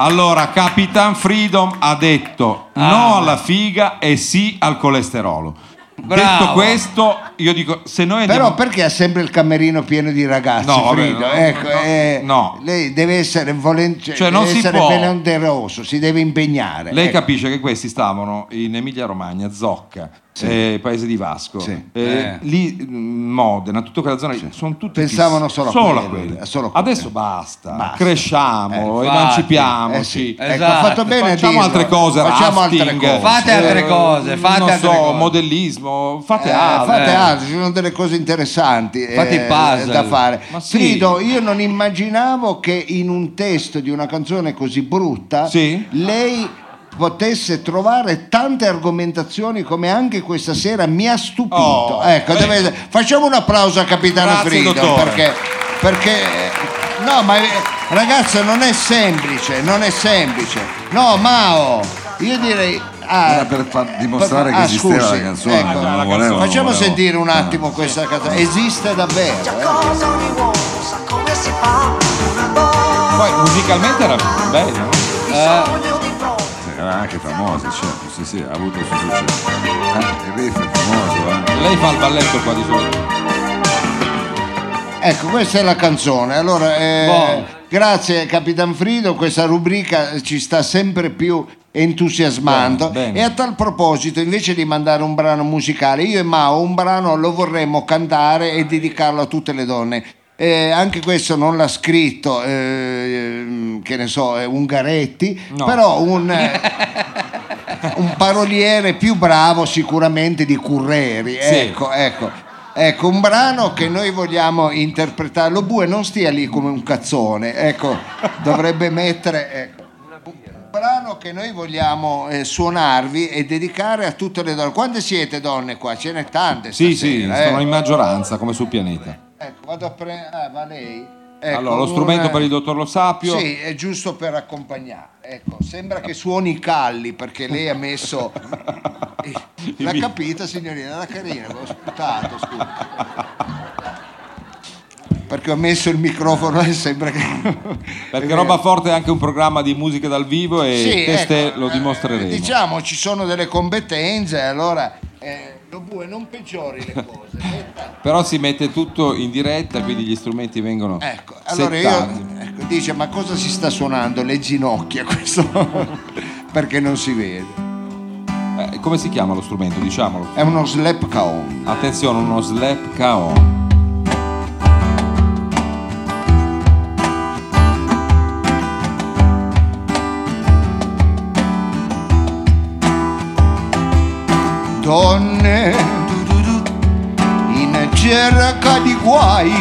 Speaker 3: allora, Capitan Freedom ha detto
Speaker 4: Ah,
Speaker 3: no alla figa e sì al colesterolo.
Speaker 2: Bravo.
Speaker 3: Detto questo, io dico, se noi
Speaker 2: Però
Speaker 3: andiamo...
Speaker 2: perché ha sempre il camerino pieno di ragazzi?
Speaker 3: No, vabbè,
Speaker 2: Frido?
Speaker 3: no,
Speaker 2: Ecco,
Speaker 3: no,
Speaker 2: eh,
Speaker 3: no.
Speaker 2: lei deve essere volentieri,
Speaker 3: Cioè, non
Speaker 2: deve
Speaker 3: si
Speaker 2: essere
Speaker 3: può.
Speaker 2: volenteroso, si deve impegnare.
Speaker 3: Lei
Speaker 2: Ecco.
Speaker 3: capisce che questi stavano in Emilia Romagna, Zocca, eh, paese di Vasco, eh,
Speaker 2: Eh.
Speaker 3: lì mh, Modena, tutta quella zona, lì, sono tutti
Speaker 2: Pensavano solo a
Speaker 3: solo
Speaker 2: quelle,
Speaker 3: quelle.
Speaker 2: a solo
Speaker 3: Adesso basta, cresciamo, emancipiamoci,
Speaker 2: Eh sì, ecco, ha fatto bene a
Speaker 3: Esatto. facciamo
Speaker 2: dirlo.
Speaker 3: altre cose,
Speaker 2: Facciamo altre
Speaker 3: rafting,
Speaker 2: cose. Fate altre
Speaker 3: eh,
Speaker 2: cose, fate
Speaker 3: non
Speaker 2: altre
Speaker 3: so,
Speaker 2: cose.
Speaker 3: modellismo, fate
Speaker 2: Eh,
Speaker 3: altro.
Speaker 2: fate altro, ci sono delle cose interessanti eh,
Speaker 3: Fate i puzzle.
Speaker 2: da fare.
Speaker 3: Ma sì.
Speaker 2: Frido, io non immaginavo che in un testo di una canzone così brutta lei potesse trovare tante argomentazioni come anche questa sera mi ha stupito.
Speaker 6: Oh,
Speaker 2: ecco,
Speaker 6: beh.
Speaker 3: Eh.
Speaker 2: deve- facciamo un applauso a Capitano
Speaker 6: Grazie,
Speaker 2: Frido
Speaker 6: dottore.
Speaker 2: perché, perché- no, ma eh, ragazzo non è semplice, non è semplice. No, Mao, io direi ah,
Speaker 10: Era per far dimostrare
Speaker 2: Ah,
Speaker 10: che esisteva
Speaker 2: scusi,
Speaker 10: la canzone.
Speaker 2: ecco.
Speaker 10: non volevo, non
Speaker 2: Facciamo
Speaker 10: volevo.
Speaker 2: sentire un attimo questa canzone. Esiste davvero. eh?
Speaker 8: Cosa ogni uomo sa come si fa
Speaker 3: Poi musicalmente era bello, no?
Speaker 2: Eh.
Speaker 10: Sì, Era anche famosa, certo, sì, sì, ha avuto il suo successo. Ah, il riff è famoso, eh.
Speaker 3: Lei fa il balletto qua di solito.
Speaker 2: Ecco, questa è la canzone. Allora, eh,
Speaker 4: Buono.
Speaker 2: grazie Capitan Frido, questa rubrica ci sta sempre più entusiasmando
Speaker 3: Bene, bene.
Speaker 2: e a tal proposito invece di mandare un brano musicale io e Mao un brano lo vorremmo cantare e dedicarlo a tutte le donne Eh, anche questo non l'ha scritto eh, che ne so eh, Ungaretti però un, eh, un paroliere più bravo sicuramente di Curreri
Speaker 6: Sì.
Speaker 2: ecco ecco Ecco, un brano che noi vogliamo interpretare. Lo bue non stia lì come un cazzone, ecco, dovrebbe mettere. ecco. Un brano che noi vogliamo eh, suonarvi e dedicare a tutte le donne. Quante siete donne qua? Ce n'è tante.
Speaker 3: Sì, sì,
Speaker 2: stasera,
Speaker 3: sono
Speaker 2: eh.
Speaker 3: in maggioranza come sul pianeta.
Speaker 2: Ecco, vado a prendere. Ah, va lei. Ecco,
Speaker 3: allora, lo
Speaker 2: un-
Speaker 3: strumento per il dottor Lo Sapio.
Speaker 2: Sì, è giusto per accompagnare. Ecco, sembra che suoni calli perché lei
Speaker 3: [LAUGHS]
Speaker 2: ha messo. L'ha capita, signorina, era carina, avevo sputato, scusa.
Speaker 3: [LAUGHS]
Speaker 2: Perché ho messo il microfono e sembra che.
Speaker 3: Perché
Speaker 2: vero.
Speaker 3: Roba Forte è anche un programma di musica dal vivo e
Speaker 2: Sì,
Speaker 3: queste
Speaker 2: ecco,
Speaker 3: lo
Speaker 2: eh,
Speaker 3: dimostreremo.
Speaker 2: Diciamo, ci sono delle competenze, allora. eh, lo bue non peggiori le
Speaker 3: [LAUGHS]
Speaker 2: cose.
Speaker 3: Però si mette tutto in diretta, quindi gli strumenti vengono
Speaker 2: Ecco, allora
Speaker 3: settati.
Speaker 2: io ecco, dice ma cosa si sta suonando? Le ginocchia [LAUGHS] questo [LAUGHS] perché non si vede.
Speaker 3: Eh, come si chiama lo strumento? Diciamolo.
Speaker 2: È uno slap caon.
Speaker 3: Attenzione, uno slap KO.
Speaker 2: donne in cerca di guai,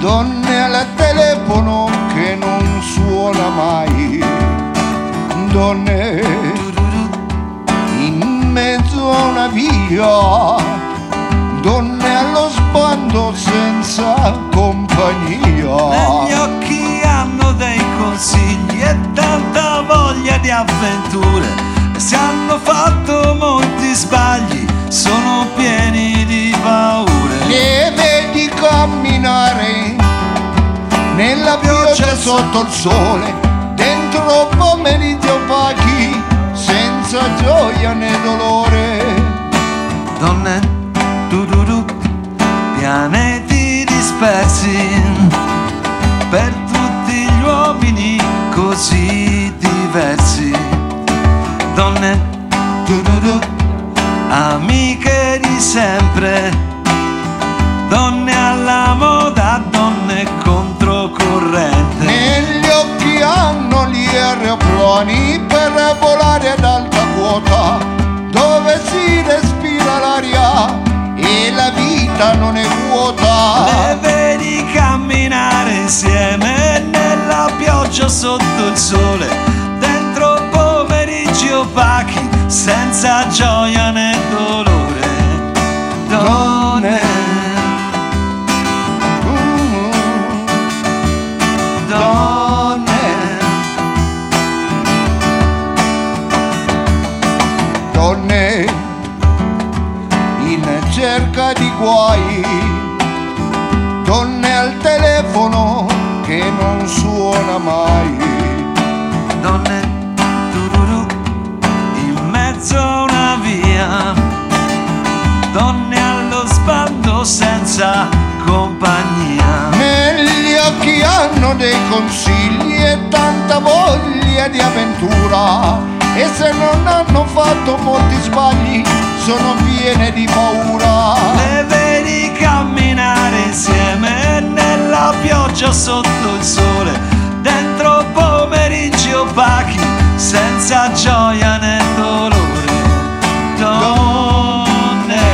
Speaker 2: donne al telefono che non suona mai, donne in mezzo a una via, donne allo sbando senza
Speaker 12: Negli
Speaker 2: compagnia.
Speaker 12: occhi hanno dei consigli e tanta voglia di avventure. E Se hanno fatto molti sbagli, sono pieni di paure.
Speaker 2: Le vedi camminare nella pioggia sotto il sole, dentro pomeriggio opachi, senza gioia né dolore.
Speaker 12: Donne, tu tu tu, pianeti dispersi per tutti gli uomini così diversi. Donne, tu tu tu, amiche di sempre. Donne alla moda, donne controcorrente.
Speaker 2: Negli occhi hanno gli aeroplani per volare ad alta quota, dove si respira l'aria e la vita non è vuota.
Speaker 12: Le vedi camminare insieme nella pioggia sotto il sole, dentro pomeriggi opachi, senza gioia né dolore. Donne, donne,
Speaker 2: donne cerca di guai, donne al telefono che non suona mai.
Speaker 12: donne tururù in mezzo a una via donne allo sbando senza compagnia
Speaker 2: Negli occhi hanno dei consigli e tanta voglia di avventura e se non hanno fatto molti sbagli sono piene di paura.
Speaker 12: le vedi camminare insieme nella pioggia sotto il sole dentro pomeriggi opachi senza gioia né dolore donne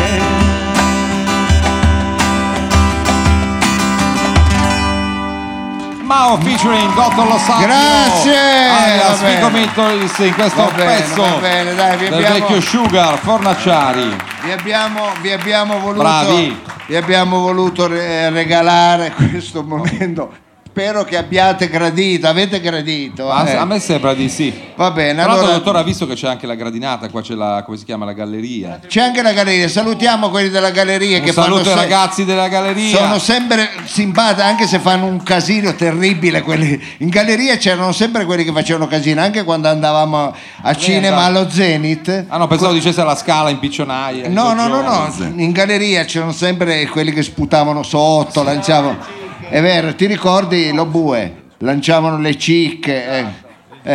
Speaker 3: Mao featuring Gotto Lo Sapio
Speaker 2: Grazie,
Speaker 3: alla
Speaker 2: va bene.
Speaker 3: Sfigo Mentoris in questo
Speaker 2: Va bene,
Speaker 3: pezzo
Speaker 2: va bene, dai, vi
Speaker 3: del
Speaker 2: abbiamo-
Speaker 3: vecchio Sugar Fornaciari
Speaker 2: Vi abbiamo, vi abbiamo voluto,
Speaker 3: Bravi.
Speaker 2: vi abbiamo voluto re- eh, regalare questo momento. Spero che abbiate gradito, avete gradito.
Speaker 3: Ma
Speaker 2: eh.
Speaker 3: a me sembra di sì
Speaker 2: Va bene,
Speaker 3: Tra l'altro
Speaker 2: allora
Speaker 3: dottore ha visto che c'è anche la gradinata qua c'è la come si chiama la galleria
Speaker 2: c'è anche la galleria. Salutiamo quelli della galleria
Speaker 3: un
Speaker 2: che fanno
Speaker 3: saluto ai
Speaker 2: se-
Speaker 3: ragazzi della galleria
Speaker 2: Sono sempre simpatici, anche se fanno un casino terribile. quelli- In galleria c'erano sempre quelli che facevano casino, anche quando andavamo a cinema allo Zenith.
Speaker 3: ah no pensavo dicesse alla scala in piccionaia
Speaker 2: No, no, no, no,
Speaker 3: Giorgio.
Speaker 2: in galleria c'erano sempre quelli che sputavano sotto, lanciavano. È vero, ti ricordi lo bue? Lanciavano le cicche. eh.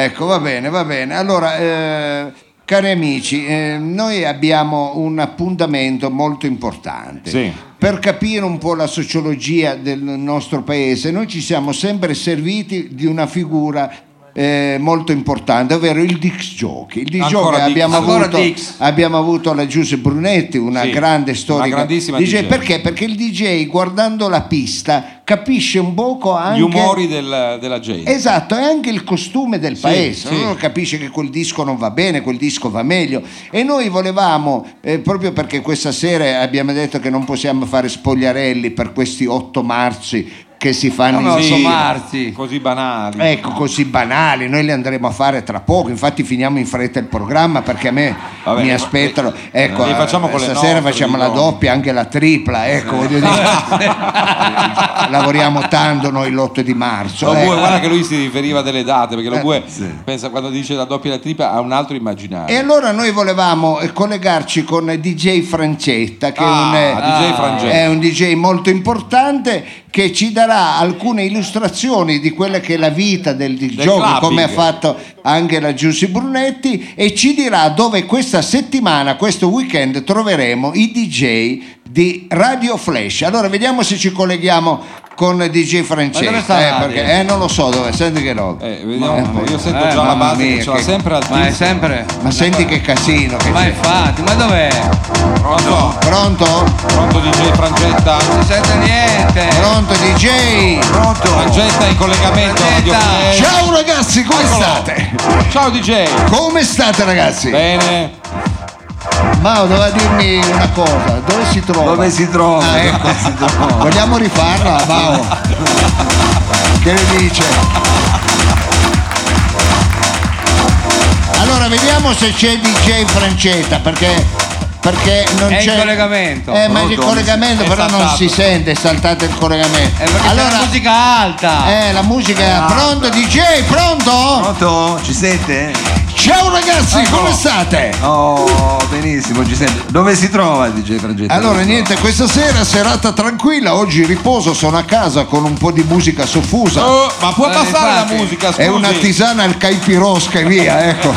Speaker 2: Ecco, va bene, va bene. Allora, eh, cari amici, eh, noi abbiamo un appuntamento molto importante. Per capire un po' la sociologia del nostro paese, noi ci siamo sempre serviti di una figura eh, molto importante, ovvero il Dix Jockey. Il Dix
Speaker 3: Ancora
Speaker 2: Jockey
Speaker 3: Dix.
Speaker 2: abbiamo
Speaker 3: Ancora
Speaker 2: avuto
Speaker 3: Dix.
Speaker 2: abbiamo avuto la Giuse Brunetti, una
Speaker 3: Sì,
Speaker 2: grande
Speaker 3: una
Speaker 2: storica
Speaker 3: grandissima DJ.
Speaker 2: Perché? Perché il DJ guardando la pista capisce un poco anche
Speaker 3: gli umori del- della gente
Speaker 2: Esatto, è anche il costume del paese,
Speaker 3: sì.
Speaker 2: uno capisce che quel disco non va bene, quel disco va meglio e noi volevamo, eh, proprio perché questa sera abbiamo detto che non possiamo fare spogliarelli per questi 8 marzi che si fanno in
Speaker 3: Ah, Sì,
Speaker 2: giro.
Speaker 3: così banali
Speaker 2: Ecco, così banali, noi li andremo a fare tra poco, infatti finiamo in fretta il programma perché a me
Speaker 3: Vabbè,
Speaker 2: mi
Speaker 3: ma-
Speaker 2: aspettano.
Speaker 3: eh,
Speaker 2: Ecco,
Speaker 3: li facciamo con le
Speaker 2: stasera
Speaker 3: nostre,
Speaker 2: facciamo la
Speaker 3: diciamo.
Speaker 2: doppia, anche la tripla, ecco, voglio
Speaker 3: [LAUGHS]
Speaker 2: dire. Ah, Lavoriamo tanto noi l'8 di marzo.
Speaker 3: Lo Bue,
Speaker 2: ecco.
Speaker 3: Oh, boh, guarda che lui si riferiva delle date perché
Speaker 2: Eh,
Speaker 3: lo Bue pensa quando dice la doppia e la tripla a un altro
Speaker 2: E
Speaker 3: immaginario.
Speaker 2: allora noi volevamo eh, collegarci con DJ Francetta, che
Speaker 3: Ah,
Speaker 2: è, un, eh,
Speaker 3: DJ Francetta.
Speaker 2: è un DJ molto importante, che ci darà alcune illustrazioni di quella che è la vita del DJ,
Speaker 3: clubbing.
Speaker 2: come ha fatto anche la Giussi Brunetti, e ci dirà dove questa settimana, questo weekend, troveremo i DJ di Radio Flash. Allora vediamo se ci colleghiamo con DJ Francetta.
Speaker 4: dove sta
Speaker 2: eh,
Speaker 4: Radio?
Speaker 2: perché- eh, non lo so dove, senti che roba.
Speaker 3: Eh, vediamo, io sento
Speaker 4: Eh,
Speaker 3: già la
Speaker 4: mamma
Speaker 3: base
Speaker 4: mia,
Speaker 3: che ce l'ha
Speaker 4: che-
Speaker 3: sempre altissima.
Speaker 4: ma è sempre
Speaker 2: Ma senti che casino che
Speaker 4: ma
Speaker 2: c'è.
Speaker 4: infatti ma dov'è
Speaker 3: Pronto?
Speaker 2: Pronto?
Speaker 3: Pronto DJ Frangetta?
Speaker 4: non si sente niente
Speaker 2: Pronto DJ?
Speaker 3: Pronto? Frangetta in collegamento. Radio Play.
Speaker 2: Ciao ragazzi, come state?
Speaker 3: Ciao DJ.
Speaker 2: Come state ragazzi?
Speaker 3: Bene.
Speaker 2: Mao doveva dirmi una cosa, dove si trova?
Speaker 13: Dove si trova?
Speaker 2: Ah, ecco. Vogliamo
Speaker 3: [LAUGHS]
Speaker 2: rifarla, Mao? Che ne dice? Allora vediamo se c'è DJ Francetta perché, perché non
Speaker 4: è
Speaker 2: c'è.
Speaker 4: in collegamento
Speaker 2: Eh, ma il collegamento
Speaker 4: È
Speaker 2: però non
Speaker 4: saltato.
Speaker 2: si sente, è saltato il collegamento.
Speaker 4: È perché c'è
Speaker 2: allora,
Speaker 4: la musica alta
Speaker 2: eh, la musica è pronto DJ, pronto?
Speaker 13: Pronto? Ci sente?
Speaker 2: Ciao ragazzi,
Speaker 3: Ecco.
Speaker 2: come state?
Speaker 13: Oh, benissimo, ci sente. Dove si trova DJ Frangetta?
Speaker 2: Allora niente, questa sera serata tranquilla, oggi riposo, sono a casa con un po' di musica soffusa.
Speaker 3: Oh, ma può
Speaker 4: Eh,
Speaker 3: passare
Speaker 4: infatti.
Speaker 3: la musica, scusi.
Speaker 2: È una
Speaker 14: [LAUGHS]
Speaker 2: tisana al caipirosca e via, ecco.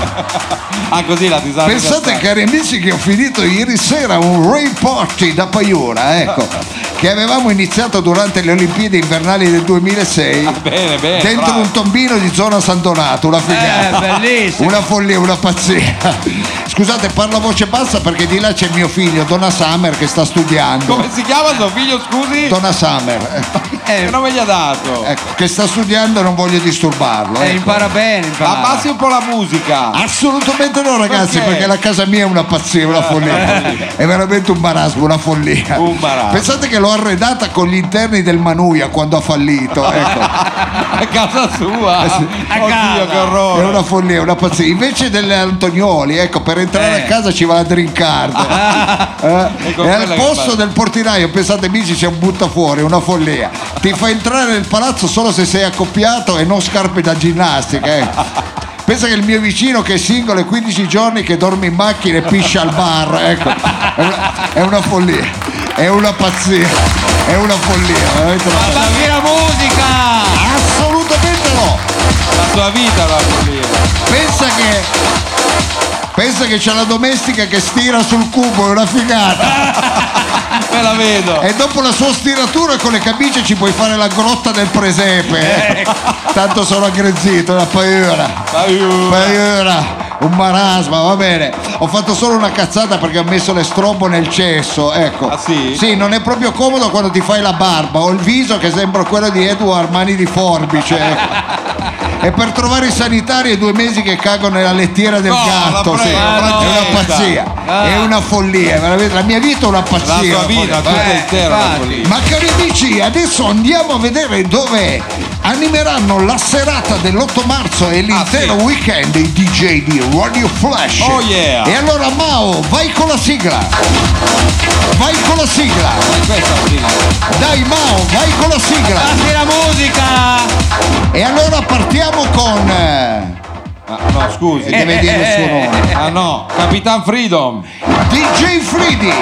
Speaker 3: Ah, così la tisana.
Speaker 2: Pensate cari amici che ho finito ieri sera un Ray Party da Paiura, ecco, che avevamo iniziato durante le Olimpiadi invernali del 2006
Speaker 3: Bene, bene.
Speaker 2: dentro
Speaker 3: Eh, bravo.
Speaker 2: un tombino di zona San Donato, una figata.
Speaker 4: eh bellissimo
Speaker 2: Una follia, una pazzia. Scusate, parlo a voce bassa perché di là c'è mio figlio, Donna Summer, che sta studiando.
Speaker 3: Come si chiama suo figlio, scusi?
Speaker 2: Donna Summer,
Speaker 3: Che nome gli ha dato?
Speaker 2: eh, ecco, che sta studiando e non voglio disturbarlo.
Speaker 4: Eh,
Speaker 2: ecco.
Speaker 4: impara bene impara.
Speaker 3: Abbassi un po' la musica.
Speaker 2: Assolutamente no, ragazzi,
Speaker 3: Perché?
Speaker 2: perché? la casa mia è una pazzia, una follia. è veramente un marasmo, una follia.
Speaker 3: Eh. Un marasmo.
Speaker 2: Pensate che l'ho arredata con gli interni del Manuia quando ha fallito. Ecco.
Speaker 3: [LAUGHS]
Speaker 2: Eh,
Speaker 3: A casa sua.
Speaker 2: sì.
Speaker 3: Oddio, che
Speaker 2: È
Speaker 3: orrore.
Speaker 2: una follia, una pazzia. Invece delle Antonioli, ecco, per entrare
Speaker 1: Eh.
Speaker 2: a casa ci va la drink card.
Speaker 1: [LAUGHS]
Speaker 2: Eh?
Speaker 1: Ecco
Speaker 2: E
Speaker 1: quella
Speaker 2: al
Speaker 1: che
Speaker 2: posto
Speaker 1: fa-
Speaker 2: del portinaio, pensate amici, c'è un buttafuori, una follia. Ti fa entrare nel palazzo solo se sei accoppiato e non scarpe da ginnastica. eh. Pensa che il mio vicino che è singolo è 15 giorni che dorme in macchina e piscia al bar. Ecco. È una, è una follia, è una pazzia, è una follia. veramente una follia.
Speaker 5: via musica!
Speaker 2: Assolutamente no!
Speaker 3: La tua vita la follia.
Speaker 2: Pensa che. Pensa che c'è la domestica che stira sul cubo, è una [LAUGHS] figata.
Speaker 3: Me la vedo.
Speaker 2: E dopo la sua stiratura con le camicie ci puoi fare la grotta del presepe. eh. Tanto sono aggrezzito, una paura. Paura. Un marasma, va bene. Ho fatto solo una cazzata perché ho messo le strobo nel cesso, ecco. sì? non è proprio comodo quando ti fai la barba. Ho il viso che sembra quello di Edward Mani di Forbice. ecco. E per trovare i sanitari è due mesi che cago nella lettiera del
Speaker 5: No, la
Speaker 2: gatto. sì.
Speaker 5: prego, la
Speaker 2: È una
Speaker 5: prego.
Speaker 2: pazzia,
Speaker 5: Ah.
Speaker 2: è una follia. veramente. La mia vita è una pazzia.
Speaker 5: La tua
Speaker 2: una
Speaker 5: vita,
Speaker 2: follia.
Speaker 5: tutta intera è una follia.
Speaker 2: Ma cari amici, adesso andiamo a vedere dove animeranno la serata dell'8 marzo e l'intero weekend dei DJ di Radio Flash.
Speaker 5: Oh, yeah.
Speaker 2: E allora Mao, vai con la sigla. Vai con la sigla. Dai Mao, vai con la sigla. Passi la musica. E allora partiamo con... eh,
Speaker 3: Ah, no, scusi.
Speaker 2: Eh, deve dire il suo nome.
Speaker 3: Ah no, Capitan Freedom.
Speaker 2: DJ Fridi,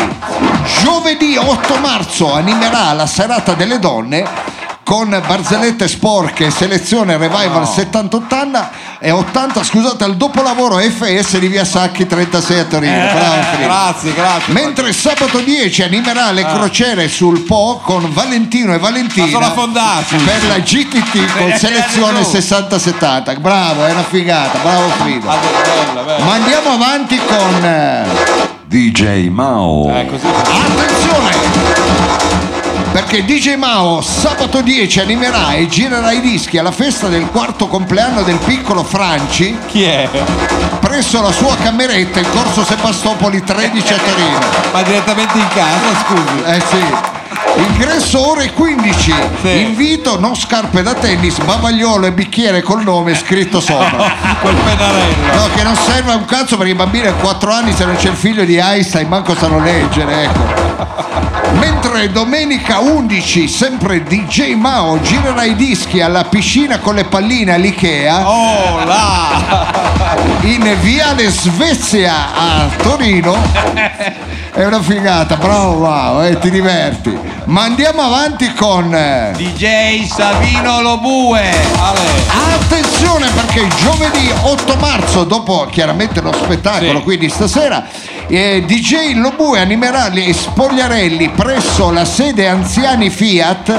Speaker 2: giovedì 8 marzo animerà la serata delle donne con barzellette sporche, selezione revival 70-80 e 80, scusate, al dopolavoro FS di Via Sacchi 36 a Torino. Bravo, Fridi.
Speaker 3: grazie, grazie.
Speaker 2: Mentre sabato 10 animerà le crociere sul Po con Valentino e Valentina
Speaker 3: Ah. Ma sono affondati.
Speaker 2: per la GTT con
Speaker 3: Eh,
Speaker 2: selezione
Speaker 3: eh, giù.
Speaker 2: 60-70. Bravo, è una figata, bravo Frido. Ma andiamo avanti con... eh,
Speaker 10: DJ Mao.
Speaker 1: Eh,
Speaker 2: Attenzione! Perché DJ Mao sabato 10 animerà e girerà i dischi alla festa del quarto compleanno del piccolo Franci.
Speaker 3: Chi è?
Speaker 2: Presso la sua cameretta in corso Sebastopoli 13 a Torino.
Speaker 3: Ma direttamente in casa, scusi.
Speaker 2: Eh sì. Ingresso ore 15. Invito non scarpe da tennis, bavagliolo e bicchiere col nome scritto sopra.
Speaker 3: [LAUGHS] Col pennarello.
Speaker 2: No, che non serve a un cazzo perché i bambini a 4 anni se non c'è il figlio di Einstein manco sanno leggere, ecco. Mentre domenica 11, sempre DJ Mao girerà i dischi alla piscina con le palline all'Ikea.
Speaker 3: Oh
Speaker 1: [LAUGHS]
Speaker 3: là!
Speaker 2: In Viale Svezia a Torino. È una figata, bravo Mao, eh, ti diverti. Ma andiamo avanti con... eh,
Speaker 4: DJ Savino Lobue.
Speaker 2: Attenzione perché giovedì 8 marzo, dopo chiaramente lo spettacolo, quindi stasera, eh, DJ Lobue animerà gli spogliarelli presso la sede anziani Fiat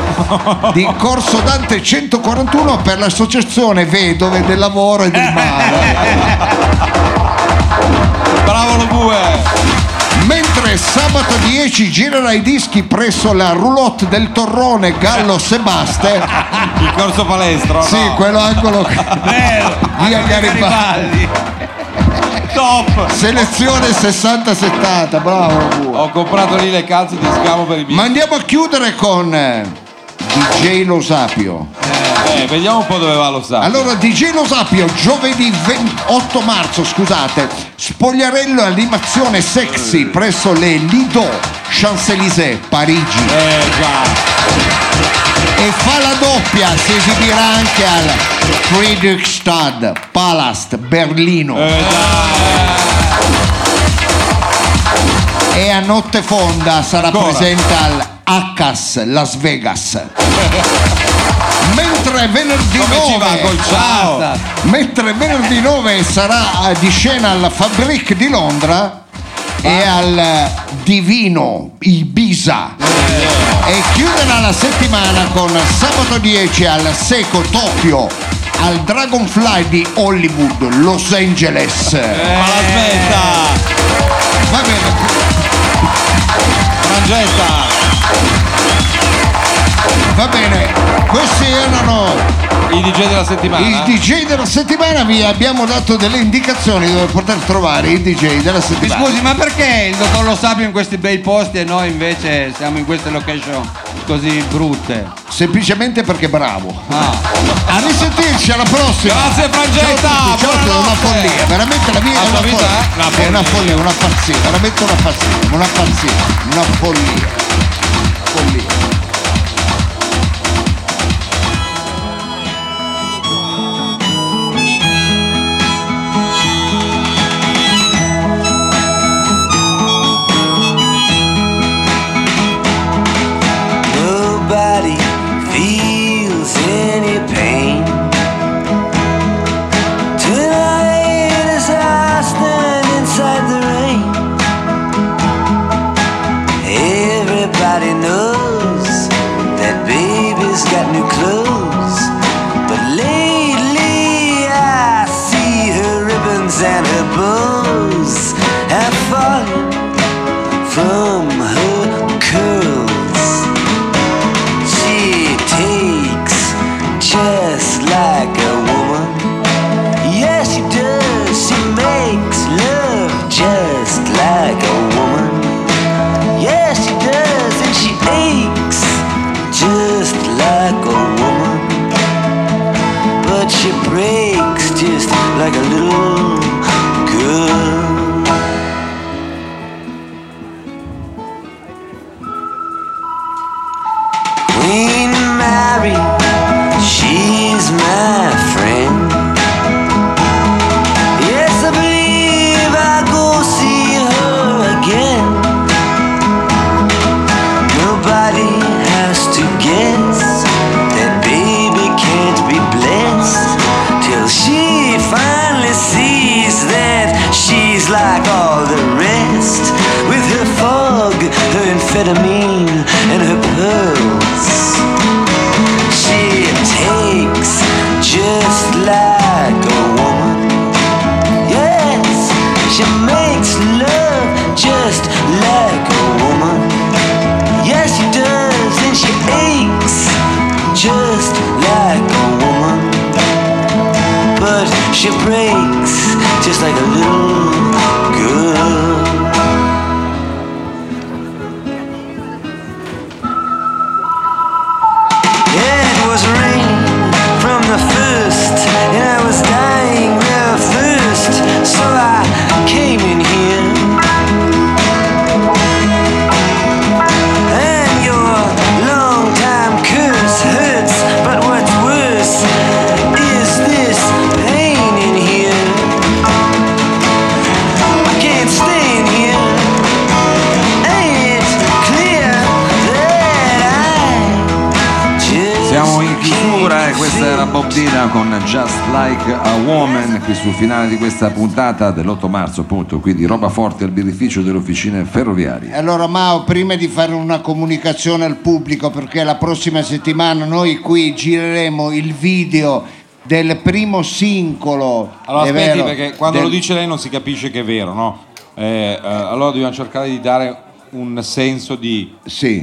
Speaker 3: [LAUGHS]
Speaker 2: di Corso Dante 141 per l'associazione Vedove del Lavoro
Speaker 3: [LAUGHS]
Speaker 2: e del Mare.
Speaker 3: Bravo Lobue!
Speaker 2: Mentre sabato 10 girerà i dischi presso la roulotte del Torrone Gallo Sebaste
Speaker 3: [LAUGHS] Il corso palestra.
Speaker 2: Sì,
Speaker 3: [LAUGHS]
Speaker 2: quello angolo via Garibaldi.
Speaker 3: Top!
Speaker 2: Selezione 60-70, bravo.
Speaker 3: Ho comprato lì le calze di scavo per i bimbi.
Speaker 2: Ma andiamo a chiudere con eh, DJ Lo Sapio.
Speaker 3: Eh, vediamo un po' dove va lo sa.
Speaker 2: Allora, DJ Lo Sapio, giovedì 28 marzo, scusate, spogliarello e animazione sexy
Speaker 3: Mm.
Speaker 2: presso le Lido Champs-Élysées, Parigi.
Speaker 3: Eh già.
Speaker 2: E fa la doppia, si esibirà anche al Friedrichstadt Palast, Berlino.
Speaker 3: Eh,
Speaker 2: E a notte fonda sarà
Speaker 5: Ancora.
Speaker 2: presente al Accas Las Vegas. Mentre venerdì
Speaker 5: Come ci
Speaker 2: 9
Speaker 5: va col ciao?
Speaker 2: mentre venerdì 9 sarà eh, di scena alla Fabrique di Londra e al eh, Divino Ibiza e chiuderà la settimana con sabato 10 al Seco Tokyo al Dragonfly di Hollywood Los Angeles
Speaker 5: Eh. Ma la smetta!
Speaker 2: va bene
Speaker 3: Frangetta!
Speaker 2: va bene questi erano
Speaker 3: I DJ della settimana.
Speaker 2: Il DJ della settimana vi abbiamo dato delle indicazioni dove poter trovare il DJ della
Speaker 4: Mi
Speaker 2: settimana.
Speaker 4: scusi, ma perché il dottor Lo Sapio in questi bei posti e noi invece siamo in queste location così brutte? Ah.
Speaker 2: Semplicemente perché bravo. A risentirci alla prossima.
Speaker 4: Grazie, Frangetta,
Speaker 2: Ciao a tutti, ciao, è una
Speaker 4: buonanotte.
Speaker 2: follia, veramente la mia
Speaker 4: La
Speaker 2: è
Speaker 4: sua
Speaker 2: una
Speaker 4: vita
Speaker 2: follia.
Speaker 3: eh?
Speaker 4: è una
Speaker 2: È una follia, una pazzia, veramente una pazzia, una pazzia, una follia. Follia.
Speaker 15: Nobody feels any pain. Tonight, as I stand inside the rain, everybody knows that baby's got new clothes. But lately, I see her ribbons and her bows have fallen from her curls. She takes just like a woman. Yes, she does. She makes love just like a woman. Yes, she does. And she aches just like a woman. But she breaks just like a little girl. Queen Mary, she's my friend. Yes, I believe I'll go see her again. Nobody has to guess that baby can't be blessed till she finally sees that she's like all the rest with her fog, her amphetamine, and her pearls. She takes just like a woman. Yes, she makes love just like a woman. Yes, she does, and she aches just like a woman. But she breaks just like a little girl. Yeah, it was rain from the first, and I was dying of thirst, so I came in here. And your long time curse hurts, but what's worse is this pain in here. I can't stay in here. Ain't it clear that I
Speaker 1: Siamo in chiusura e questa era Bob Dylan con Just Like a Woman qui sul finale di questa puntata dell'8 marzo appunto, quindi roba forte al birrificio delle officine ferroviarie.
Speaker 2: Allora Mao, prima di fare una comunicazione al pubblico, perché la prossima settimana noi qui gireremo il video del primo singolo.
Speaker 3: Allora
Speaker 2: è
Speaker 3: aspetti
Speaker 2: vero,
Speaker 3: perché quando
Speaker 2: del-
Speaker 3: lo dice lei non si capisce che è vero, no? Eh, eh, allora dobbiamo cercare di dare un senso di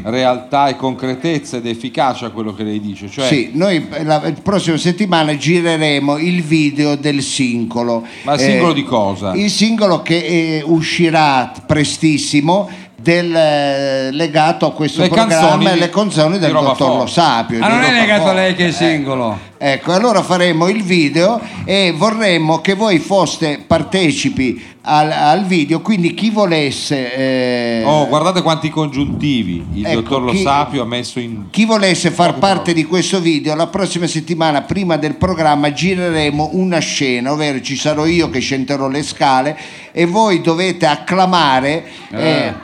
Speaker 3: realtà e concretezza ed efficacia a quello che lei dice. Cioè,
Speaker 2: Sì, noi la, la prossima settimana gireremo il video del singolo.
Speaker 3: Ma il singolo
Speaker 2: Eh,
Speaker 3: di cosa?
Speaker 2: Il singolo che eh, uscirà prestissimo del, eh, legato a questo
Speaker 4: Le canzoni
Speaker 2: programma e
Speaker 4: di-
Speaker 2: le canzoni
Speaker 4: di
Speaker 2: del
Speaker 4: roba
Speaker 2: dottor Lo
Speaker 4: forte.
Speaker 2: Sapio.
Speaker 4: Ah,
Speaker 2: di
Speaker 4: non è legato
Speaker 2: roba
Speaker 4: a
Speaker 2: forte. Eh,
Speaker 4: lei che è singolo.
Speaker 2: Ecco, allora faremo il video e vorremmo che voi foste partecipi al, al video, quindi chi volesse... eh,
Speaker 3: Oh, guardate quanti congiuntivi il
Speaker 2: Ecco,
Speaker 3: dottor Lo
Speaker 2: chi-
Speaker 3: Sapio ha messo in
Speaker 2: Chi volesse far parte di questo video, la prossima settimana prima del programma gireremo una scena, ovvero ci sarò io che scenderò le scale e voi dovete acclamare eh,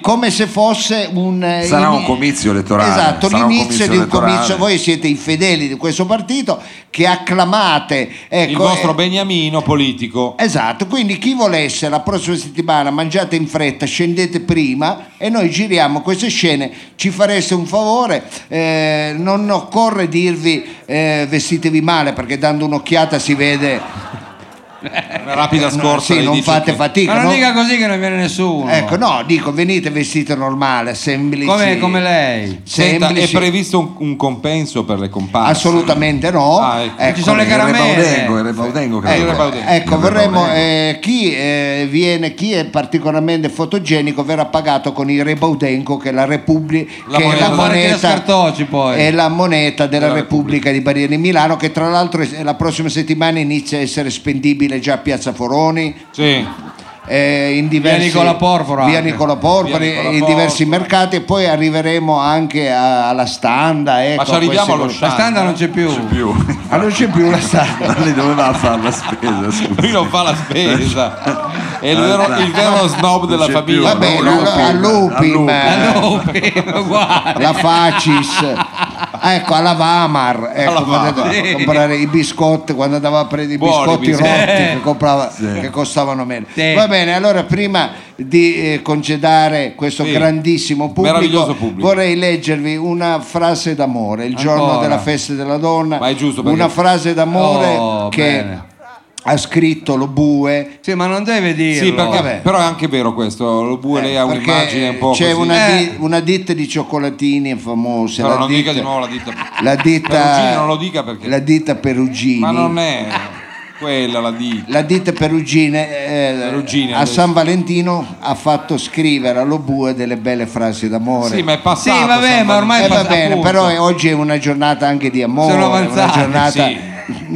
Speaker 2: come se fosse un... eh,
Speaker 1: Sarà
Speaker 2: in-
Speaker 1: un comizio elettorale.
Speaker 2: Esatto,
Speaker 1: sarà un
Speaker 2: l'inizio di un
Speaker 1: elettorale.
Speaker 2: comizio, voi siete i fedeli di questo partito che acclamate. Ecco,
Speaker 3: il vostro
Speaker 2: eh,
Speaker 3: beniamino politico.
Speaker 2: Esatto, quindi chi volesse la prossima settimana mangiate in fretta, scendete prima e noi giriamo queste scene, ci fareste un favore, eh, non occorre dirvi eh, vestitevi male perché dando un'occhiata si vede
Speaker 3: Una rapida scorsa
Speaker 2: sì,
Speaker 3: di
Speaker 2: non
Speaker 3: dieci
Speaker 2: fate
Speaker 3: minuti.
Speaker 2: fatica.
Speaker 3: Ma non
Speaker 2: no?
Speaker 3: dica
Speaker 4: così che non viene nessuno.
Speaker 2: Ecco, no, dico, venite vestito normale, semplici.
Speaker 4: Come- come lei.
Speaker 3: Senta, è
Speaker 2: Semplici.
Speaker 3: previsto un, un compenso per le comparse?
Speaker 2: Assolutamente no.
Speaker 3: Ah, ecco. Ci sono le
Speaker 2: Ecco,
Speaker 3: caramelle.
Speaker 2: Rebaudengo,
Speaker 1: Rebaudengo,
Speaker 2: Ecco,
Speaker 3: Rebaudengo.
Speaker 2: ecco, vorremmo eh, chi eh, viene, chi è particolarmente fotogenico verrà pagato con il Rebaudengo che è la, Repubblica
Speaker 4: La
Speaker 2: che è
Speaker 4: moneta. Fare
Speaker 2: la
Speaker 4: che la
Speaker 2: moneta
Speaker 4: scartocci poi.
Speaker 2: è la moneta della
Speaker 4: Della
Speaker 2: Repubblica di Baria di Milano che tra l'altro es- la prossima settimana inizia a essere spendibile già a Piazza Foroni.
Speaker 3: Sì.
Speaker 2: eh, in diversi,
Speaker 4: Via Nicola Porpora
Speaker 2: Via
Speaker 4: anche.
Speaker 2: Nicola Porpora,
Speaker 4: Via Nicola
Speaker 2: in diversi mercati e poi arriveremo anche a- alla standa ecco,
Speaker 4: Ma ci
Speaker 2: a
Speaker 4: arriviamo
Speaker 2: queste
Speaker 4: allo
Speaker 2: cose.
Speaker 4: stand? La stand non c'è più.
Speaker 1: [LAUGHS]
Speaker 2: Ah, non c'è più la stanza.
Speaker 13: Ma lei doveva fare la spesa, scusa.
Speaker 3: Lui non fa la spesa. È il vero,
Speaker 1: Eh,
Speaker 3: il vero snob della famiglia.
Speaker 2: Va bene, allora, all'Upim,
Speaker 4: [LAUGHS]
Speaker 2: la Facis.
Speaker 3: [LAUGHS]
Speaker 2: Ah, Ecco, alla Vamar, ecco,
Speaker 3: Alla Vamar.
Speaker 2: quando andava a
Speaker 3: Sì. [LAUGHS]
Speaker 2: comprare i biscotti, quando andava a prendere i
Speaker 3: Buoni
Speaker 2: biscotti rotti
Speaker 3: biscotti.
Speaker 1: Eh.
Speaker 2: che, comprava-
Speaker 3: Sì.
Speaker 2: che costavano meno. Va bene, allora prima di eh, concedere questo
Speaker 3: Sì.
Speaker 2: grandissimo pubblico,
Speaker 3: Meraviglioso pubblico.
Speaker 2: vorrei leggervi una frase d'amore, il giorno
Speaker 3: Ancora.
Speaker 2: della festa della donna,
Speaker 3: Ma è giusto perché-
Speaker 2: una frase d'amore
Speaker 3: Oh,
Speaker 2: che...
Speaker 3: bene.
Speaker 2: Ha scritto lo bue.
Speaker 4: Sì, ma non deve dirlo.
Speaker 3: Sì, perché-
Speaker 2: Vabbè.
Speaker 3: però è anche vero questo. Lo bue lei ha
Speaker 2: Eh, Perché
Speaker 3: un'immagine un po' così.
Speaker 2: c'è
Speaker 3: Eh,
Speaker 2: Una, di- una ditta di cioccolatini famosa
Speaker 3: Però
Speaker 2: la
Speaker 3: non
Speaker 2: ditta,
Speaker 3: dica di nuovo la ditta.
Speaker 2: la ditta-
Speaker 3: Perugini non lo dica perché.
Speaker 2: la ditta Perugini
Speaker 3: Ma non è quella la ditta.
Speaker 2: la ditta Perugine [LAUGHS] eh,
Speaker 3: Perugini,
Speaker 2: a
Speaker 3: adesso.
Speaker 2: San Valentino ha fatto scrivere allo bue delle belle frasi d'amore
Speaker 3: Sì, ma è passato.
Speaker 4: Sì, vabbè,
Speaker 3: San
Speaker 4: ma ormai
Speaker 2: Eh,
Speaker 4: è
Speaker 2: va
Speaker 4: passato,
Speaker 2: bene,
Speaker 4: appunto.
Speaker 2: però è- oggi è una giornata anche di amore,
Speaker 4: Sono
Speaker 2: una
Speaker 4: avanzati,
Speaker 2: giornata
Speaker 4: sì.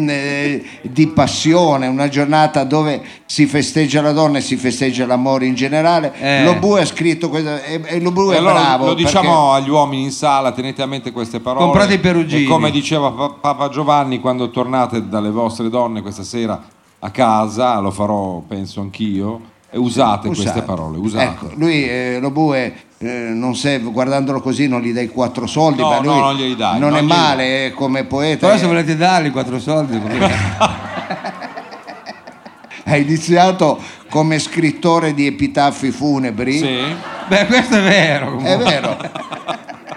Speaker 2: eh, di passione, una giornata dove si festeggia la donna e si festeggia l'amore in generale.
Speaker 3: Eh.
Speaker 2: Lo bue ha scritto questo e, e lo
Speaker 3: E
Speaker 2: bue è
Speaker 3: Eh, allora
Speaker 2: bravo.
Speaker 3: lo
Speaker 2: perché-
Speaker 3: diciamo agli uomini in sala, tenete a mente queste parole.
Speaker 4: Comprate i perugini.
Speaker 3: E come diceva Pa- Papa Giovanni, quando tornate dalle vostre donne questa sera a casa, lo farò penso anch'io, e usate,
Speaker 2: Usate.
Speaker 3: queste parole, usate.
Speaker 2: Ecco, lui eh, lo bue eh, non sei, guardandolo così non gli dai quattro soldi,
Speaker 3: No,
Speaker 2: ma
Speaker 3: no,
Speaker 2: lui
Speaker 3: non glieli dai,
Speaker 2: non
Speaker 3: non
Speaker 2: è
Speaker 3: glieli-
Speaker 2: male eh, come poeta.
Speaker 4: Però
Speaker 2: eh,
Speaker 4: se volete dargli quattro soldi.
Speaker 2: [LAUGHS] Ha iniziato come scrittore di epitaffi funebri.
Speaker 4: Beh, questo è vero.
Speaker 2: È
Speaker 4: comunque.
Speaker 2: vero.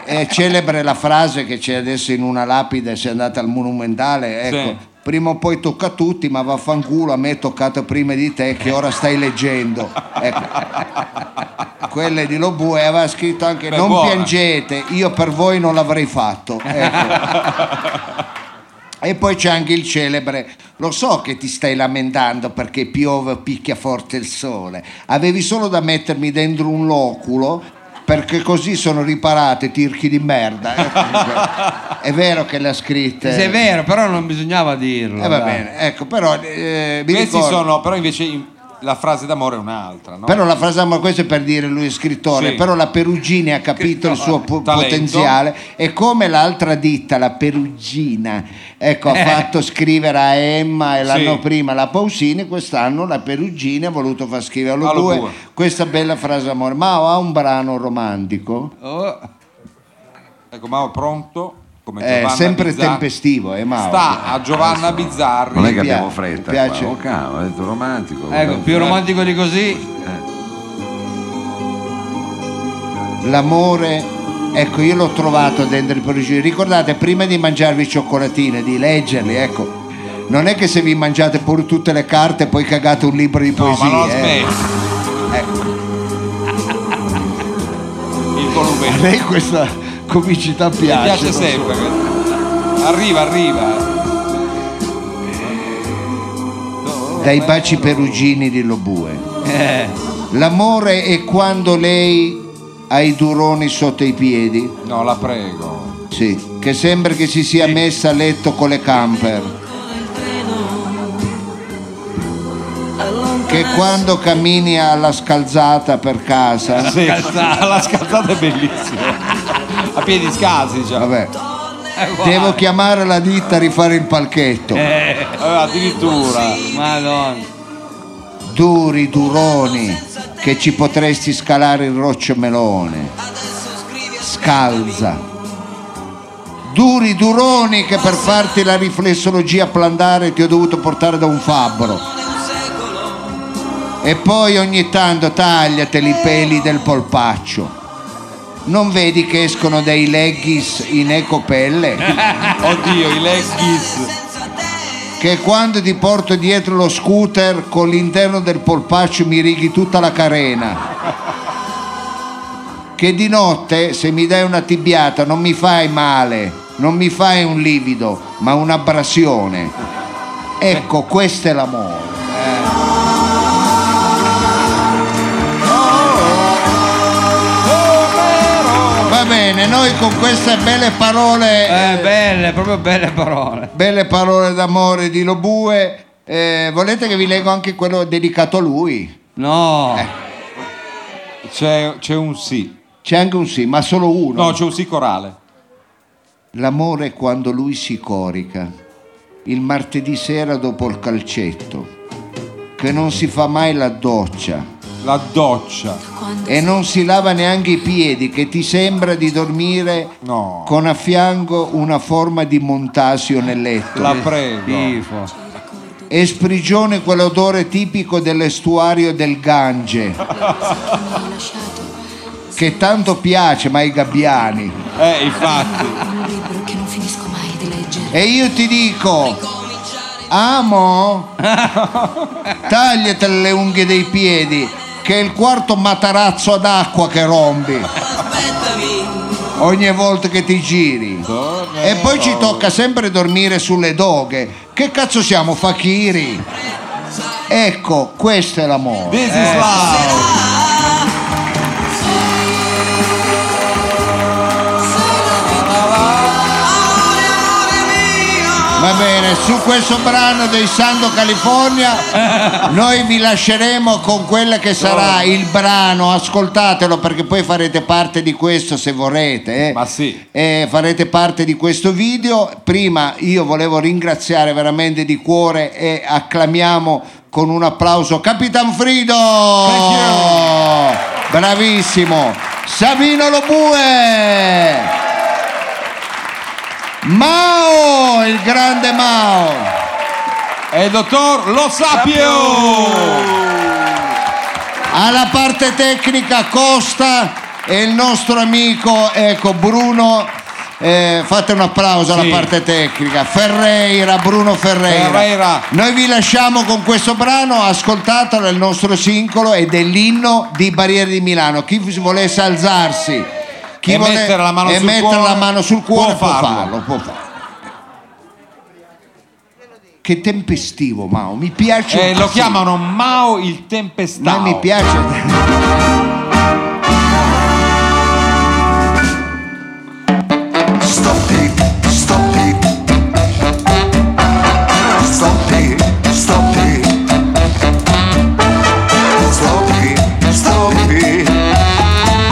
Speaker 2: È celebre la frase che c'è adesso in una lapide, se andate al monumentale, ecco.
Speaker 3: Sì.
Speaker 2: Prima o poi tocca a tutti, ma vaffanculo, a me è toccato prima di te che ora stai leggendo. Ecco. Quelle di Lobue aveva scritto anche
Speaker 3: Beh,
Speaker 2: non
Speaker 3: buona."
Speaker 2: piangete, io per voi non l'avrei fatto. Ecco. E poi c'è anche il celebre, lo so che ti stai lamentando perché piove o picchia forte il sole, avevi solo da mettermi dentro un loculo perché così sono riparate tirchi di merda. È vero che l'ha scritta.
Speaker 4: Se è vero, però non bisognava dirlo.
Speaker 2: Eh, va
Speaker 4: dai.
Speaker 2: bene, ecco, però eh, mi
Speaker 3: Questi
Speaker 2: ricordo-
Speaker 3: sono, però invece in- la frase d'amore è un'altra, no?
Speaker 2: Però la frase d'amore, questo è per dire lui è scrittore,
Speaker 3: Sì. eh,
Speaker 2: però la Perugini ha capito il suo po-
Speaker 3: Talento.
Speaker 2: potenziale e come l'altra ditta, la Perugina, ecco, ha
Speaker 4: Eh.
Speaker 2: fatto scrivere a Emma e
Speaker 4: Sì.
Speaker 2: l'anno prima la Pausini, quest'anno la Perugini ha voluto far scrivere allo
Speaker 4: Allo
Speaker 2: due
Speaker 4: due.
Speaker 2: questa bella frase d'amore. Ma ha un brano romantico?
Speaker 4: Oh,
Speaker 3: Ecco, Mao pronto, come
Speaker 2: Eh,
Speaker 3: Giovanna
Speaker 2: sempre
Speaker 3: Bizzarri.
Speaker 2: tempestivo, eh, Mao.
Speaker 3: Sta a Giovanna Bizzarri.
Speaker 13: Non è che
Speaker 2: Mi
Speaker 13: abbiamo
Speaker 2: piace,
Speaker 13: fretta
Speaker 2: mi piace.
Speaker 13: qua. Oh, cavolo, ha detto romantico.
Speaker 4: ecco, più romantico di
Speaker 2: Eh.
Speaker 4: così.
Speaker 2: L'amore, ecco, io l'ho trovato dentro i perugini. Ricordate, prima di mangiarvi i cioccolatini, di leggerli, ecco. Non è che se vi mangiate pure tutte le carte e poi cagate un libro di
Speaker 3: No,
Speaker 2: poesie.
Speaker 3: ma non
Speaker 2: eh.
Speaker 3: smetti.
Speaker 2: Ecco.
Speaker 3: Il volume.
Speaker 2: A lei questa comicità
Speaker 3: Mi
Speaker 2: piace.
Speaker 3: piace,
Speaker 2: non so.
Speaker 3: sempre. Arriva, arriva.
Speaker 2: Dai baci perugini di Lobue.
Speaker 4: Eh.
Speaker 2: L'amore è quando lei ha i duroni sotto i piedi.
Speaker 3: No, la prego.
Speaker 2: Sì. Che sembra che si sia messa a letto con le camper. Che quando cammini alla scalzata per casa.
Speaker 3: Sì, [LAUGHS] la scazzata è bellissima. A piedi scalzi, diciamo.
Speaker 2: Vabbè. Devo chiamare la ditta a rifare il palchetto.
Speaker 3: Eh, addirittura.
Speaker 4: Madonna.
Speaker 2: Duri duroni che ci potresti scalare il rocciamelone. Scalza. Duri duroni che per farti la riflessologia plandare ti ho dovuto portare da un fabbro. E poi ogni tanto tagliateli i peli del polpaccio. Non vedi che escono dei leggis in ecopelle?
Speaker 3: Oddio, i leggis.
Speaker 2: che quando ti porto dietro lo scooter con l'interno del polpaccio mi righi tutta la carena. Che di notte se mi dai una tibiata non mi fai male, non mi fai un livido, ma un'abrasione. Ecco, questo è l'amore. Va bene, noi con queste belle parole...
Speaker 4: Eh, belle, proprio belle parole.
Speaker 2: Belle parole d'amore di Lobue. Eh, volete che vi leggo anche quello dedicato a lui?
Speaker 4: No.
Speaker 3: C'è, c'è un sì.
Speaker 2: C'è anche un sì, ma solo uno.
Speaker 3: No, c'è un sì corale.
Speaker 2: L'amore è quando lui si corica, il martedì sera dopo il calcetto, che non si fa mai la doccia.
Speaker 3: La doccia.
Speaker 2: E non si lava neanche i piedi, che ti sembra di dormire con a fianco una forma di montasio nel letto.
Speaker 3: La prego.
Speaker 2: E sprigione quell'odore tipico dell'estuario del Gange, che tanto piace ai gabbiani.
Speaker 3: Eh, infatti.
Speaker 16: Un libro che non finisco mai di leggere.
Speaker 2: E io ti dico,
Speaker 5: [LAUGHS]
Speaker 2: amo, tagliate le unghie dei piedi, che è il quarto matarazzo d'acqua che rompi ogni volta che ti giri. E poi ci tocca sempre dormire sulle doghe. Che cazzo siamo, fakiri? Ecco, questo è l'amore. Eh.
Speaker 5: This is love.
Speaker 2: Va bene, su questo brano dei Sando California noi vi lasceremo con quella che sarà il brano, ascoltatelo perché poi farete parte di questo se vorrete. Ma
Speaker 3: sì.
Speaker 2: farete parte di questo video. Prima io volevo ringraziare veramente di cuore e acclamiamo con un applauso Capitan Frido! Bravissimo! Savino Lobue! Mao, il grande Mao.
Speaker 3: E il dottor Lo Sapio.
Speaker 2: Alla parte tecnica Costa e il nostro amico, ecco, Bruno. eh, fate un applauso alla
Speaker 3: Sì.
Speaker 2: parte tecnica. Ferreira, Bruno Ferreira.
Speaker 3: Ferreira.
Speaker 2: Noi vi lasciamo con questo brano, ascoltatelo, è il nostro singolo ed è l'inno di Barriere di Milano. Chi volesse alzarsi, chi
Speaker 3: E
Speaker 2: vole-
Speaker 3: mettere la mano
Speaker 2: e
Speaker 3: sul
Speaker 2: mettere
Speaker 3: cuore,
Speaker 2: la mano sul cuore
Speaker 3: può
Speaker 2: può
Speaker 3: farlo.
Speaker 2: farlo, può farlo. Che tempestivo, Mao, mi piace.
Speaker 3: Eh,
Speaker 2: un
Speaker 3: lo
Speaker 2: casino.
Speaker 3: chiamano Mao il Tempestao. Eh.
Speaker 2: Ma mi piace.
Speaker 5: Stop it, stop it. Stop it, stop it. Stop it, stop it.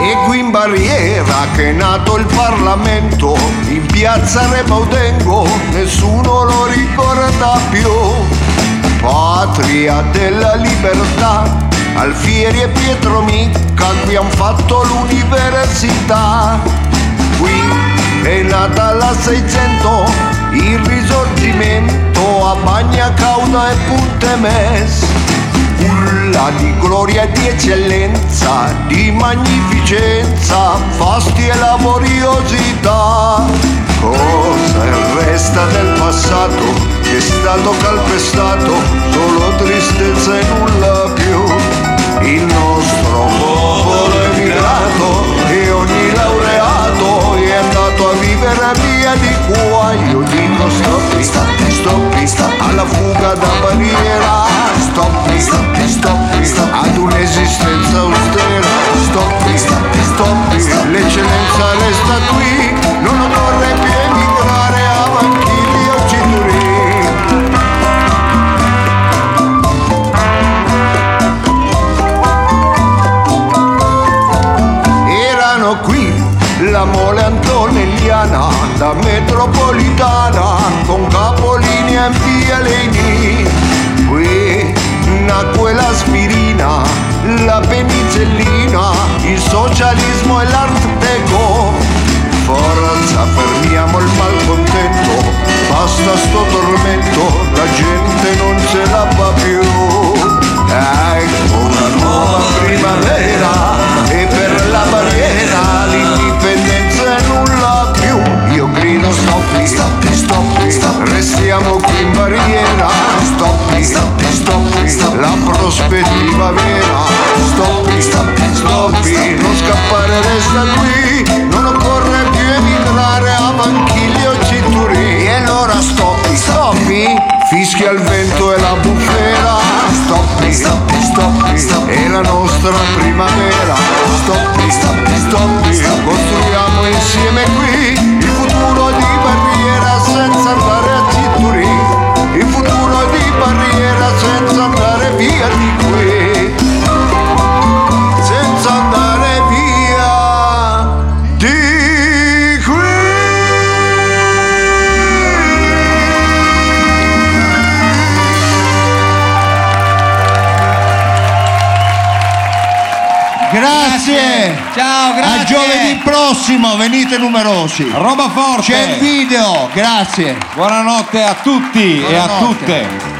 Speaker 14: E qui in barriera che è nato il Parlamento, in piazza Repaudengo nessuno lo ricorda più. Patria della libertà, Alfieri e Pietro Micca qui hanno fatto l'università. Qui è nata la 600, il risorgimento a Bagna Cauda e Puntemes. Culla di gloria e di eccellenza, di magnificenza, fasti e laboriosità. Cosa resta del passato che è stato calpestato, solo tristezza e nulla più. Il nostro popolo è migrato e ogni laureato è andato a vivere via di qua. Io dico stop, stop, stop, stop alla fuga da barriera. Stop, stop, stop, stop ad un'esistenza austera. Stop, stop, stop, l'eccellenza resta qui. Non occorre più emigrare a Vanchili o Cituri. Erano qui la mole antonelliana, la metropolitana, con capolinea in via Leni. Qui nacque l'aspirina, la penicellina, il socialismo e l'art deco. Forza, fermiamo il malcontento, basta sto tormento, la gente non se la fa più. Ecco una nuova primavera e per la barriera l'indipendenza è nulla più. prospettiva vera. Stoppi, stoppi, stoppi, non scappare, resta qui. Non occorre più emigrare a Banchiglia o Cinturì. E allora stoppi, stoppi, fischia il vento e la bufera. Stoppi, stoppi, stoppi, è la nostra primavera. Stoppi, stoppi, stoppi, costruiamo insieme qui il futuro di barriera senza andare a Cinturì. Il futuro di barriera senza andare via di qui. Senza andare via di qui.
Speaker 2: Grazie.
Speaker 4: Ciao,
Speaker 2: grazie. A giovedì prossimo, venite numerosi.
Speaker 3: Roba forte.
Speaker 2: C'è il video, grazie.
Speaker 3: Buonanotte a tutti e a
Speaker 2: Buonanotte.
Speaker 3: tutte.